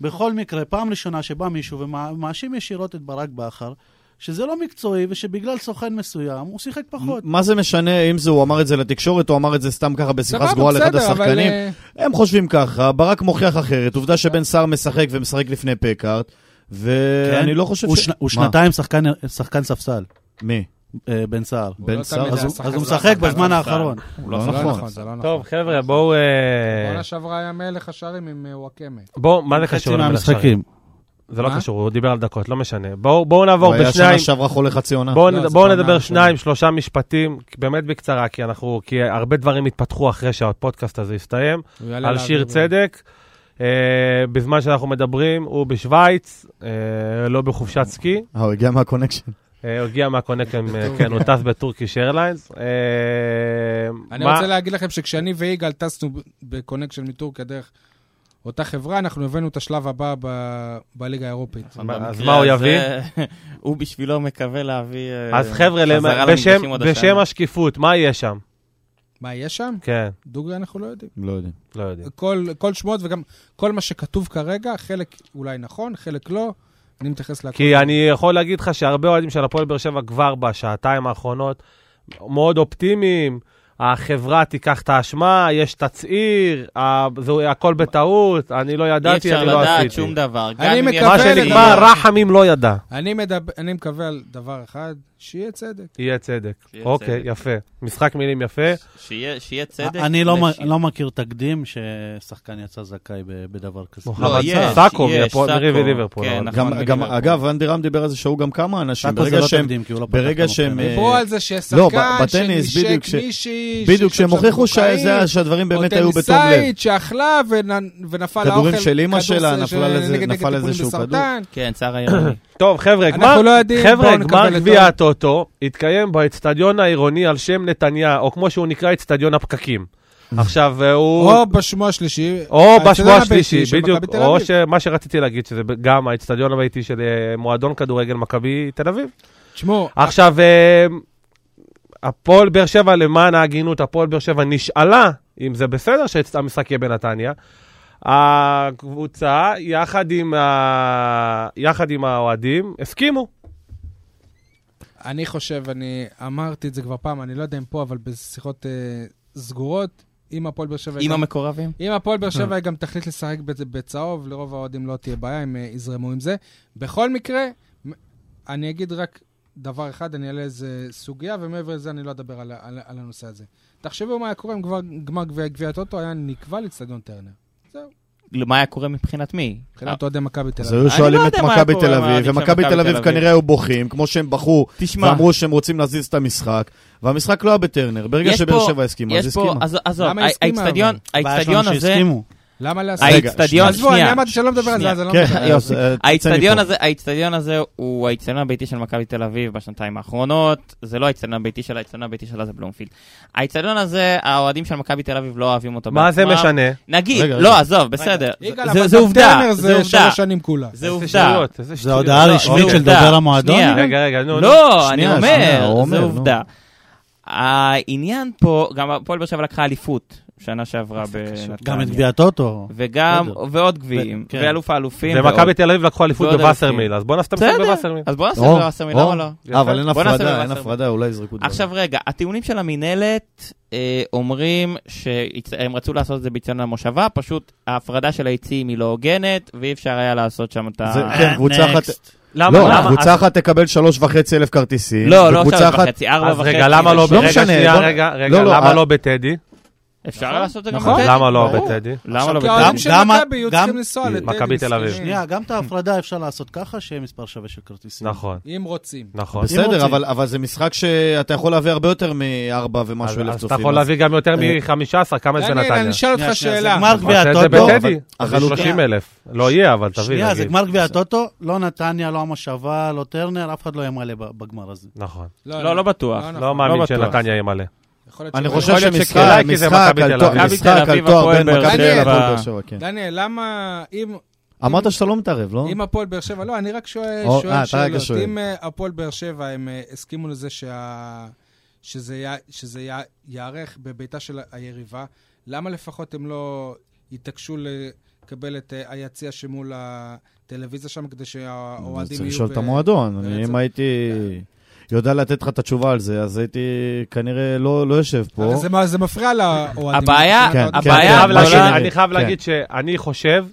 Speaker 6: בכל מקרה, פעם ראשונה שבא מישהו ומאשים ישירות את ברק בכר, שזה לא מקצועי ושבגלל סוכן מסוים הוא שיחק פחות.
Speaker 5: מה זה משנה אם זה הוא אמר את זה לתקשורת או אמר את זה סתם ככה בשיחה סגורה לאחד
Speaker 3: בסדר, אבל,
Speaker 5: השחקנים?
Speaker 3: אה,
Speaker 5: הם חושבים ככה, ברק מוכיח אחרת, עובדה שבן סער משחק ומשחק לפני פקארט, ואני
Speaker 6: כן?
Speaker 5: לא חושב
Speaker 6: הוא
Speaker 5: ש...
Speaker 6: שנ- הוא
Speaker 5: מה?
Speaker 6: שנתיים שחקן- שחקן ספסל,
Speaker 5: מי?
Speaker 6: אה, בן סער.
Speaker 3: הוא
Speaker 5: בן
Speaker 3: לא
Speaker 5: סער?
Speaker 3: תמיד
Speaker 5: אז
Speaker 3: היה
Speaker 5: הוא-
Speaker 3: שחקן
Speaker 6: אז הוא
Speaker 3: ספסל.
Speaker 6: משחק בזמן האחרון.
Speaker 5: הוא
Speaker 3: זה לא נכון, זה לא נכון.
Speaker 2: טוב, חבר'ה, בואו... אה,
Speaker 3: בעונה שעברה היה מלך השערים עם אה, וואקמה.
Speaker 2: בואו, מה זה קשור למלך שערים? זה לא
Speaker 3: מה?
Speaker 2: קשור, הוא דיבר על דקות, לא משנה. בואו בואו
Speaker 5: הוא
Speaker 2: נעבור
Speaker 5: היה
Speaker 2: בשניים.
Speaker 5: שנה שעברה חולה חצי עונה.
Speaker 2: בואו
Speaker 3: לא,
Speaker 2: נד...
Speaker 3: זה
Speaker 2: בוא
Speaker 3: פעם
Speaker 2: נדבר
Speaker 3: ראשונה.
Speaker 2: שניים, שלושה משפטים, באמת בקצרה, כי אנחנו, כי הרבה דברים התפתחו אחרי שהפודקאסט הזה הסתיים.
Speaker 3: הוא יעלה
Speaker 2: על
Speaker 3: לאוויר
Speaker 2: שיר
Speaker 3: ב-
Speaker 2: צדק, אה, בזמן שאנחנו מדברים, הוא בשוויץ, אה, לא בחופשת סקי.
Speaker 5: אה, הוא הגיע מהקונקשן.
Speaker 2: אה, הוא הגיע מהקונקטים, כן, הוא טס בטורקיש איירליינס. אה,
Speaker 3: אני
Speaker 2: מה-
Speaker 3: רוצה להגיד לכם שכשאני ויגאל טסנו ב- בקונקשן מטורקיה דרך אותה חברה, אנחנו הבאנו את השלב הבא ב- בליגה האירופית.
Speaker 5: נכון.
Speaker 2: מה- אז
Speaker 4: במקרה
Speaker 2: מה הוא
Speaker 4: הזה,
Speaker 2: יביא?
Speaker 4: הוא בשבילו מקווה להביא... אה,
Speaker 2: אז חבר'ה, למ-
Speaker 4: חזרה
Speaker 2: בשם-
Speaker 4: למגרשים עוד
Speaker 2: בשם
Speaker 4: השנה.
Speaker 2: השקיפות, מה יהיה שם?
Speaker 3: מה יהיה שם?
Speaker 2: כן,
Speaker 3: דוגרי אנחנו לא יודעים.
Speaker 5: לא יודעים.
Speaker 2: לא יודעים.
Speaker 3: כל, כל שמות וגם כל מה שכתוב כרגע, חלק אולי נכון, חלק לא. אני מתייחס להכל.
Speaker 4: נכון.
Speaker 2: כי אני יכול להגיד לך שהרבה אוהדים של הפועל באר שבע כבר בשעתיים האחרונות מאוד אופטימיים. החברה תיקח את האשמה, יש תצהיר, ה- זה הכל בטעות, אני לא
Speaker 4: אי
Speaker 2: ידעתי,
Speaker 4: אפשר
Speaker 2: אני לא
Speaker 4: לדעת
Speaker 2: עשיתי.
Speaker 4: שום דבר. גם
Speaker 3: אני
Speaker 4: אם יש-
Speaker 2: מה
Speaker 3: מקווה לקבל את
Speaker 2: שנקרא,
Speaker 3: זה.
Speaker 2: רחמים לא ידע.
Speaker 3: אני, מדבר, אני מקווה על דבר אחד, שיהיה צדק.
Speaker 2: יהיה צדק.
Speaker 4: שיהיה
Speaker 2: אוקיי,
Speaker 4: צדק.
Speaker 2: יפה. משחק מילים יפה.
Speaker 4: שיהיה שיהיה צדק.
Speaker 6: אני לא מ-
Speaker 4: לש-
Speaker 6: לא מכיר תקדים ששחקן יצא זכאי ב- בדבר כזה.
Speaker 2: מוחמד
Speaker 4: לא, יש,
Speaker 2: סאקו
Speaker 4: יש,
Speaker 2: מהפועל-
Speaker 4: סאקו.
Speaker 2: מליברפול,
Speaker 4: כן,
Speaker 2: אבל-
Speaker 5: גם,
Speaker 4: נכון,
Speaker 5: גם-
Speaker 4: מליברפול.
Speaker 5: אגב, ואן דירם דיבר על זה שהוא גם כמה אנשים,
Speaker 6: סאקו זה
Speaker 5: ברגע
Speaker 6: לא
Speaker 5: שהם...
Speaker 6: תקדים, כי הוא לא פתח
Speaker 5: ברגע
Speaker 6: במוקדם.
Speaker 5: שהם... אה,
Speaker 3: דיברו על זה
Speaker 5: לא, ב-
Speaker 3: ששחקן
Speaker 5: בטניס,
Speaker 3: שנשק
Speaker 5: בדיוק ש-
Speaker 3: מישהי,
Speaker 5: בדיוק,
Speaker 3: שהשתמשה
Speaker 5: שהם הוכיחו
Speaker 3: בקוקאין,
Speaker 5: שזה- שהדברים באמת היו בתום
Speaker 3: או
Speaker 5: לב.
Speaker 3: טניסאית שאכלה ונ- ונפל לאוכל.
Speaker 5: כדורים של אמא
Speaker 3: כדור
Speaker 5: שלה,
Speaker 3: ש-
Speaker 5: נפלה לזה-
Speaker 3: נגד- נגד
Speaker 5: נפל
Speaker 3: טיפולים
Speaker 5: איזשהו כדור.
Speaker 3: בסרטן.
Speaker 4: כן, צער העירוני.
Speaker 2: טוב, חבר'ה,
Speaker 3: אנחנו
Speaker 2: גמר,
Speaker 3: לא יודעים,
Speaker 2: חבר'ה,
Speaker 3: בואו נקבל
Speaker 2: גמר
Speaker 3: את
Speaker 2: גביע
Speaker 3: ה-
Speaker 2: הטוטו התקיים באצטדיון העירוני על שם נתניה, או כמו שהוא נקרא, אצטדיון הפקקים.
Speaker 3: נכון.
Speaker 2: עכשיו, אה, הוא...
Speaker 3: או בשמו השלישי.
Speaker 2: או
Speaker 3: האצטדיון
Speaker 2: בשבוע
Speaker 3: הביתי
Speaker 2: השלישי,
Speaker 3: של
Speaker 2: בדיוק,
Speaker 3: מכבי תל
Speaker 2: או
Speaker 3: אביב.
Speaker 2: שמה שרציתי להגיד, שזה ב- גם האצטדיון הביתי של אה, מועדון כדורגל מכבי תל אביב.
Speaker 3: אה, תשמעו,
Speaker 2: עכשיו, אה, הפועל באר שבע, למען ההגינות, הפועל באר שבע נשאלה אם זה בסדר שהמשחק יהיה בנתניה. הקבוצה, יחד עם, ה... יחד עם האוהדים, הסכימו.
Speaker 3: אני חושב, אני אמרתי את זה כבר פעם, אני לא יודע אם פה, אבל בשיחות אה, סגורות, אם הפועל באר שבע...
Speaker 4: עם
Speaker 3: גם-
Speaker 4: המקורבים?
Speaker 3: אם הפועל באר שבע היא גם תחליט לשחק בצ- בצהוב, לרוב האוהדים לא תהיה בעיה, הם אה, יזרמו עם זה. בכל מקרה, מ- אני אגיד רק דבר אחד, אני אעלה איזה סוגיה, ומעבר לזה אני לא אדבר על, ה- על, ה- על הנושא הזה. תחשבו מה היה קורה אם כבר גמר גביע גביע הטוטו היה נקבע לאצטדיון טרנר.
Speaker 4: לא, מה היה קורה מבחינת מי? אה,
Speaker 3: מבחינת אוהדי מכבי תל
Speaker 5: אז
Speaker 3: אביב.
Speaker 5: היו שואלים
Speaker 4: לא
Speaker 5: את
Speaker 4: יודע מה
Speaker 5: מכבי
Speaker 4: היה
Speaker 5: תל
Speaker 4: קורה עם
Speaker 5: אביב,
Speaker 4: האוהדים של
Speaker 5: ומכבי
Speaker 4: מכבי
Speaker 5: תל
Speaker 4: תל
Speaker 5: אביב
Speaker 4: אביב.
Speaker 5: כנראה היו בוכים, כמו שהם בכו,
Speaker 4: תשמע,
Speaker 5: ואמרו שהם רוצים להזיז את המשחק, והמשחק לא היה בטרנר. ברגע
Speaker 4: יש
Speaker 5: שבאר
Speaker 4: פה-
Speaker 5: שבע הסכימה, אז
Speaker 4: יש פה,
Speaker 5: הסכימה.
Speaker 4: אז- לא עזוב,
Speaker 3: למה הסכימה,
Speaker 4: האיצטדיון,
Speaker 6: הבעיה שלנו
Speaker 4: האיצטדיון הזה,
Speaker 6: שהסכימו.
Speaker 3: למה לעשות?
Speaker 5: רגע, שנייה.
Speaker 4: האיצטדיון,
Speaker 3: עזבו, אני
Speaker 4: שנייה,
Speaker 3: אמרתי שאני לא מדבר על זה, אז
Speaker 4: שנייה.
Speaker 3: אני לא
Speaker 5: כן,
Speaker 3: מדבר.
Speaker 5: אז, אה, תצא
Speaker 4: האיצטדיון
Speaker 5: מפה.
Speaker 4: הזה, האיצטדיון הזה הוא האיצטדיון הביתי של מכבי תל אביב בשנתיים האחרונות, זה לא האיצטדיון הביתי שלה, האיצטדיון הביתי שלה זה בלומפילד. האיצטדיון הזה, האוהדים של מכבי תל אביב לא אוהבים אותו.
Speaker 2: מה זה
Speaker 4: בעצמם.
Speaker 2: משנה?
Speaker 4: נגיד,
Speaker 5: רגע,
Speaker 4: לא,
Speaker 5: רגע.
Speaker 4: עזוב, בסדר.
Speaker 3: יגאל,
Speaker 4: זה-
Speaker 3: אבל
Speaker 4: זה עובדה,
Speaker 3: בטרנר
Speaker 4: זה
Speaker 3: זה
Speaker 4: עובדה.
Speaker 3: שלוש שנים כולה.
Speaker 4: זה
Speaker 2: איזה
Speaker 4: עובדה.
Speaker 2: שטויות, איזה
Speaker 6: זה
Speaker 2: שטויות. אוקיי,
Speaker 6: הודעה
Speaker 4: לא,
Speaker 6: רשמית
Speaker 4: זה
Speaker 6: של
Speaker 4: עובדה.
Speaker 6: דובר המועדון?
Speaker 4: שנייה.
Speaker 2: רגע, רגע, נו, נו.
Speaker 4: לא, אני
Speaker 5: שנייה, שנייה,
Speaker 4: אומר,
Speaker 5: הוא אומר,
Speaker 4: זה
Speaker 5: נו.
Speaker 4: עובדה. העניין פה, גם הפועל באר שבע לקחה אליפות שנה שעברה
Speaker 6: גם את
Speaker 4: בנתניה.
Speaker 6: גביע הטוטו.
Speaker 4: וגם,
Speaker 6: בסדר.
Speaker 4: ועוד גביעים,
Speaker 6: ו- כן.
Speaker 4: ואלוף האלופים. ועוד.
Speaker 2: ומכבי תל אביב לקחו אליפות
Speaker 4: ועוד
Speaker 2: בווסרמיל,
Speaker 4: אלפים.
Speaker 2: אז בוא נעשה את המשחק
Speaker 4: בסדר,
Speaker 2: בווסרמיל.
Speaker 4: אז בוא נעשה
Speaker 5: או,
Speaker 4: את הווסרמיל,
Speaker 5: או.
Speaker 4: למה לא?
Speaker 5: אה, אבל אין
Speaker 4: בוא נעשה
Speaker 5: הפרדה, אין
Speaker 4: בווסרמיל.
Speaker 5: הפרדה, אולי יזרקו דברים.
Speaker 4: עכשיו רגע, הטיעונים של המינהלת אה, אומרים שהם רצו לעשות את זה ביציון המושבה, פשוט ההפרדה של היציעים היא לא הוגנת, ואי אפשר היה לעשות שם את ה...
Speaker 5: זה- כן, קבוצה אחת...
Speaker 2: למה,
Speaker 5: לא,
Speaker 2: למה?
Speaker 5: קבוצה אחת תקבל שלוש וחצי אלף כרטיסים.
Speaker 4: לא, לא
Speaker 5: וקבוצה
Speaker 4: שלוש
Speaker 5: אחת-
Speaker 4: וחצי, ארבע
Speaker 2: אז
Speaker 4: וחצי.
Speaker 2: רגע, למה לא
Speaker 5: לא
Speaker 2: רגע,
Speaker 5: משנה,
Speaker 2: שנייה,
Speaker 5: בוא-
Speaker 2: רגע, רגע,
Speaker 5: לא, לא,
Speaker 2: למה
Speaker 5: אה-
Speaker 2: לא בטדי?
Speaker 4: אפשר לעשות את זה גם
Speaker 3: נכון.
Speaker 4: בטדי.
Speaker 2: למה לא
Speaker 3: ברור.
Speaker 2: בטדי?
Speaker 4: למה לא
Speaker 3: כי
Speaker 4: בטדי?
Speaker 3: האוהדים של
Speaker 6: גם-
Speaker 3: מכבי היו
Speaker 6: גם-
Speaker 3: צריכים לנסוע לטדי.
Speaker 2: מכבי תל אביב.
Speaker 3: מסכנים.
Speaker 6: שנייה, גם את ההפרדה אפשר לעשות ככה, שיהיה מספר שווה של כרטיסים.
Speaker 2: נכון,
Speaker 3: אם רוצים.
Speaker 2: נכון.
Speaker 6: אם
Speaker 5: בסדר,
Speaker 6: רוצים.
Speaker 5: אבל, אבל זה משחק שאתה יכול להביא הרבה יותר מארבע ומשהו
Speaker 2: אז-
Speaker 5: אלף
Speaker 2: אז
Speaker 5: צופים.
Speaker 2: אתה יכול להביא גם יותר מ-15, כמה יש
Speaker 3: דניאל,
Speaker 2: בנתניה?
Speaker 3: אני אשאל אותך
Speaker 6: שנייה, שנייה,
Speaker 3: שאלה.
Speaker 6: זה גמר גביע
Speaker 2: תעשה את זה
Speaker 6: הטוטו.
Speaker 2: בטדי,
Speaker 5: אבל-
Speaker 2: זה 30 אלף. לא יהיה, אבל תביא,
Speaker 6: שנייה, זה
Speaker 2: נגיד.
Speaker 6: גמר גביע הטוטו, לא נתניה, לא המשאבה, לא טרנר, אף אחד לא ימלא ב- בגמר הזה.
Speaker 2: נכון.
Speaker 4: לא, לא בטוח.
Speaker 3: לא,
Speaker 2: לא
Speaker 3: נכון.
Speaker 2: מאמין
Speaker 4: לא בטוח.
Speaker 2: שנתניה ימלא.
Speaker 3: יכול להיות
Speaker 5: אני
Speaker 3: שלא.
Speaker 5: חושב
Speaker 2: יכול להיות
Speaker 5: שמשחק
Speaker 2: שכדאי, כי זה
Speaker 5: משחק
Speaker 2: מכבי
Speaker 5: על
Speaker 2: תל
Speaker 5: תואר-
Speaker 2: אביב.
Speaker 4: מכבי
Speaker 5: משחק
Speaker 4: תל
Speaker 5: על
Speaker 4: אביב,
Speaker 5: תואר
Speaker 4: הפועל
Speaker 5: בין
Speaker 4: באר
Speaker 5: מכבי תל אביב
Speaker 3: שבע.
Speaker 5: להפועל באר שבע, כן.
Speaker 3: דניאל, למה אם-
Speaker 5: אמרת שאתה לא מתערב, לא?
Speaker 3: אם הפועל באר שבע, לא, אני רק שואל
Speaker 5: או,
Speaker 3: שואל
Speaker 5: אה, אתה רגע
Speaker 3: שאלות.
Speaker 5: שואל.
Speaker 3: אם אה, הפועל באר שבע, הם אה, הסכימו לזה שה- שזה יה- שזה יה- ייערך בביתה של היריבה, למה לפחות הם לא התעקשו ל-
Speaker 8: לקבל את אה, היציע שמול הטלוויזיה שם, כדי שהאוהדים יהיו...
Speaker 5: צריך לשאול את
Speaker 8: ב-
Speaker 5: המועדון. אני-
Speaker 8: בעצם- כן.
Speaker 5: אם הייתי יודע לתת לך את התשובה על זה, אז הייתי כנראה לא לא יושב פה.
Speaker 8: אבל זה מה- זה מפריע לאוהדים.
Speaker 4: הבעיה-
Speaker 8: כן,
Speaker 5: הבעיה-
Speaker 8: כן.
Speaker 2: אני חייב
Speaker 5: מה
Speaker 2: להגיד-
Speaker 5: שאני-
Speaker 2: אני חייב
Speaker 5: כן.
Speaker 2: להגיד שאני חושב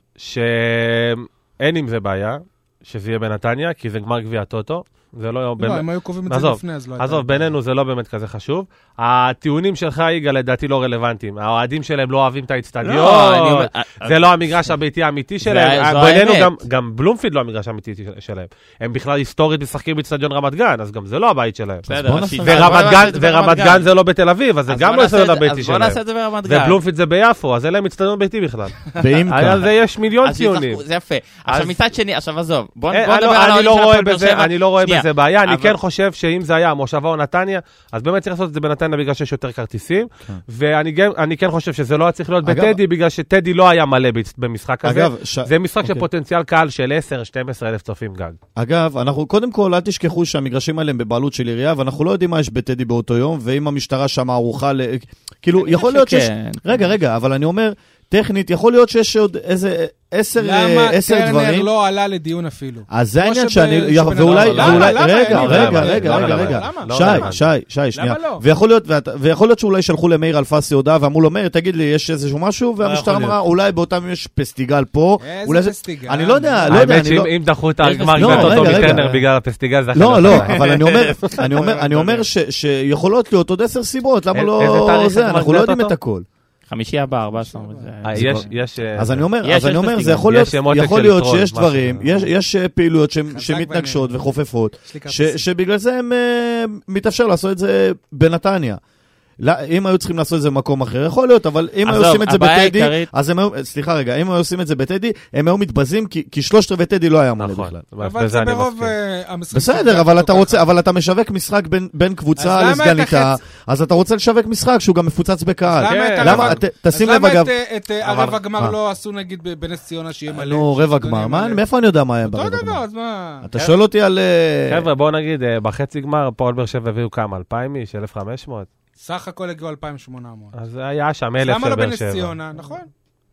Speaker 2: שאין עם זה בעיה, שזה יהיה בנתניה, כי זה גמר גביע הטוטו. זה
Speaker 5: כן.
Speaker 2: לא...
Speaker 8: לא,
Speaker 2: באמת-
Speaker 8: אם היו קובעים את זה
Speaker 2: עזוב,
Speaker 8: לפני, אז לא הייתה...
Speaker 2: עזוב, בינינו זה לא באמת כזה חשוב. הטיעונים שלך, יגאל, לדעתי לא רלוונטיים. האוהדים שלהם לא אוהבים את האיצטדיון.
Speaker 4: לא, אני אומר-
Speaker 2: זה לא המגרש הביתי האמיתי שלהם.
Speaker 4: זו
Speaker 2: בינינו
Speaker 4: האמת.
Speaker 2: גם, גם בלומפיד לא המגרש האמיתי של- שלהם. הם בכלל היסטורית משחקים באיצטדיון רמת גן, אז גם זה לא הבית שלהם.
Speaker 4: בסדר,
Speaker 5: בוא
Speaker 4: אז
Speaker 5: נעשה-
Speaker 4: שיט- אז בוא
Speaker 2: ורמת
Speaker 4: נעשה
Speaker 2: גן,
Speaker 4: את זה ברמת
Speaker 2: ורמת גן זה לא בתל אביב, אז זה
Speaker 4: אז
Speaker 2: גם
Speaker 4: בוא
Speaker 2: לא
Speaker 4: נעשה
Speaker 2: איצטדיון
Speaker 4: את זה-
Speaker 2: הביתי
Speaker 4: אז בוא
Speaker 2: שלהם.
Speaker 4: נעשה את זה ברמת גן.
Speaker 2: ובלומפיד זה ביפו, אז אין להם איצטדיון ביתי בכלל.
Speaker 5: באימקה.
Speaker 2: על זה יש מיליון
Speaker 4: אז יצחקו,
Speaker 2: ציונים.
Speaker 4: זה יפה. עכשיו
Speaker 2: אז-
Speaker 4: מצד שני, עכשיו עזוב, בוא בוא
Speaker 2: אין,
Speaker 4: נדבר
Speaker 2: אני
Speaker 4: על
Speaker 2: לא- אני
Speaker 4: האוהדים
Speaker 2: לא
Speaker 4: של
Speaker 2: רואה
Speaker 4: הפועל באר
Speaker 2: בזה-
Speaker 4: שבע.
Speaker 2: אני לא רואה
Speaker 4: שנייה.
Speaker 2: בזה בעיה, אני
Speaker 4: אבל-
Speaker 2: כן חושב שאם זה היה המושבה או נתניה, אז באמת צריך לעשות את זה בנתניה בגלל שיש יותר כרטיסים, ואני גם- אני כן חושב שזה לא היה צריך להיות
Speaker 5: כן. אגב-
Speaker 2: בטדי, בגלל שטדי לא היה מלא בצ- במשחק הזה.
Speaker 5: אגב, ש-
Speaker 2: זה משחק של
Speaker 5: אוקיי. אה,
Speaker 2: פוטנציאל קהל של 10-12 אלף צופים גג.
Speaker 5: אגב, אנחנו קודם כל, אל תשכחו שהמגרשים האלה הם בבעלות של עירייה, ואנחנו לא יודעים מה יש בטדי באותו יום, ואם המשטרה שם ערוכה ל... כאילו, יכול להיות
Speaker 8: כן,
Speaker 5: שיש...
Speaker 4: שכן.
Speaker 5: רגע, רגע, אבל אני אומר, טכנית, יכול להיות שיש עוד איזה עשר
Speaker 8: למה
Speaker 5: אה, עשר
Speaker 8: טרנר
Speaker 5: דברים. אה,
Speaker 8: לא עלה לדיון אפילו?
Speaker 5: אז זה
Speaker 8: כמו
Speaker 5: העניין
Speaker 8: שב-
Speaker 5: שאני...
Speaker 8: שבן אדם-
Speaker 5: ואולי...
Speaker 2: למה?
Speaker 5: ואולי-
Speaker 8: למה?
Speaker 5: רגע,
Speaker 8: אין לי
Speaker 5: רגע,
Speaker 8: בעיה.
Speaker 5: רגע,
Speaker 8: למה?
Speaker 5: רגע, רגע.
Speaker 8: למה?
Speaker 2: לא,
Speaker 5: שי,
Speaker 2: למה?
Speaker 5: שי, שי, שנייה.
Speaker 8: לא?
Speaker 5: ויכול להיות, ואת- ויכול להיות שאולי שלחו למאיר אלפסי הודעה ואמרו לו, מאיר, תגיד לי, יש איזשהו משהו? והמשטרה
Speaker 2: יכול
Speaker 5: אמרה, אולי באותם ימים יש פסטיגל פה.
Speaker 8: לא איזה
Speaker 5: אולי זה-
Speaker 8: פסטיגל?
Speaker 5: אני לא יודע, לא יודע,
Speaker 2: האמת
Speaker 5: אני לא...
Speaker 2: שאם אם דחו את
Speaker 4: יש
Speaker 2: הגמר
Speaker 4: לזה-
Speaker 2: גביע
Speaker 4: לא,
Speaker 2: טוטו
Speaker 5: רגע, רגע.
Speaker 2: מטרנר בגלל הפסטיגל, זה אחרת.
Speaker 5: לא, לא, אבל אני אומר, אני אומר, אני אומר ש- שיכולות להיות עוד עשר סיבות, למה
Speaker 2: איזה תאריך
Speaker 5: לא
Speaker 2: הגמר
Speaker 5: זה, אנחנו לא
Speaker 2: גביע
Speaker 5: יודעים את
Speaker 2: טוטו?
Speaker 5: הכל.
Speaker 4: חמישי הבא, 14. זה-
Speaker 2: יש, יש... אה,
Speaker 5: אז אני אומר,
Speaker 4: יש,
Speaker 5: אז אני
Speaker 4: יש
Speaker 5: אומר,
Speaker 4: פסטיגל.
Speaker 5: זה יכול
Speaker 2: יש
Speaker 5: להיות,
Speaker 2: שמות
Speaker 5: יכול
Speaker 2: של
Speaker 5: להיות
Speaker 2: טרול,
Speaker 5: שיש
Speaker 2: משהו
Speaker 5: דברים,
Speaker 2: כזה.
Speaker 5: יש יש, אה, פעילויות שהן- שמתנגשות
Speaker 8: בעניין.
Speaker 5: וחופפות,
Speaker 8: יש לי
Speaker 5: ש-
Speaker 8: כרטיסים.
Speaker 5: שבגלל זה הם אה, מתאפשר לעשות את זה בנתניה. לא, אם היו צריכים לעשות את זה במקום אחר, יכול להיות, אבל אם היו
Speaker 4: עזוב,
Speaker 5: עושים את זה
Speaker 4: הבעיה
Speaker 5: בטדי,
Speaker 4: העיקרית-
Speaker 5: אז הם היו, סליחה רגע, אם היו עושים את זה בטדי, הם היו מתבזים, כי- כי שלושת רבעי טדי לא היה מלא
Speaker 2: נכון,
Speaker 5: בכלל.
Speaker 8: אבל
Speaker 2: בזה
Speaker 8: זה
Speaker 2: אני
Speaker 8: ברוב
Speaker 2: מסכים.
Speaker 8: אה, המשחקים.
Speaker 5: בסדר, אבל אתה רוצה, אבל אתה משווק משחק בין- בין
Speaker 8: אז
Speaker 5: קבוצה
Speaker 8: למה
Speaker 5: לסגניתה,
Speaker 8: אתה
Speaker 5: אז אתה רוצה לשווק משחק שהוא גם מפוצץ בקהל.
Speaker 8: למה
Speaker 2: כן.
Speaker 8: את
Speaker 5: למה,
Speaker 8: הרבע-
Speaker 5: ת- תשים
Speaker 8: אז
Speaker 5: לב
Speaker 8: למה את,
Speaker 5: אגב,
Speaker 8: אה, את אה,
Speaker 5: אבל-
Speaker 8: הרבע
Speaker 5: מה?
Speaker 8: גמר לא עשו נגיד ב- בנס ציונה שיהיה מלא?
Speaker 5: נו, רבע
Speaker 8: שאדוני
Speaker 5: גמר, מה,
Speaker 8: יהיה מלא?
Speaker 5: מאיפה אני יודע מה היה ברבע
Speaker 8: אותו
Speaker 5: גמר?
Speaker 8: דבר, אז מה?
Speaker 5: אתה שואל אותי על... אה,
Speaker 2: חבר'ה, בואו נגיד, אה, בחצי גמר, הפועל באר שבע הביאו כמה? 2,000 איש? 1,500?
Speaker 8: סך הכל הגיעו 2,800.
Speaker 2: אז היה שם
Speaker 8: אז
Speaker 2: 1,000
Speaker 8: למה
Speaker 2: של
Speaker 8: לא
Speaker 2: באר
Speaker 8: בנס
Speaker 2: שבע.
Speaker 8: ציונה? נכון.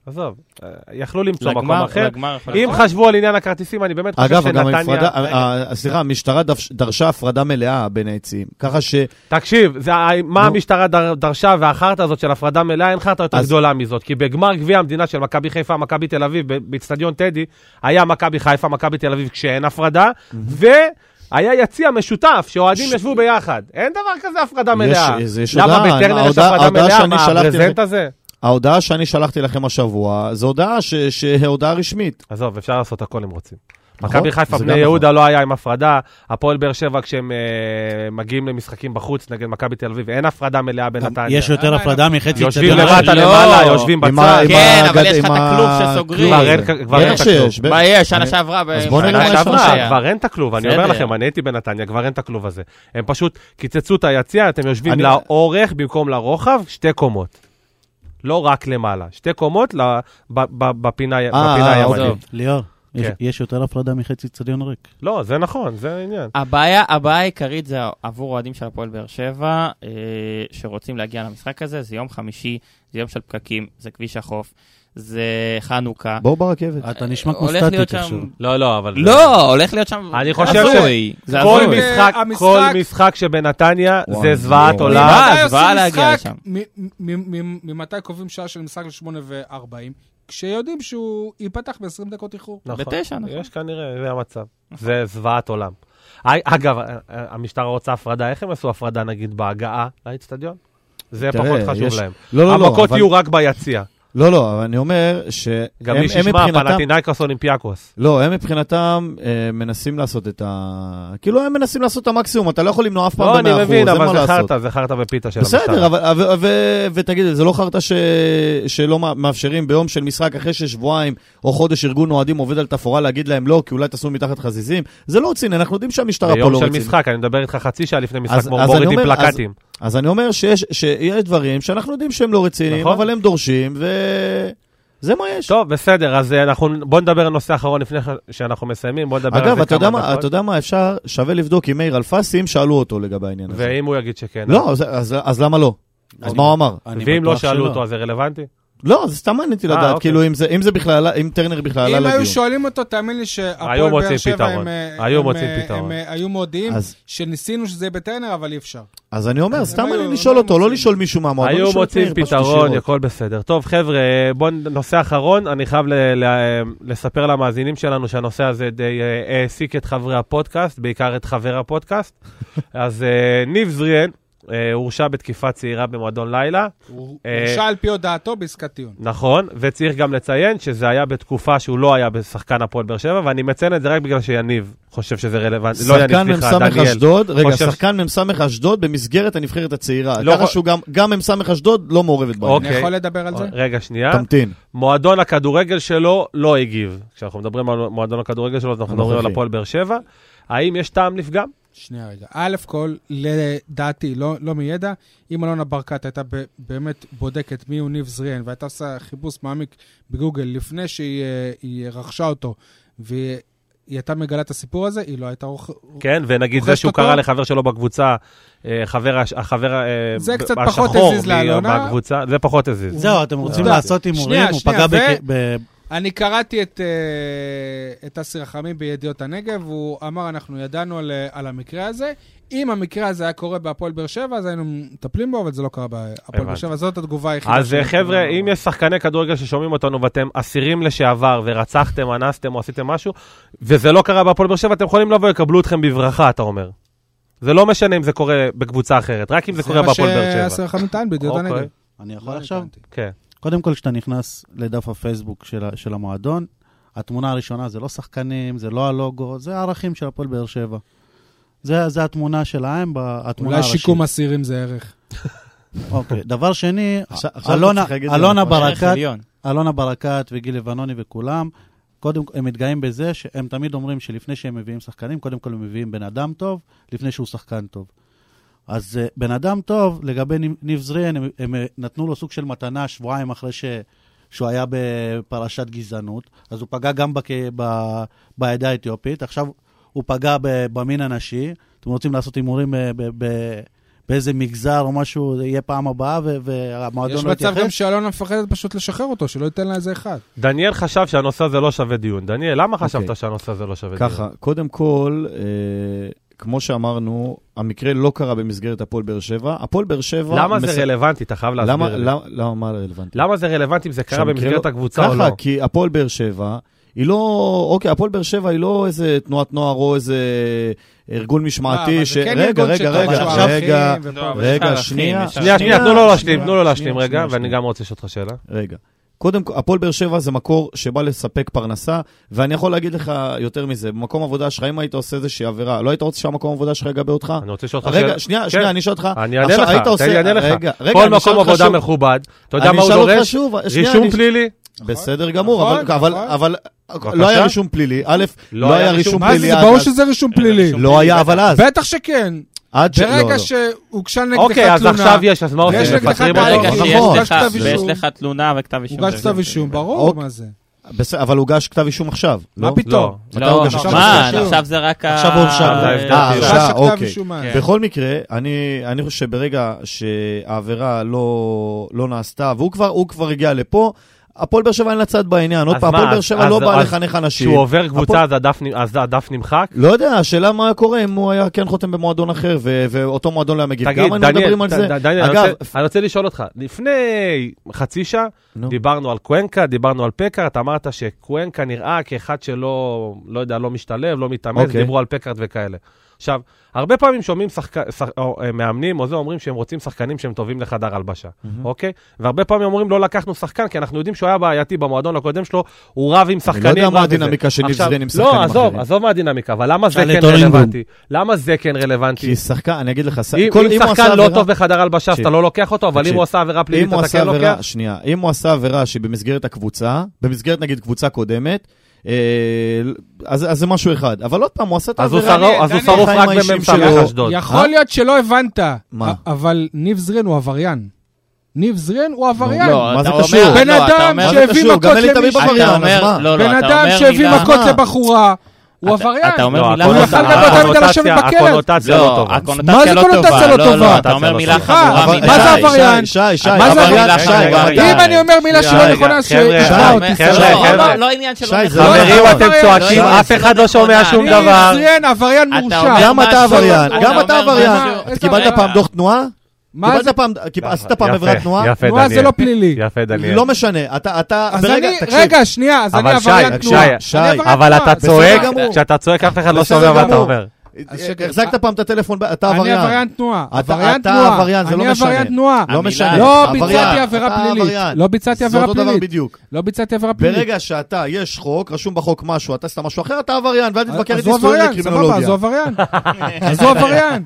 Speaker 2: עזוב, אה, יכלו למצוא מקום
Speaker 4: לגמר,
Speaker 2: אחר.
Speaker 4: לגמר. נכון. יכול
Speaker 2: אם
Speaker 4: להיות.
Speaker 2: חשבו על עניין הכרטיסים, אני באמת חושב
Speaker 5: אגב, גם הפרדה, אה,
Speaker 2: שנתניה...
Speaker 5: ה- ה- סליחה, המשטרה דפש- דרשה הפרדה מלאה בין היציעים, ככה ש...
Speaker 2: תקשיב, זה ה- מה
Speaker 5: נו.
Speaker 2: המשטרה דר- דרשה והחרטא הזאת של הפרדה מלאה, אין חרטא יותר
Speaker 5: אז-
Speaker 2: גדולה מזאת. כי בגמר גביע המדינה של מכבי חיפה, מכבי תל אביב, ב- באיצטדיון טדי, היה מכבי חיפה, מכבי תל אביב, כשאין הפרדה, והיה יציע משותף, שאוהדים
Speaker 5: ש-
Speaker 2: ישבו ביחד. אין דבר כזה הפרדה
Speaker 5: יש-
Speaker 2: מלאה.
Speaker 5: זה- יש
Speaker 2: למה
Speaker 5: הודעה,
Speaker 2: בטרנר יש
Speaker 5: ההודעה-
Speaker 2: הפרדה
Speaker 5: ההודעה
Speaker 2: מלאה?
Speaker 5: שאני
Speaker 2: מה,
Speaker 5: שלחתי
Speaker 2: הברזנט
Speaker 5: לכם-
Speaker 2: הזה?
Speaker 5: ההודעה שאני שלחתי לכם השבוע, זו הודעה ש- שהודעה רשמית.
Speaker 2: עזוב, אפשר לעשות הכל אם רוצים.
Speaker 5: נכון,
Speaker 2: מכבי חיפה,
Speaker 5: זה
Speaker 2: בני
Speaker 5: גם
Speaker 2: יהודה לא היה עם הפרדה, הפועל באר שבע כשהם אה, מגיעים למשחקים בחוץ נגד מכבי תל אביב, אין הפרדה מלאה בין נתניה.
Speaker 6: יש יותר הפרדה מחצי
Speaker 2: יושבים
Speaker 4: אה, לא,
Speaker 2: למטה
Speaker 4: לא.
Speaker 2: למעלה, יושבים
Speaker 5: עם ה-
Speaker 2: בצד.
Speaker 5: עם
Speaker 4: כן,
Speaker 5: הגד-
Speaker 4: אבל יש לך
Speaker 5: עם
Speaker 4: את הכלוב
Speaker 5: ה- כן,
Speaker 4: שסוגרים.
Speaker 5: כלוב
Speaker 2: כבר אין-
Speaker 5: הזה.
Speaker 2: כבר אין
Speaker 5: בטח
Speaker 2: את
Speaker 5: שיש, בטח.
Speaker 4: מה יש? שנה
Speaker 5: אני-
Speaker 4: שעברה.
Speaker 5: אז
Speaker 4: ב-
Speaker 5: בוא נראה מה
Speaker 4: שנה
Speaker 5: יש
Speaker 4: שעברה
Speaker 5: שם.
Speaker 4: היה.
Speaker 2: כבר אין את הכלוב, אני אומר
Speaker 4: בסדר.
Speaker 2: לכם, אני הייתי בנתניה, כבר אין את הכלוב הזה. הם פשוט קיצצו את היציע, אתם יושבים
Speaker 5: אני-
Speaker 2: לאורך במקום לרוחב, שתי קומות. לא רק למעלה, שתי קומות ל- ב- ב- בפינה
Speaker 5: אה,
Speaker 2: בפינה
Speaker 5: אה,
Speaker 2: הימנית.
Speaker 5: אוקיי.
Speaker 6: ליאור, יש-
Speaker 2: כן.
Speaker 6: יש יותר הפרדה מחצי אצטדיון ריק.
Speaker 2: לא, זה נכון, זה העניין.
Speaker 4: הבעיה, הבעיה העיקרית זה עבור אוהדים של הפועל באר שבע, אה, שרוצים להגיע למשחק הזה, זה יום חמישי, זה יום של פקקים, זה כביש החוף, זה חנוכה.
Speaker 5: בואו ברכבת.
Speaker 6: אתה נשמע כמו
Speaker 4: הולך להיות
Speaker 6: סטטיק
Speaker 4: שם-
Speaker 6: עכשיו.
Speaker 2: לא, לא, אבל...
Speaker 4: לא, הולך להיות שם...
Speaker 2: אני
Speaker 4: זה
Speaker 2: חושב ש-
Speaker 4: הזוי, זה
Speaker 2: כל
Speaker 4: הזוי.
Speaker 2: משחק,
Speaker 8: המשחק-
Speaker 2: כל משחק שבנתניה
Speaker 5: וואי,
Speaker 2: זה זוועת
Speaker 5: לא.
Speaker 2: עולם.
Speaker 4: מה?
Speaker 8: ממתי
Speaker 4: הזוועה
Speaker 8: עושים
Speaker 4: להגיע
Speaker 8: משחק?
Speaker 4: לשם.
Speaker 8: מ- מ- מ- ממתי קובעים שעה של משחק ל-8 ו-40? כשיודעים שהוא ייפתח ב-20 דקות איחור.
Speaker 2: נכון.
Speaker 4: בתשע, נכון.
Speaker 2: יש כנראה, זה המצב. זה זוועת עולם. אי- אגב, ה- ה- המשטרה רוצה הפרדה, איך הם עשו הפרדה נגיד בהגעה לאצטדיון? זה
Speaker 5: תראה,
Speaker 2: פחות חשוב
Speaker 5: יש-
Speaker 2: להם.
Speaker 5: לא, לא, לא.
Speaker 2: המכות
Speaker 5: אבל-
Speaker 2: יהיו רק ביציע.
Speaker 5: לא, לא, אבל אני אומר שהם
Speaker 2: גם
Speaker 5: הם
Speaker 2: מי שישמע,
Speaker 5: מבחינתם...
Speaker 2: פלטינאיקוס אולימפיאקוס.
Speaker 5: לא, הם מבחינתם אה, מנסים לעשות את ה... כאילו, הם מנסים לעשות את המקסימום, אתה לא יכול למנוע אף פעם
Speaker 2: לא, אני
Speaker 5: ב-100%, אין
Speaker 2: מבין,
Speaker 5: מה לעשות.
Speaker 2: אבל זה חרטא, זה חרטא ופיתה של המשטרה.
Speaker 5: בסדר, אבל, ו, ו, ו, ותגיד, זה לא חרטא ש, שלא מא- מאפשרים ביום של משחק אחרי ששבועיים או חודש ארגון אוהדים עובד על תפאורה להגיד להם לא, כי אולי תעשו מתחת חזיזים? זה לא רציני, אנחנו יודעים שהמשטרה פה
Speaker 2: ביום
Speaker 5: לא
Speaker 2: של
Speaker 5: רצינית.
Speaker 2: משחק, אני מדבר איתך חצי שעה לפני משחק,
Speaker 5: אז-
Speaker 2: כמו
Speaker 5: אז אני
Speaker 2: מורידים
Speaker 5: אומר, אז-
Speaker 2: פלקטים.
Speaker 5: אז אני אומר שיש, שיש דברים שאנחנו יודעים שהם לא רציניים,
Speaker 2: נכון.
Speaker 5: נכון. אבל הם דורשים, וזה מה יש.
Speaker 2: טוב, בסדר, אז אה, אנחנו, בוא נדבר על נושא אחרון לפני ש- שאנחנו מסיימים, בוא נדבר על זה כמה
Speaker 5: אגב,
Speaker 2: דקות.
Speaker 5: אתה יודע, מה, אתה יודע מה אפשר, שווה לבדוק עם מאיר אלפסי, אם שאלו אותו לגבי העניין הזה.
Speaker 2: ואם הוא יגיד שכן,
Speaker 5: לא, אז, אז, אז למה לא? אז
Speaker 6: אני-
Speaker 5: מה הוא אמר?
Speaker 6: אני
Speaker 2: ואם לא
Speaker 6: בטוח
Speaker 2: שאלו
Speaker 6: שלא.
Speaker 2: אותו, אז זה רלוונטי?
Speaker 5: לא, זה סתם מעניין אותי
Speaker 2: אה,
Speaker 5: לדעת,
Speaker 2: אוקיי.
Speaker 5: כאילו, אם זה- אם זה בכלל, עלה- אם טרנר בכלל עלה
Speaker 3: אם
Speaker 5: לדיון.
Speaker 3: היו שואלים אותו, תאמין לי
Speaker 2: היו
Speaker 3: שהפועל
Speaker 2: מוצאים
Speaker 3: באר שבע,
Speaker 2: פתרון.
Speaker 3: הם, אה,
Speaker 2: היו
Speaker 3: הם,
Speaker 2: מוצאים
Speaker 3: אה,
Speaker 2: פתרון.
Speaker 3: הם, אה, היו מודיעים
Speaker 5: אז-
Speaker 3: שניסינו שזה יהיה בטרנר, אבל אי אפשר.
Speaker 5: אז אני אומר, סתם
Speaker 3: היו-
Speaker 5: מעניין
Speaker 3: הם
Speaker 5: לשאול
Speaker 3: היו
Speaker 5: אותו, לא
Speaker 3: מוצאים.
Speaker 5: לשאול מישהו מהמועדון.
Speaker 2: היו
Speaker 5: לשאול את
Speaker 2: מוצאים
Speaker 5: מאיר, כן, פשוט
Speaker 2: פתרון,
Speaker 5: ישירות.
Speaker 2: הכל בסדר. טוב, חבר'ה, בואו, נושא אחרון, אני חייב ל- ל- לספר למאזינים שלנו שהנושא הזה די אה, העסיק את חברי הפודקאסט, בעיקר את חבר הפודקאסט. אז אה, ניב זריאן אה, הורשע בתקיפה צעירה במועדון לילה.
Speaker 3: הוא
Speaker 2: אה,
Speaker 3: הורשע על פי הודעתו בעסקת טיעון.
Speaker 2: נכון, וצריך גם לציין שזה היה בתקופה שהוא לא היה בשחקן הפועל באר שבע, ואני מציין את זה רק בגלל שיניב חושב שזה רלוונטי. לא יניב,
Speaker 5: שחקן
Speaker 2: סליחה,
Speaker 5: מ"ס
Speaker 2: דניאל.
Speaker 5: אשדוד, רגע,
Speaker 2: חושב-
Speaker 5: שחקן מ"ס אשדוד במסגרת הנבחרת הצעירה.
Speaker 2: לא
Speaker 5: ככה
Speaker 2: חו-
Speaker 5: שהוא גם- גם מ"ס אשדוד לא מעורבת בעניין.
Speaker 3: אני
Speaker 2: אוקיי.
Speaker 3: יכול לדבר על זה?
Speaker 2: רגע, שנייה.
Speaker 5: תמתין.
Speaker 2: מועדון הכדורגל שלו לא הגיב. כשאנחנו מדברים על מועדון הכדורגל שלו, אז אנחנו מדברים על
Speaker 5: הנוכחי.
Speaker 2: הפועל באר שבע. האם יש טעם לפגם?
Speaker 3: שנייה רגע. א' כל, לדעתי, לא, לא מידע, אם אלונה ברקת הייתה ב- באמת בודקת מיהו ניב זריאן, והייתה עושה חיפוש מעמיק בגוגל לפני שהיא אה, היא רכשה אותו, והיא היא הייתה מגלה את הסיפור הזה, היא לא הייתה רוכ...
Speaker 2: כן, ונגיד זה
Speaker 3: רוכש
Speaker 2: שהוא
Speaker 3: אותו?
Speaker 2: קרא לחבר שלו בקבוצה, אה, חבר הש- החבר אה,
Speaker 3: זה
Speaker 2: ב-
Speaker 3: קצת
Speaker 2: השחור
Speaker 3: פחות הזיז
Speaker 2: מ-
Speaker 3: לאלונה.
Speaker 2: בקבוצה, זה פחות הזיז.
Speaker 6: זהו, אתם רוצים
Speaker 3: שנייה,
Speaker 6: לעשות הימורים?
Speaker 3: שנייה,
Speaker 6: הוא פגע
Speaker 3: שנייה,
Speaker 6: בכ- ב...
Speaker 3: אני קראתי את, אה, את אסי רחמים בידיעות הנגב, הוא אמר, אנחנו ידענו על, אה, על המקרה הזה. אם המקרה הזה היה קורה בהפועל באר שבע, אז היינו מטפלים בו, אבל זה לא קרה בהפועל באר
Speaker 2: הבנתי.
Speaker 3: שבע. זאת התגובה היחידה.
Speaker 2: אז אה,
Speaker 3: שלי.
Speaker 2: חבר'ה, אם יש שחקני כדורגל ששומעים אותנו ואתם אסירים לשעבר ורצחתם, אנסתם או עשיתם משהו, וזה לא קרה בהפועל באר שבע, אתם יכולים לבוא, יקבלו אתכם בברכה, אתה אומר. זה לא משנה אם זה קורה בקבוצה אחרת, רק אם זה קורה בהפועל
Speaker 3: זה
Speaker 2: באר
Speaker 3: מה
Speaker 2: שבע.
Speaker 3: שאסי רחמים טען בידיעות
Speaker 2: אוקיי.
Speaker 3: הנגב.
Speaker 6: אני יכול
Speaker 3: לא
Speaker 6: עכשיו?
Speaker 3: הבנתי.
Speaker 2: כן.
Speaker 6: קודם כל, כשאתה נכנס לדף הפייסבוק של, ה- של המועדון, התמונה הראשונה זה לא שחקנים, זה לא הלוגו, זה הערכים של הפועל באר שבע. זה, זה התמונה שלהם, ב- התמונה
Speaker 3: אולי
Speaker 6: הראשית.
Speaker 3: שיקום אסירים זה ערך.
Speaker 6: אוקיי. דבר שני,
Speaker 5: עכשיו- עכשיו
Speaker 6: אלונה,
Speaker 5: אתה צריך להגיד
Speaker 6: אלונה,
Speaker 5: דבר.
Speaker 4: ערך
Speaker 6: ברקת,
Speaker 4: עליון.
Speaker 6: אלונה ברקת וגיל לבנוני וכולם, קודם כל, הם מתגאים בזה שהם תמיד אומרים שלפני שהם מביאים שחקנים, קודם כל הם מביאים בן אדם טוב, לפני שהוא שחקן טוב. אז אה, בן אדם טוב, לגבי ניב- ניב זריאן, הם, הם אה, נתנו לו סוג של מתנה שבועיים אחרי ש, שהוא היה בפרשת גזענות, אז הוא פגע גם בק, ב, בעדה האתיופית, עכשיו הוא פגע ב, במין הנשי, אתם רוצים לעשות הימורים אה, ב, ב, באיזה מגזר או משהו, זה יהיה פעם הבאה, ו,
Speaker 3: יש
Speaker 6: והמועדון לא
Speaker 3: מצב
Speaker 6: יתייחס.
Speaker 3: גם שאלונה מפחדת פשוט לשחרר אותו, שלא ייתן לה איזה אחד.
Speaker 2: דניאל חשב שהנושא הזה לא שווה דיון. דניאל, למה חשבת
Speaker 5: אוקיי.
Speaker 2: שהנושא הזה לא שווה דיון?
Speaker 5: ככה, קודם כל, אה, כמו שאמרנו, המקרה לא קרה במסגרת הפועל באר שבע. הפועל באר שבע...
Speaker 2: למה
Speaker 5: מס-
Speaker 2: זה רלוונטי? אתה חייב
Speaker 5: למה-
Speaker 2: להסביר לי.
Speaker 5: למה- למה מה רלוונטי?
Speaker 2: למה זה רלוונטי אם זה קרה
Speaker 5: שהמקרה
Speaker 2: במסגרת
Speaker 5: לא-
Speaker 2: הקבוצה או לא?
Speaker 5: ככה, כי הפועל באר שבע, היא לא... אוקיי, הפועל באר שבע היא לא איזה תנועת נוער או איזה ארגון
Speaker 2: לא,
Speaker 3: אה, אבל
Speaker 5: משמעתי
Speaker 3: זה
Speaker 5: ש...
Speaker 3: כן
Speaker 5: רגע,
Speaker 3: ארגון
Speaker 5: רגע,
Speaker 3: שטוב,
Speaker 5: רגע,
Speaker 3: שהוא
Speaker 5: עכשיו,
Speaker 3: ערכים
Speaker 5: רגע,
Speaker 3: ופה- אה,
Speaker 4: אבל יש
Speaker 5: רגע,
Speaker 4: ערכים,
Speaker 5: שנייה.
Speaker 4: יש
Speaker 2: שנייה, שנייה,
Speaker 5: שנייה,
Speaker 2: תנו לו להשלים,
Speaker 5: שנייה,
Speaker 2: תנו לו להשלים
Speaker 5: שנייה,
Speaker 2: רגע,
Speaker 5: שנייה,
Speaker 2: ואני
Speaker 5: שנייה.
Speaker 2: גם רוצה לשאול אותך שאלה.
Speaker 5: רגע. קודם כל, הפועל באר שבע זה מקור שבא לספק פרנסה, ואני יכול להגיד לך יותר מזה, במקום עבודה שלך, אם היית עושה איזושהי עבירה, לא היית רוצה שהמקום עבודה שלך יגבה אותך?
Speaker 2: אני לא רוצה לשאול אותך שאלה.
Speaker 5: רגע, שנייה, שנייה, אני אשאל אותך.
Speaker 2: כן. אני אענה
Speaker 5: עכשיו,
Speaker 2: לך,
Speaker 5: היית
Speaker 2: תן
Speaker 5: עושה-
Speaker 2: לי, אני אענה לך.
Speaker 5: רגע, רגע,
Speaker 2: כל
Speaker 5: אני אשאל
Speaker 2: מקום
Speaker 5: אותך
Speaker 2: עבודה
Speaker 5: שוב.
Speaker 2: מכובד, אתה יודע מה הוא
Speaker 5: אני אשאל אותך
Speaker 2: דורש?
Speaker 5: שוב, שנייה,
Speaker 2: רישום
Speaker 5: אני-
Speaker 2: פלילי.
Speaker 5: בסדר גמור,
Speaker 3: נכון,
Speaker 5: אבל- אבל-
Speaker 3: נכון.
Speaker 5: אבל
Speaker 2: בבקשה.
Speaker 5: לא היה רישום פלילי. א', לא היה רישום
Speaker 3: מה זה,
Speaker 5: פלילי
Speaker 3: זה
Speaker 5: עד
Speaker 3: ברור
Speaker 5: אז.
Speaker 3: שזה רישום פלילי.
Speaker 5: לא היה, אבל אז.
Speaker 3: בטח שכן.
Speaker 5: עד ש... לא,
Speaker 3: ברגע
Speaker 5: לא.
Speaker 3: שהוגשה נגדך תלונה...
Speaker 2: אוקיי, אז עכשיו יש, אז מה
Speaker 3: יש
Speaker 2: עושים?
Speaker 3: נגדך
Speaker 2: מפטרים
Speaker 3: טענות.
Speaker 5: לא,
Speaker 4: ברגע
Speaker 2: אותו?
Speaker 3: נכון,
Speaker 4: שיש
Speaker 3: הוגש
Speaker 4: לך,
Speaker 3: כתב
Speaker 4: ויש
Speaker 3: אישום.
Speaker 4: לך תלונה וכתב אישום.
Speaker 3: הוגש
Speaker 4: זה-
Speaker 3: כתב
Speaker 4: זה-
Speaker 3: אישום,
Speaker 4: זה-
Speaker 3: ברור
Speaker 5: אוקיי.
Speaker 3: מה זה.
Speaker 5: בסדר, אבל הוגש כתב אישום עכשיו.
Speaker 3: מה
Speaker 5: לא?
Speaker 3: פתאום?
Speaker 5: מתי
Speaker 4: לא,
Speaker 5: הוגש עכשיו?
Speaker 4: מה,
Speaker 3: כתב אישום?
Speaker 4: עכשיו זה רק ה...
Speaker 5: עכשיו הוא הורשע.
Speaker 4: אה,
Speaker 2: זה ההבדל.
Speaker 5: אה,
Speaker 3: הוגש
Speaker 5: עכשיו,
Speaker 3: כתב
Speaker 5: אוקיי.
Speaker 3: אישום, מה?
Speaker 4: כן.
Speaker 5: בכל מקרה, אני, אני חושב שברגע שהעבירה לא, לא נעשתה, והוא כבר, הוא כבר הגיע לפה, הפועל באר שבע אין לה צד בעניין. עוד
Speaker 2: אז
Speaker 5: פעם,
Speaker 2: מה,
Speaker 5: הפועל באר
Speaker 2: אז-
Speaker 5: שבע לא
Speaker 2: אז-
Speaker 5: באה
Speaker 2: אז
Speaker 5: לחנך אנשים.
Speaker 2: כשהוא עובר קבוצה
Speaker 5: הפועל-
Speaker 2: אז הדף נ- אז הדף נמחק?
Speaker 5: לא יודע, השאלה מה קורה אם הוא היה כן חותם במועדון אחר, ו- ואותו מועדון לא היה מגיב.
Speaker 2: תגיד,
Speaker 5: גם היינו
Speaker 2: דניאל,
Speaker 5: מדברים על
Speaker 2: ד-
Speaker 5: זה.
Speaker 2: ד- דניאל, אני
Speaker 5: אגב,
Speaker 2: רוצה- אני רוצה לשאול אותך, לפני חצי שעה
Speaker 5: נו.
Speaker 2: דיברנו על קוונקה, דיברנו על פקארט, אתה אמרת שקוונקה נראה כאחד שלא, לא יודע, לא משתלב, לא מתאמץ, okay.
Speaker 5: אוקיי.
Speaker 2: דיברו על פקארט וכאלה. עכשיו, הרבה פעמים שומעים שחק... שח... או, אה, מאמנים או זה, אומרים שהם רוצים שחקנים שהם טובים לחדר הלבשה, אוקיי? והרבה פעמים אומרים, לא לקחנו שחקן, כי אנחנו יודעים שהוא היה בעייתי במועדון הקודם שלו, הוא רב עם שחקנים.
Speaker 5: לא יודע
Speaker 2: רב
Speaker 5: מה
Speaker 2: וזה.
Speaker 5: הדינמיקה של ניב
Speaker 2: עכשיו,
Speaker 5: זרין עם שחקנים
Speaker 2: לא, עזוב,
Speaker 5: אחרים.
Speaker 2: עזוב מה הדינמיקה, אבל למה זה
Speaker 6: שאל
Speaker 2: כן
Speaker 6: את אורנגרום.
Speaker 2: רלוונטי? למה זה כן רלוונטי?
Speaker 5: כי שחקן, אני אגיד לך, ש-
Speaker 2: אם,
Speaker 5: כל-
Speaker 2: אם
Speaker 5: הוא עשה
Speaker 2: שחקן לא
Speaker 5: עבירה-
Speaker 2: טוב בחדר הלבשה, אז אתה
Speaker 5: תקשיב.
Speaker 2: לא לוקח אותו, אבל אם
Speaker 5: תקשיב.
Speaker 2: הוא עשה עבירה
Speaker 5: אם
Speaker 2: פלילית,
Speaker 5: הוא
Speaker 2: אתה
Speaker 5: עשה
Speaker 2: כן לוקח?
Speaker 5: עבירה, שנייה, אם הוא עשה עבירה שהיא במסגרת הקבוצה, במסגרת נגיד קבוצה קודמת, אה, אז, אז זה משהו אחד. אבל עוד פעם, הוא עשה את
Speaker 2: אז הוא
Speaker 5: העבירה.
Speaker 2: שרוף- אז הוא
Speaker 3: דניאל,
Speaker 2: שרוף
Speaker 5: החיים
Speaker 2: רק
Speaker 5: האישיים
Speaker 2: במ"ס
Speaker 5: שלו.
Speaker 2: אשדוד.
Speaker 3: יכול להיות שלא הבנת,
Speaker 5: מה?
Speaker 3: א- אבל ניב זריאן הוא עבריין. ניב זריאן הוא עבריין.
Speaker 4: לא,
Speaker 5: מה
Speaker 4: אתה
Speaker 5: זה
Speaker 4: אומר-
Speaker 5: קשור?
Speaker 3: בן
Speaker 4: לא, אתה
Speaker 3: אדם
Speaker 4: אומר-
Speaker 5: מה זה
Speaker 3: שהביא
Speaker 5: קשור? גם
Speaker 3: מכות
Speaker 5: אלי תמיר
Speaker 3: למישהו.
Speaker 5: עבריין,
Speaker 4: אתה
Speaker 5: אז
Speaker 4: אומר,
Speaker 5: מה?
Speaker 4: לא, לא,
Speaker 3: בן
Speaker 4: אתה
Speaker 3: אדם
Speaker 4: אומר
Speaker 3: שהביא
Speaker 4: מילה-
Speaker 3: מכות
Speaker 5: מה?
Speaker 3: לבחורה, הוא
Speaker 4: אתה-
Speaker 3: עבריין.
Speaker 4: אתה אומר
Speaker 2: לא,
Speaker 4: מילה
Speaker 3: הוא
Speaker 2: הקונוט-
Speaker 3: יכול
Speaker 4: חזקה.
Speaker 3: לדבר תמיד על לשבת
Speaker 2: הקונוטציה- הקונוטציה
Speaker 3: בכלא.
Speaker 2: לא טובה.
Speaker 3: מה זה
Speaker 4: הקונוטציה לא
Speaker 3: קונוטציה
Speaker 4: טובה.
Speaker 3: לא
Speaker 4: לא,
Speaker 3: טובה?
Speaker 4: לא, אתה אומר מילה
Speaker 3: סליחה,
Speaker 4: חמורה
Speaker 3: אבל-
Speaker 4: מדי.
Speaker 3: מה זה עבריין?
Speaker 5: שי, שי,
Speaker 3: מה זה
Speaker 5: אבל-
Speaker 3: עבריין?
Speaker 5: שי,
Speaker 4: רגע,
Speaker 5: אבל-
Speaker 4: רגע,
Speaker 3: אם אני אומר מילה
Speaker 2: שנייה,
Speaker 3: שלא
Speaker 2: רגע,
Speaker 3: נכונה,
Speaker 2: חבר'ה,
Speaker 3: שישמע
Speaker 2: חבר'ה,
Speaker 3: אותי.
Speaker 2: חבר'ה,
Speaker 3: סליחה.
Speaker 4: לא,
Speaker 2: חבר'ה.
Speaker 4: לא, לא עניין של
Speaker 5: שי,
Speaker 4: לא
Speaker 5: זה
Speaker 4: נכונה.
Speaker 5: לא
Speaker 2: חברים,
Speaker 5: נכון.
Speaker 2: אתם
Speaker 3: לא,
Speaker 2: צועקים,
Speaker 4: לא,
Speaker 2: אף
Speaker 4: זה
Speaker 2: אחד
Speaker 4: לא
Speaker 2: לא שומע
Speaker 4: נכון.
Speaker 2: שום
Speaker 3: אני
Speaker 2: דבר.
Speaker 3: עבריין, עבריין מורשע.
Speaker 4: אומר-
Speaker 5: גם אתה
Speaker 4: משהו,
Speaker 5: עבריין,
Speaker 4: אתה
Speaker 5: גם
Speaker 4: אומר
Speaker 5: אתה עבריין.
Speaker 4: משהו.
Speaker 5: אתה
Speaker 3: איזה
Speaker 5: קיבלת
Speaker 3: עבריין?
Speaker 5: פעם דוח תנועה?
Speaker 3: מה זה?
Speaker 5: קיבלת פעם, קיב- עשית פעם
Speaker 2: יפה,
Speaker 5: עבירת תנועה?
Speaker 2: יפה,
Speaker 3: תנועה זה
Speaker 2: דניאל.
Speaker 3: לא פלילי.
Speaker 2: יפה, דניאל.
Speaker 5: לא משנה, אתה, אתה,
Speaker 3: אז
Speaker 5: ברגע,
Speaker 3: אני,
Speaker 5: תקשיב,
Speaker 3: רגע, שנייה, אז
Speaker 2: אבל
Speaker 3: אני
Speaker 2: שי,
Speaker 3: עבריין
Speaker 2: שי,
Speaker 3: תנועה. אני
Speaker 5: שי,
Speaker 3: עבריין
Speaker 2: אבל
Speaker 3: תנועה.
Speaker 2: אתה
Speaker 3: בסדר
Speaker 2: צועק,
Speaker 3: גמור.
Speaker 2: כשאתה צועק אף אחד לא
Speaker 5: בסדר
Speaker 2: שומע מה אתה
Speaker 5: גמור.
Speaker 2: אומר.
Speaker 5: אה, החזקת פעם את הטלפון, ב- אתה
Speaker 3: אני
Speaker 5: עבריין.
Speaker 3: עבריין תנועה.
Speaker 5: אתה-
Speaker 3: עבריין
Speaker 5: אתה
Speaker 3: תנועה.
Speaker 5: עבריין, זה לא
Speaker 3: אני עבריין
Speaker 5: משנה.
Speaker 3: תנועה.
Speaker 5: לא
Speaker 4: המילה-
Speaker 5: משנה,
Speaker 3: לא
Speaker 5: עבריין,
Speaker 3: ביצעתי עבירה
Speaker 5: אתה
Speaker 3: פלילית.
Speaker 5: עבריין.
Speaker 3: לא ביצעתי עבירה
Speaker 5: זה אותו דבר
Speaker 3: פלילית.
Speaker 5: בדיוק.
Speaker 3: לא ביצעתי עבירה פלילית.
Speaker 5: ברגע שאתה, יש חוק, רשום בחוק משהו, אתה עשית משהו אחר, אתה עבריין, ואל תתווכח
Speaker 3: אז
Speaker 5: איתי
Speaker 3: הוא
Speaker 5: סטורי
Speaker 3: עבריין, סבבה, אז
Speaker 5: לקרימינולוגיה.
Speaker 3: הוא עבריין. אז הוא עבריין.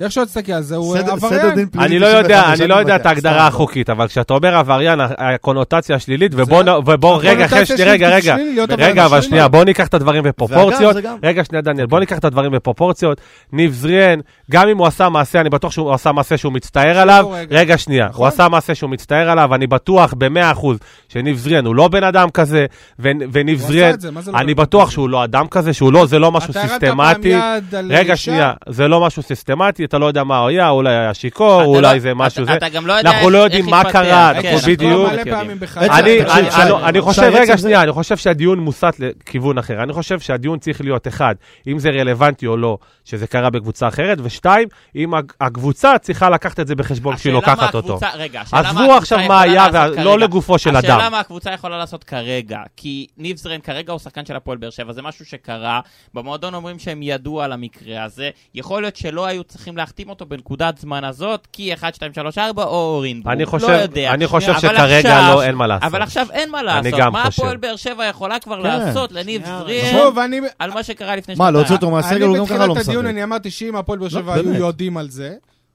Speaker 3: איך שלא תסתכל על זה, הוא אה,
Speaker 5: סדר- סדר
Speaker 3: עבריין.
Speaker 5: דין פלילי
Speaker 2: אני לא
Speaker 5: 91,
Speaker 2: יודע, אני
Speaker 5: שאני
Speaker 2: לא יודע את
Speaker 5: מתווכח,
Speaker 2: ההגדרה
Speaker 5: סתם.
Speaker 2: החוקית, אבל כשאתה אומר עבריין, ה- הקונוטציה השלילית, ובוא,
Speaker 3: זה-
Speaker 2: נ- ובוא, רגע,
Speaker 3: הקונוטציה
Speaker 2: אחרי שנייה, רגע,
Speaker 3: השלילית
Speaker 2: רגע,
Speaker 3: שלילי להיות עבריין
Speaker 2: רגע, אבל
Speaker 3: שלילי.
Speaker 2: שנייה, בוא ניקח את הדברים בפרופורציות.
Speaker 5: זה גם.
Speaker 2: רגע, שנייה, דניאל,
Speaker 3: אוקיי.
Speaker 2: בוא ניקח את הדברים בפרופורציות. ניב זריאן, גם אם הוא עשה מעשה, אני בטוח שהוא עשה מעשה שהוא מצטער עליו.
Speaker 3: רגע.
Speaker 2: רגע, שנייה, הוא
Speaker 3: נכון.
Speaker 2: עשה מעשה שהוא מצטער עליו, אני בטוח ב-100% שניב זריאן הוא לא בן אדם כזה, ו- וניב
Speaker 3: הוא עשה
Speaker 2: זריאן,
Speaker 3: את זה, מה זה לא בן
Speaker 2: אני
Speaker 3: אדם
Speaker 2: בטוח
Speaker 3: כזה?
Speaker 2: שהוא לא אדם כזה, שהוא לא, זה לא משהו
Speaker 3: אתה הרמת
Speaker 2: סיסטמטי.
Speaker 3: פעם יד על אה,
Speaker 2: רגע,
Speaker 3: אישה?
Speaker 2: שנייה, זה לא משהו סיסטמטי, אתה לא יודע מה היה, אולי היה שיכור,
Speaker 4: אתה לא-
Speaker 2: אולי זה משהו
Speaker 4: אתה-
Speaker 2: זה.
Speaker 4: אתה גם לא יודע
Speaker 2: אנחנו לא
Speaker 4: איך-
Speaker 2: יודעים
Speaker 4: איך
Speaker 2: מה
Speaker 4: התפתח.
Speaker 2: קרה,
Speaker 4: כן,
Speaker 2: אנחנו
Speaker 4: אנחנו לא
Speaker 2: בדיוק-
Speaker 4: באמת
Speaker 3: מלא
Speaker 4: יודעים.
Speaker 3: פעמים בחיי.
Speaker 5: עצם-
Speaker 2: אני,
Speaker 5: תקשיב,
Speaker 2: אני,
Speaker 5: שי,
Speaker 2: אני, אני
Speaker 5: שי,
Speaker 2: חושב,
Speaker 5: עצם
Speaker 2: רגע,
Speaker 5: זה-
Speaker 2: שנייה, אני חושב שהדיון מוסט לכיוון אחר. אני חושב שהדיון צריך להיות, אחד, אם זה רלוונטי או לא, שזה קרה בקבוצה אחרת, ושתיים, אם הג- הקבוצה צריכה לקחת את זה בחשבון כשהיא
Speaker 4: השאלה מה
Speaker 2: לוקחת אותו.
Speaker 4: הקבוצה- רגע, השאלה מה
Speaker 2: עזבו
Speaker 4: הקבוצה
Speaker 2: עכשיו
Speaker 4: יכולה
Speaker 2: מה היה,
Speaker 4: לעשות
Speaker 2: וה-
Speaker 4: כרגע.
Speaker 2: לא לגופו של
Speaker 4: השאלה
Speaker 2: אדם.
Speaker 4: מה הקבוצה יכולה לעשות כרגע, כי ניב זרן כרגע הוא שחקן של הפועל באר שבע, זה משהו שקרה, במועדון אומרים שהם ידעו על המקרה הזה, יכול להיות שלא היו צריכים להחתים אותו בנקודת זמן הזאת, כי 1, 2, 3, 4 או אורינבורג,
Speaker 2: אני
Speaker 4: לא
Speaker 2: חושב,
Speaker 4: יודע.
Speaker 2: אני חושב
Speaker 4: אבל
Speaker 2: שכרגע
Speaker 4: עכשיו-
Speaker 2: לא, אין מה לעשות.
Speaker 4: אבל עכשיו אין מה
Speaker 2: אני
Speaker 4: לעשות,
Speaker 2: גם
Speaker 4: מה
Speaker 2: חושב.
Speaker 4: הפועל באר שבע יכולה כבר
Speaker 5: כן.
Speaker 4: לעשות לניב זרין
Speaker 3: שוב, אני...
Speaker 4: על מה שקרה לפני
Speaker 5: מה, להוציא אותו
Speaker 3: אני
Speaker 5: מהסגל, הוא גם ככה לא
Speaker 3: בתחילת
Speaker 5: מסדר.
Speaker 3: הדיון אני אמרתי שאם הפועל באר שבע
Speaker 5: לא באמת.
Speaker 3: היו יודעים על זה,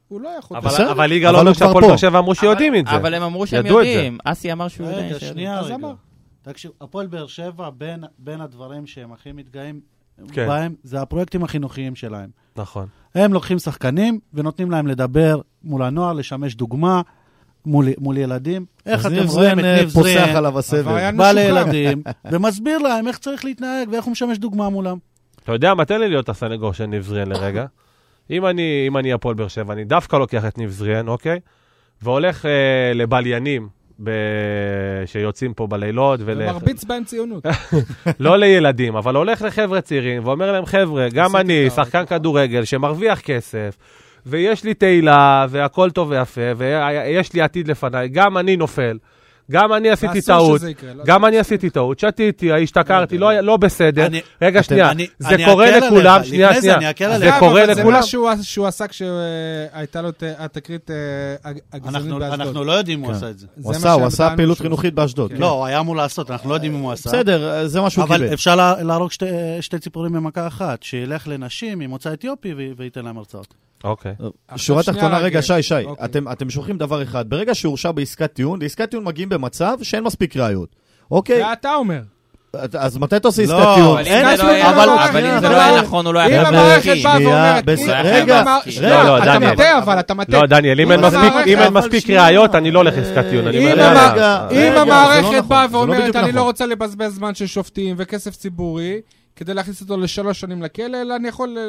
Speaker 3: הוא לא יכול.
Speaker 2: אבל-
Speaker 5: בסדר,
Speaker 2: אבל ליגה
Speaker 5: אבל
Speaker 2: לא אמרו
Speaker 5: הוא כבר
Speaker 2: שהפועל
Speaker 5: פה.
Speaker 2: באר שבע אמרו שיודעים את זה.
Speaker 4: אבל הם אמרו שהם
Speaker 2: ידעו את זה.
Speaker 4: יודעים, אסי אמר שהוא יודע.
Speaker 6: רגע,
Speaker 4: שיודעים.
Speaker 6: שנייה,
Speaker 3: אז
Speaker 6: רגע.
Speaker 3: אמר.
Speaker 6: תקשיב, הפועל באר שבע, בין- בין הדברים שהם הכי מתגאים
Speaker 2: כן.
Speaker 6: בהם, זה הפרויקטים החינוכיים שלהם.
Speaker 2: נכון.
Speaker 6: הם לוקחים שחקנים ונותנים להם לדבר מול הנוער, לשמש דוגמה מול, מול ילדים. איך
Speaker 5: אז
Speaker 6: אתם
Speaker 5: ניב
Speaker 6: רואים
Speaker 5: זרן
Speaker 6: את
Speaker 5: אה,
Speaker 6: ניב
Speaker 5: פוסח
Speaker 6: זרן,
Speaker 5: עליו הסבל.
Speaker 3: עבריין
Speaker 6: בא
Speaker 3: משוגע.
Speaker 6: לילדים ומסביר להם איך צריך להתנהג ואיך הוא משמש דוגמה מולם.
Speaker 2: אתה יודע מה, תן לי להיות הסנגור של ניב זריאן לרגע. אם אני, אם אני הפועל באר שבע, אני דווקא לוקח את ניב זריאן, אוקיי? והולך אה, לבליינים ב... שיוצאים פה בלילות. ולך-
Speaker 3: ומרביץ בהם ציונות.
Speaker 2: לא לילדים, אבל הולך לחבר'ה צעירים ואומר להם, חבר'ה, גם
Speaker 3: עשיתי
Speaker 2: אני,
Speaker 3: את ה-
Speaker 2: שחקן כדורגל שמרוויח כסף, ויש לי תהילה, והכל טוב ויפה, ויש לי עתיד לפניי, גם אני נופל. גם אני עשיתי
Speaker 3: ואסור
Speaker 2: טעות,
Speaker 3: שזה יקרה, לא
Speaker 2: גם אני עשיתי טעות, שתיתי, השתכרתי, לא היה- לא בסדר.
Speaker 6: אני-
Speaker 2: רגע,
Speaker 6: אתם-
Speaker 2: שנייה,
Speaker 6: אני-
Speaker 2: זה
Speaker 6: אני
Speaker 2: קורה
Speaker 6: אקל
Speaker 2: לכולם,
Speaker 6: עליך,
Speaker 2: שנייה,
Speaker 6: לפני זה
Speaker 2: שנייה.
Speaker 6: אני אקל
Speaker 2: זה
Speaker 6: עליך.
Speaker 2: קורה
Speaker 3: אבל זה
Speaker 2: לכולם.
Speaker 3: מה שהוא- שהוא עסק כשהייתה לו את התקרית אה, הג- הגזענית
Speaker 6: אנחנו,
Speaker 3: באשדוד.
Speaker 6: אנחנו לא יודעים אם הוא
Speaker 5: כן.
Speaker 6: עשה את זה.
Speaker 5: הוא
Speaker 3: זה מה
Speaker 5: עשה, הוא
Speaker 3: שהם
Speaker 5: עשה
Speaker 3: טענו
Speaker 5: פעילות
Speaker 3: שהוא-
Speaker 5: חינוכית באשדוד.
Speaker 3: כן.
Speaker 5: לא,
Speaker 6: לא, הוא היה אמור לעשות, אנחנו לא יודעים אם הוא עשה.
Speaker 5: בסדר, אה, זה מה שהוא
Speaker 6: אבל
Speaker 5: קיבל.
Speaker 6: אפשר לה- להרוג שתי, שתי ציפורים במכה אחת, שילך לנשים ממוצא אתיופי ו- וייתן להם הרצאות.
Speaker 2: אוקיי.
Speaker 5: שורה
Speaker 3: שנייה
Speaker 5: תחתונה, רגע,
Speaker 3: רגע.
Speaker 5: שי, שי,
Speaker 3: אוקיי.
Speaker 5: אתם- אתם שוכחים דבר אחד. ברגע שהורשע בעסקת טיעון, לעסקת טיעון מגיעים במצב שאין מספיק ראיות. אוקיי,
Speaker 3: זה אתה אומר.
Speaker 5: אז- אז מתי אתה עושה
Speaker 6: לא,
Speaker 5: עסקת
Speaker 6: אבל
Speaker 5: טיעון?
Speaker 4: אבל אם
Speaker 5: אין
Speaker 4: זה לא היה-
Speaker 5: מספיק- אבל-
Speaker 4: אבל אם זה לא היה נכון, הוא לא היה
Speaker 3: אם
Speaker 4: חייב
Speaker 3: המערכת
Speaker 4: להסכים.
Speaker 3: באה
Speaker 5: שנייה,
Speaker 3: ואומרת...
Speaker 5: בס-
Speaker 3: אם- אם
Speaker 5: רגע,
Speaker 3: המע-
Speaker 4: רגע,
Speaker 3: שנייה,
Speaker 2: לא,
Speaker 3: אתה
Speaker 2: דניאל.
Speaker 3: מטעה, אבל אתה מטעה.
Speaker 2: לא, דניאל, אם אין
Speaker 3: אבל
Speaker 2: מספיק-
Speaker 3: המערכת-
Speaker 2: אם אין
Speaker 5: אבל
Speaker 2: מספיק
Speaker 5: שנייה.
Speaker 2: ראיות, אני לא הולך לעסקת טיעון. אני
Speaker 5: אם
Speaker 2: אומר, יאללה.
Speaker 5: המערכת-
Speaker 2: אה,
Speaker 5: רגע,
Speaker 3: אם
Speaker 5: זה לא
Speaker 3: המערכת
Speaker 5: נכון,
Speaker 3: באה
Speaker 5: זה לא
Speaker 3: ואומרת,
Speaker 5: בדיוק
Speaker 3: אני לא
Speaker 5: נכון."
Speaker 3: רוצה לבזבז זמן של שופטים וכסף ציבורי כדי להכניס אותו לשלוש שנים לכלא, אלא אני יכול אה,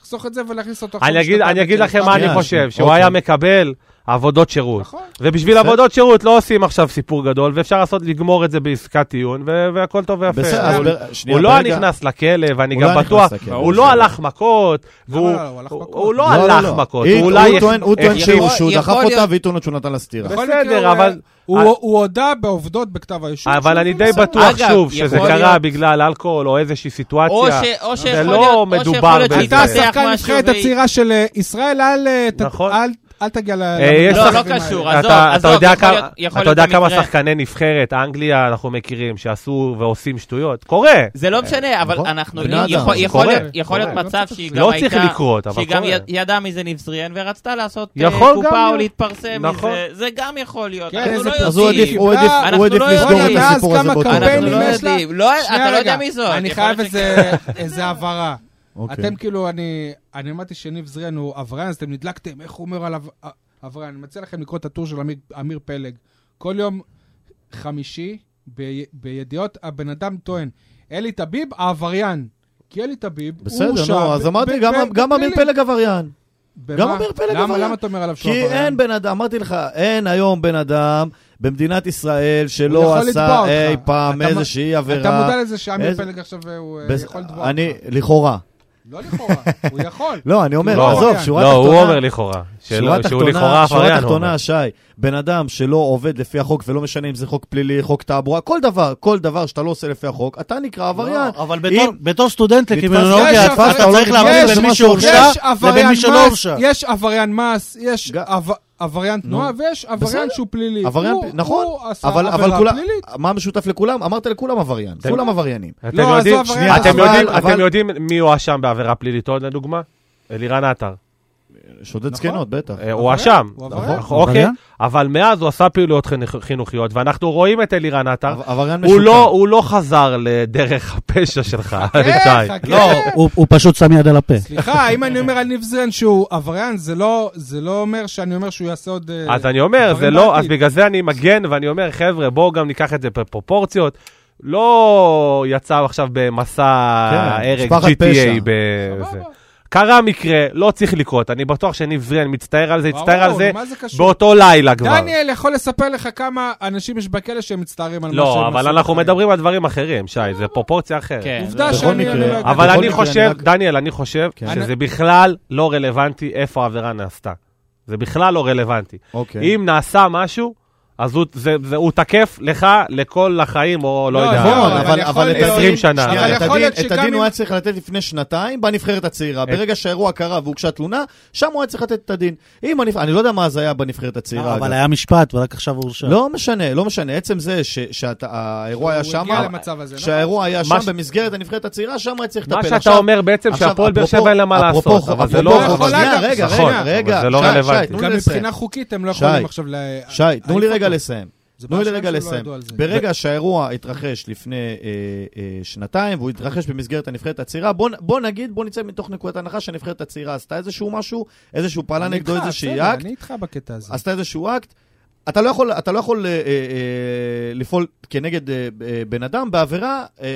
Speaker 3: לחסוך את זה ולהכניס אותו... עכשיו
Speaker 2: אני אגיד-
Speaker 3: לשנתיים
Speaker 2: אני אגיד
Speaker 3: לכלא."
Speaker 2: לכם מה אני
Speaker 5: שנייה,
Speaker 2: חושב,
Speaker 5: שנייה.
Speaker 2: שהוא
Speaker 5: אוקיי.
Speaker 2: היה מקבל עבודות שירות.
Speaker 3: נכון.
Speaker 2: ובשביל
Speaker 5: בסדר.
Speaker 2: עבודות שירות לא עושים עכשיו סיפור גדול, ואפשר לעשות, לגמור את זה בעסקת טיעון, ו- והכל טוב ויפה.
Speaker 5: בסדר, אז
Speaker 2: הוא-
Speaker 5: בר- שנייה,
Speaker 2: הוא לא
Speaker 5: ברגע-
Speaker 2: נכנס לכלא, ואני
Speaker 5: הוא
Speaker 2: גם
Speaker 5: לא נכנס
Speaker 2: בטוח,
Speaker 5: לכלא,
Speaker 2: הוא
Speaker 5: ברור
Speaker 2: לא
Speaker 5: שלא.
Speaker 2: הלך מכות, והוא
Speaker 3: לא, הוא הלך
Speaker 2: הוא-
Speaker 3: מכות.
Speaker 2: הוא לא
Speaker 5: לא, לא,
Speaker 2: הלך
Speaker 5: לא.
Speaker 2: מכות,
Speaker 5: היא-
Speaker 2: הוא אולי...
Speaker 5: הוא טוען- הוא טוען
Speaker 2: הכ-
Speaker 5: שהוא
Speaker 4: יכול-
Speaker 5: שהוא דחף
Speaker 4: יכול
Speaker 5: אותה
Speaker 4: להיות-
Speaker 5: והיא טוענת שהוא נתן לה סטירה.
Speaker 3: בכל
Speaker 2: בסדר,
Speaker 3: מקרה, הוא
Speaker 2: אבל-
Speaker 3: היה- הוא הוא הודה בעובדות בכתב האישום.
Speaker 2: אבל
Speaker 3: שהוא
Speaker 2: אני די
Speaker 3: בסדר.
Speaker 2: בטוח,
Speaker 4: אגב,
Speaker 2: שוב, שזה
Speaker 4: יכול
Speaker 2: קרה
Speaker 4: להיות-
Speaker 2: בגלל אלכוהול או איזושהי
Speaker 4: או
Speaker 2: סיטואציה.
Speaker 4: ש- או
Speaker 2: זה
Speaker 4: שיכול
Speaker 2: לא
Speaker 4: להיות- או
Speaker 2: מדובר
Speaker 4: שיכול להיות
Speaker 2: בזה.
Speaker 3: אתה
Speaker 4: שהתפתח
Speaker 3: השחקן
Speaker 4: משהו
Speaker 3: הנבחרת
Speaker 4: והיא-
Speaker 3: הצעירה של אה, ישראל, אל אה, ת-
Speaker 2: נכון.
Speaker 3: אל- אל תגיע ל...
Speaker 5: אה,
Speaker 2: יש
Speaker 4: לא, לא
Speaker 2: שחקנים
Speaker 4: קשור,
Speaker 2: אתה-
Speaker 4: עזוב,
Speaker 2: אתה
Speaker 4: עזוב,
Speaker 2: יודע
Speaker 4: יכול
Speaker 2: כמה-
Speaker 4: להיות- יכול
Speaker 2: אתה
Speaker 4: להיות
Speaker 2: יודע כמה
Speaker 4: במקרה.
Speaker 2: שחקני נבחרת אנגליה אנחנו מכירים, שעשו ועושים שטויות? קורה.
Speaker 4: זה לא משנה, אבל
Speaker 5: נכון.
Speaker 4: אנחנו,
Speaker 5: בני אדם,
Speaker 4: יכול-
Speaker 5: זה
Speaker 4: יכול
Speaker 2: קורה,
Speaker 4: להיות- יכול
Speaker 2: קורה.
Speaker 4: להיות מצב שהיא
Speaker 2: לא
Speaker 4: גם הייתה...
Speaker 2: צריך לקרות, אבל
Speaker 4: שהיא גם
Speaker 2: קורה.
Speaker 4: יד- ידעה מזה ניב זריאן ורצתה לעשות אה,
Speaker 2: יכול גם
Speaker 4: קופה או
Speaker 2: להיות.
Speaker 4: להתפרסם
Speaker 2: נכון.
Speaker 4: מזה, זה גם יכול להיות,
Speaker 3: כן,
Speaker 4: אנחנו
Speaker 3: איזה
Speaker 4: לא
Speaker 5: אז הוא
Speaker 4: יודעים.
Speaker 5: העדיף- הוא העדיף
Speaker 3: אנחנו
Speaker 5: הוא העדיף
Speaker 4: לא
Speaker 5: לסגור
Speaker 4: יודעים.
Speaker 5: את הסיפור הזה
Speaker 3: מאז
Speaker 5: באותו
Speaker 3: כמה
Speaker 4: אנחנו לא
Speaker 3: קמפיינים יש לה?
Speaker 4: יודעים, לא-
Speaker 3: שנייה,
Speaker 4: אתה לא יודע
Speaker 3: רגע.
Speaker 4: מי זאת.
Speaker 3: אני
Speaker 4: יכול
Speaker 3: חייב
Speaker 4: להיות שכן.
Speaker 3: איזה- איזה הבהרה.
Speaker 5: אוקיי.
Speaker 3: אתם כאילו, אני אני אמרתי שניב זריאן הוא עבריין, אז אתם נדלקתם, איך הוא אומר עליו ע- עבריין. אני מציע לכם לקרוא את הטור של אמיר- אמיר פלג. כל יום חמישי, ב- בידיעות, הבן אדם טוען, אלי טביב, העבריין. קיאלי טביב,
Speaker 5: בסדר,
Speaker 3: הוא שם
Speaker 5: נו, אז
Speaker 3: ב-
Speaker 5: אמרתי,
Speaker 3: ב-
Speaker 5: גם-
Speaker 3: ב-
Speaker 5: גם אמיר
Speaker 3: בפלילים.
Speaker 5: פלג עבריין.
Speaker 3: במה?
Speaker 5: גם אמיר פלג
Speaker 3: למה-
Speaker 5: עבריין.
Speaker 3: למה אתה אומר עליו שהוא
Speaker 5: כי
Speaker 3: עבריין?
Speaker 5: אין בן אדם, אמרתי לך, אין היום בן אדם במדינת ישראל
Speaker 3: הוא
Speaker 5: שלא
Speaker 3: יכול לתבוע
Speaker 5: עשה
Speaker 3: אותך.
Speaker 5: אי פעם
Speaker 3: אתה מ-
Speaker 5: איזושהי עבירה.
Speaker 3: אתה מודע לזה שעמיר
Speaker 5: איזה-
Speaker 3: פלג עכשיו אה, הוא אה,
Speaker 5: בס-
Speaker 3: יכול לתבוע
Speaker 5: אני,
Speaker 3: אותך.
Speaker 5: לכאורה.
Speaker 3: לא לכאורה, הוא יכול.
Speaker 5: לא, אני אומר,
Speaker 2: לא,
Speaker 5: עזוב,
Speaker 3: לא,
Speaker 5: שורה
Speaker 2: לא,
Speaker 5: תחתונה.
Speaker 2: הוא אומר לכאורה.
Speaker 5: שורה
Speaker 2: שלא- שהוא לכאורה
Speaker 5: תחתונה, שורה
Speaker 2: עבריין, הוא אומר.
Speaker 5: תחתונה, שי, בן אדם שלא עובד לפי החוק, ולא משנה אם זה חוק פלילי, חוק תעבורה, כל דבר, כל דבר שאתה לא עושה לפי החוק, אתה נקרא עבריין.
Speaker 6: לא, אבל בתור- בתור סטודנט
Speaker 5: נתפס-
Speaker 6: לקרימינולוגיה,
Speaker 3: יש
Speaker 6: אתה
Speaker 5: עבריין-
Speaker 6: צריך
Speaker 5: יש-
Speaker 6: להבדיל בין מי
Speaker 5: יש-
Speaker 6: שהורשע
Speaker 3: יש עבריין
Speaker 6: לבין מי שלא
Speaker 3: מס,
Speaker 6: הורשע.
Speaker 3: יש עבריין מס, יש
Speaker 5: ג-
Speaker 3: עב- עבריין תנועה ויש עבריין
Speaker 5: בסדר.
Speaker 3: שהוא פלילי.
Speaker 5: עבריין,
Speaker 3: הוא-
Speaker 5: נכון,
Speaker 3: הוא עשה
Speaker 5: אבל, אבל
Speaker 3: עבירה
Speaker 5: כולם,
Speaker 3: פלילית.
Speaker 5: מה המשותף לכולם? אמרת לכולם עבריין, כולם עבריינים.
Speaker 2: אתם
Speaker 3: לא,
Speaker 2: יודעים-
Speaker 3: עזוב,
Speaker 2: שנייה,
Speaker 5: אבל-
Speaker 2: אתם יודעים-
Speaker 5: אבל-
Speaker 2: אתם יודעים מי הואשם בעבירה פלילית עוד לדוגמה? אלירן עטר.
Speaker 5: שודד זקנות, בטח.
Speaker 2: אה, הוא הואשם.
Speaker 3: הוא
Speaker 2: נכון,
Speaker 3: עבריין.
Speaker 2: אוקיי,
Speaker 6: עבריין.
Speaker 2: אבל מאז הוא עשה פעילויות חינוכ- חינוכיות, ואנחנו רואים את אלירן עטר.
Speaker 5: עב- עבריין
Speaker 2: הוא
Speaker 5: משותף.
Speaker 2: לא- הוא לא חזר לדרך הפשע שלך, שי.
Speaker 3: חכה.
Speaker 6: לא, הוא- הוא פשוט שם יד על הפה.
Speaker 3: סליחה, אם אני אומר על ניב זרן שהוא עבריין, זה לא- זה לא אומר שאני אומר שהוא יעשה עוד... אה,
Speaker 2: אז אני אומר, זה
Speaker 3: דברים
Speaker 2: לא, אז
Speaker 3: בעתיד.
Speaker 2: בגלל זה אני מגן, ואני אומר, חבר'ה, בואו גם ניקח את זה בפרופורציות. לא יצא עכשיו במסע
Speaker 5: כן,
Speaker 2: הרג
Speaker 5: משפחת
Speaker 2: GTA.
Speaker 5: פשע.
Speaker 2: בזה.
Speaker 3: סבבה.
Speaker 2: קרה מקרה, לא צריך לקרות, אני בטוח שניב זרין מצטער על זה,
Speaker 3: ברור,
Speaker 2: יצטער על זה
Speaker 3: מה זה קשור?
Speaker 2: באותו לילה כבר.
Speaker 3: דניאל יכול לספר לך כמה אנשים יש בכלא שהם מצטערים על מה אה, שהם עשו.
Speaker 2: לא, אבל אנחנו
Speaker 3: בחיים.
Speaker 2: מדברים על דברים אחרים, שי, זה פרופורציה אחרת.
Speaker 4: כן.
Speaker 3: עובדה
Speaker 4: בכל
Speaker 3: שאני...
Speaker 5: מקרה.
Speaker 3: אני לא יודע.
Speaker 2: אבל
Speaker 5: בכל
Speaker 2: אני
Speaker 5: מקרה,
Speaker 2: חושב,
Speaker 5: אני רק-
Speaker 2: דניאל, אני חושב
Speaker 5: כן.
Speaker 2: שזה בכלל לא רלוונטי איפה העבירה נעשתה. זה בכלל לא רלוונטי.
Speaker 5: אוקיי.
Speaker 2: אם נעשה משהו, אז הוא- זה- זה- הוא תקף לך לכל החיים, או לא
Speaker 3: לא,
Speaker 2: יודע.
Speaker 3: נכון,
Speaker 2: אבל-
Speaker 3: אבל יכול
Speaker 5: את
Speaker 3: להיות-
Speaker 5: הדין-
Speaker 2: 20 שנה.
Speaker 5: שנייה,
Speaker 3: אבל
Speaker 5: את
Speaker 3: יכול
Speaker 5: הדין-
Speaker 3: להיות
Speaker 5: את
Speaker 3: שגם
Speaker 5: הדין
Speaker 3: אם-
Speaker 5: הוא היה צריך לתת לפני שנתיים בנבחרת הצעירה. ברגע שהאירוע קרה והוגשה תלונה, שם הוא היה צריך לתת את הדין. אם הנבח- אני לא יודע מה זה היה בנבחרת הצעירה. אגב.
Speaker 6: אה, אבל היה משפט, ורק עכשיו הוא הורשע.
Speaker 5: לא משנה, לא משנה. עצם זה ש- שהאירוע היה
Speaker 3: הוא
Speaker 5: שם,
Speaker 3: הגיע למצב הזה, נכון?
Speaker 5: כשהאירוע היה
Speaker 2: לא מה
Speaker 5: שם
Speaker 2: ש-
Speaker 5: במסגרת הנבחרת הצעירה, שם היה צריך לטפל.
Speaker 2: מה
Speaker 5: עכשיו-
Speaker 2: שאתה אומר בעצם
Speaker 5: עכשיו,
Speaker 2: שהפועל באר
Speaker 5: אפרופו-
Speaker 2: שבע אין לה מה
Speaker 5: אפרופו-
Speaker 2: לעשות, אבל זה
Speaker 5: אפרופו-
Speaker 2: לא...
Speaker 3: אבל
Speaker 5: שנייה,
Speaker 3: יכולה גם.
Speaker 5: רגע,
Speaker 2: נכון,
Speaker 5: רגע, רגע.
Speaker 2: אבל זה לא
Speaker 5: שי, שי,
Speaker 2: רלוונטי.
Speaker 5: תנו לי
Speaker 3: גם
Speaker 5: לסיים.
Speaker 3: מבחינה חוקית הם לא
Speaker 5: שי,
Speaker 3: יכולים עכשיו ל...
Speaker 5: שי, תנו לי
Speaker 3: העיף
Speaker 5: רגע
Speaker 3: אותו.
Speaker 5: לסיים.
Speaker 3: זה
Speaker 5: תנו לי
Speaker 3: פעם
Speaker 5: רגע
Speaker 3: שנייה שהם לא
Speaker 5: לסיים.
Speaker 3: ידעו על זה.
Speaker 5: ברגע שהאירוע התרחש לפני אה, אה, שנתיים, והוא התרחש במסגרת הנבחרת הצעירה, בוא, נ- בוא נגיד, בוא נצא מתוך נקודת הנחה שהנבחרת הצעירה עשתה איזשהו משהו, איזשהו פעלה
Speaker 3: אני
Speaker 5: נגדו
Speaker 3: איתך,
Speaker 5: איזשהי
Speaker 3: בסדר,
Speaker 5: אקט,
Speaker 3: אני איתך בקטע הזה.
Speaker 5: עשתה איזשהו אקט. אתה לא יכול, אתה לא יכול אה, אה, אה, לפעול כנגד אה, אה, בן אדם בעבירה אה,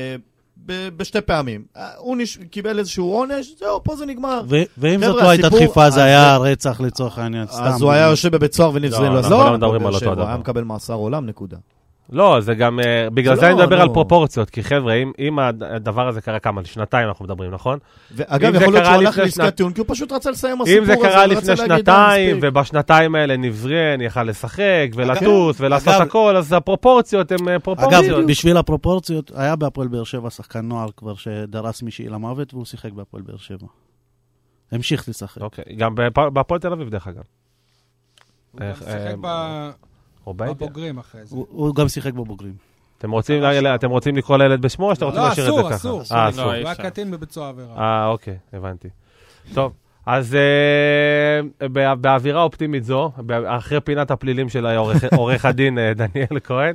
Speaker 5: ב- בשתי פעמים. אה, הוא נש... קיבל איזשהו עונש, זהו, פה זה נגמר.
Speaker 6: ו- ואם
Speaker 5: חבר'ה,
Speaker 6: זאת לא הייתה
Speaker 5: הסיפור-
Speaker 6: דחיפה, זה
Speaker 5: אז-
Speaker 6: היה רצח לצורך העניין, סתם.
Speaker 5: אז הוא היה יושב בבית סוהר
Speaker 2: לא,
Speaker 5: ונבזרים לו.
Speaker 2: אנחנו לא מדברים על אותו
Speaker 5: הוא
Speaker 2: הדבר.
Speaker 5: היה מקבל מאסר עולם, נקודה.
Speaker 2: לא, זה גם... אה, בגלל
Speaker 5: זה
Speaker 2: זה אני
Speaker 5: לא,
Speaker 2: מדבר
Speaker 5: לא.
Speaker 2: על פרופורציות, כי חבר'ה, אם- אם הד- הדבר הזה קרה כמה? שנתיים אנחנו מדברים, נכון?
Speaker 5: ואגב,
Speaker 2: אם זה
Speaker 5: יכול להיות
Speaker 2: קרה
Speaker 5: שהוא הלך
Speaker 2: לפני
Speaker 5: לעסקת
Speaker 2: שנת-
Speaker 5: טיעון, כי הוא פשוט רצה לסיים הסיפור
Speaker 2: אם
Speaker 5: הזה,
Speaker 2: זה קרה
Speaker 5: הוא רצה
Speaker 2: לפני
Speaker 5: להגיד, "אה,
Speaker 2: שנתיים,
Speaker 5: מספיק".
Speaker 2: ובשנתיים האלה נברן יכל לשחק ולטוס ולעשות
Speaker 6: אגב-
Speaker 2: הכל, אז הפרופורציות הן אה,
Speaker 6: אגב,
Speaker 2: פרופורציות.
Speaker 6: בשביל הפרופורציות, היה בהפועל באר שבע שחקן נוער כבר שדרס מישהי למוות, והוא שיחק בהפועל באר שבע. המשיך לשחק.
Speaker 2: אוקיי, גם בפ- בהפועל תל אביב, דרך אגב.
Speaker 3: הוא גם
Speaker 2: איך,
Speaker 3: שיחק
Speaker 2: אה, או
Speaker 3: ב-
Speaker 2: בעידן.
Speaker 3: בבוגרים אחרי זה.
Speaker 6: הוא- הוא גם שיחק בבוגרים.
Speaker 2: אתם רוצים ל- אתם רוצים לקרוא לילד בשמו, או שאתם רוצים
Speaker 3: לא,
Speaker 2: להשאיר את זה
Speaker 3: אסור,
Speaker 2: ככה?
Speaker 3: אסור.
Speaker 2: אה,
Speaker 4: אסור.
Speaker 2: אסור.
Speaker 4: לא, אי
Speaker 3: הוא היה
Speaker 4: אפשר.
Speaker 3: קטין בבית סוהר עבירה.
Speaker 2: אה, אוקיי, הבנתי. טוב, אז אה, בא- באווירה אופטימית זו, בא- אחרי פינת הפלילים של העורך- עורך הדין אה, דניאל כהן,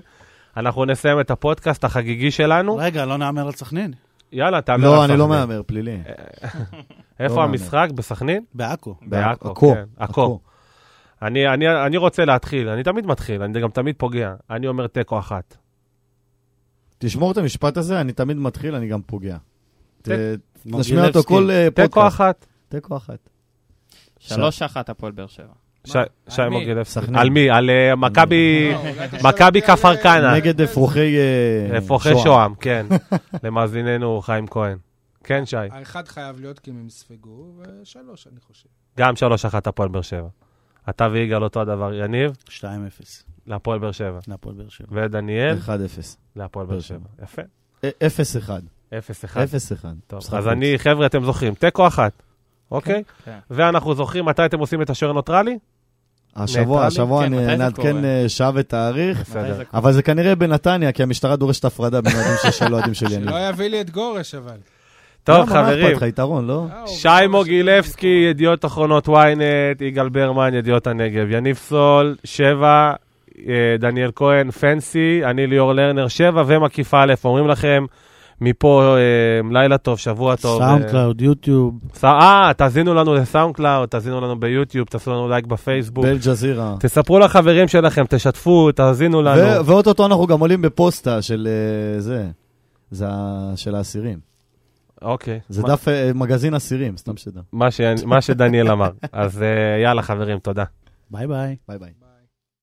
Speaker 2: אנחנו נסיים את הפודקאסט החגיגי שלנו.
Speaker 6: רגע, לא נאמר על סכנין?
Speaker 2: יאללה, תאמר על
Speaker 5: לא, אני לא
Speaker 2: סכנין.
Speaker 5: מהמר, פלילי.
Speaker 2: אה,
Speaker 5: לא
Speaker 2: איפה
Speaker 5: מהמר.
Speaker 2: המשחק? בסכנין?
Speaker 6: בעכו.
Speaker 5: בעכו,
Speaker 2: בעכו, כן,
Speaker 5: עכו.
Speaker 2: עכו. אני, אני, אני רוצה להתחיל, אני תמיד מתחיל, אני גם תמיד פוגע. אני אומר תיקו אחת.
Speaker 5: תשמור את המשפט הזה, אני תמיד מתחיל, אני גם פוגע. ת- נשמיע
Speaker 6: מוגילבסקי.
Speaker 5: אותו כל אה,
Speaker 2: תיקו
Speaker 5: פודקאסט.
Speaker 2: אחת.
Speaker 5: תיקו אחת.
Speaker 4: שלוש אחת הפועל באר שבע.
Speaker 2: שי- שי
Speaker 3: על מי?
Speaker 2: מוגילבסקי.
Speaker 5: סכנין.
Speaker 2: על מי? על אה, מכבי...
Speaker 3: לא, אולי אתה
Speaker 2: מכבי
Speaker 3: שואל אותי על-
Speaker 2: כפר כנא.
Speaker 5: נגד אפרוחי אה,
Speaker 2: אפרוחי שוהם, כן. למאזיננו חיים כהן. כן, שי.
Speaker 3: האחד חייב להיות כי הם יספגו, ושלוש, אני חושב.
Speaker 2: גם 3-1 הפועל באר שבע. אתה ויגאל אותו הדבר, יניב,
Speaker 6: 2-0
Speaker 2: להפועל באר שבע.
Speaker 6: להפועל באר שבע.
Speaker 2: ודניאל,
Speaker 5: 1-0.
Speaker 2: להפועל באר שבע. יפה.
Speaker 5: אה, 0-1.
Speaker 2: 0-1.
Speaker 5: 0-1.
Speaker 2: טוב,
Speaker 5: משחק
Speaker 2: אז
Speaker 5: חוץ.
Speaker 2: אני, חבר'ה, אתם זוכרים, תיקו אחת, אוקיי?
Speaker 4: כן.
Speaker 2: ואנחנו זוכרים מתי אתם עושים את השוער נוטרלי?
Speaker 5: השבוע,
Speaker 2: ניטרלי?
Speaker 5: השבוע
Speaker 4: כן,
Speaker 5: אני-
Speaker 4: מתי זה
Speaker 5: נעדכן
Speaker 4: קורה?
Speaker 5: אה, שעה ותאריך,
Speaker 4: מתי זה קורה?
Speaker 5: אבל זה כנראה בנתניה, כי המשטרה דורשת הפרדה בין אוהדים שלי של אוהדים שלי. לא, אני-
Speaker 3: שלא לא יביא לי את גורש, אבל.
Speaker 2: טוב,
Speaker 5: למה, מה אכפת
Speaker 2: חברים,
Speaker 5: לך, יתרון, לא?
Speaker 3: אה, הוא-
Speaker 2: שי מוגילבסקי,
Speaker 3: לא.
Speaker 2: ידיעות אחרונות ynet, יגאל ברמן, ידיעות הנגב, יניב סול, שבע, אה, דניאל כהן, פנסי, אני ליאור לרנר, שבע ומקיף א', אומרים לכם מפה אה, לילה טוב, שבוע טוב. אה,
Speaker 6: סאונד קלאוד, יוטיוב.
Speaker 2: ס- אה, תאזינו לנו לסאונד קלאוד, תאזינו לנו ביוטיוב, תעשו לנו לייק בפייסבוק.
Speaker 5: באל-ג'זירה.
Speaker 2: תספרו לחברים שלכם, תשתפו, תאזינו לנו.
Speaker 5: ו- ואו-טו-טו אנחנו גם עולים בפוסטה של אה, זה, זה ה- של האסירים.
Speaker 2: אוקיי.
Speaker 5: זה
Speaker 2: מה-
Speaker 5: דף אה, מגזין אסירים, סתם שתדע.
Speaker 2: מה ש- מה שדניאל אמר. אז אה, יאללה, חברים, תודה.
Speaker 5: ביי ביי. ביי ביי.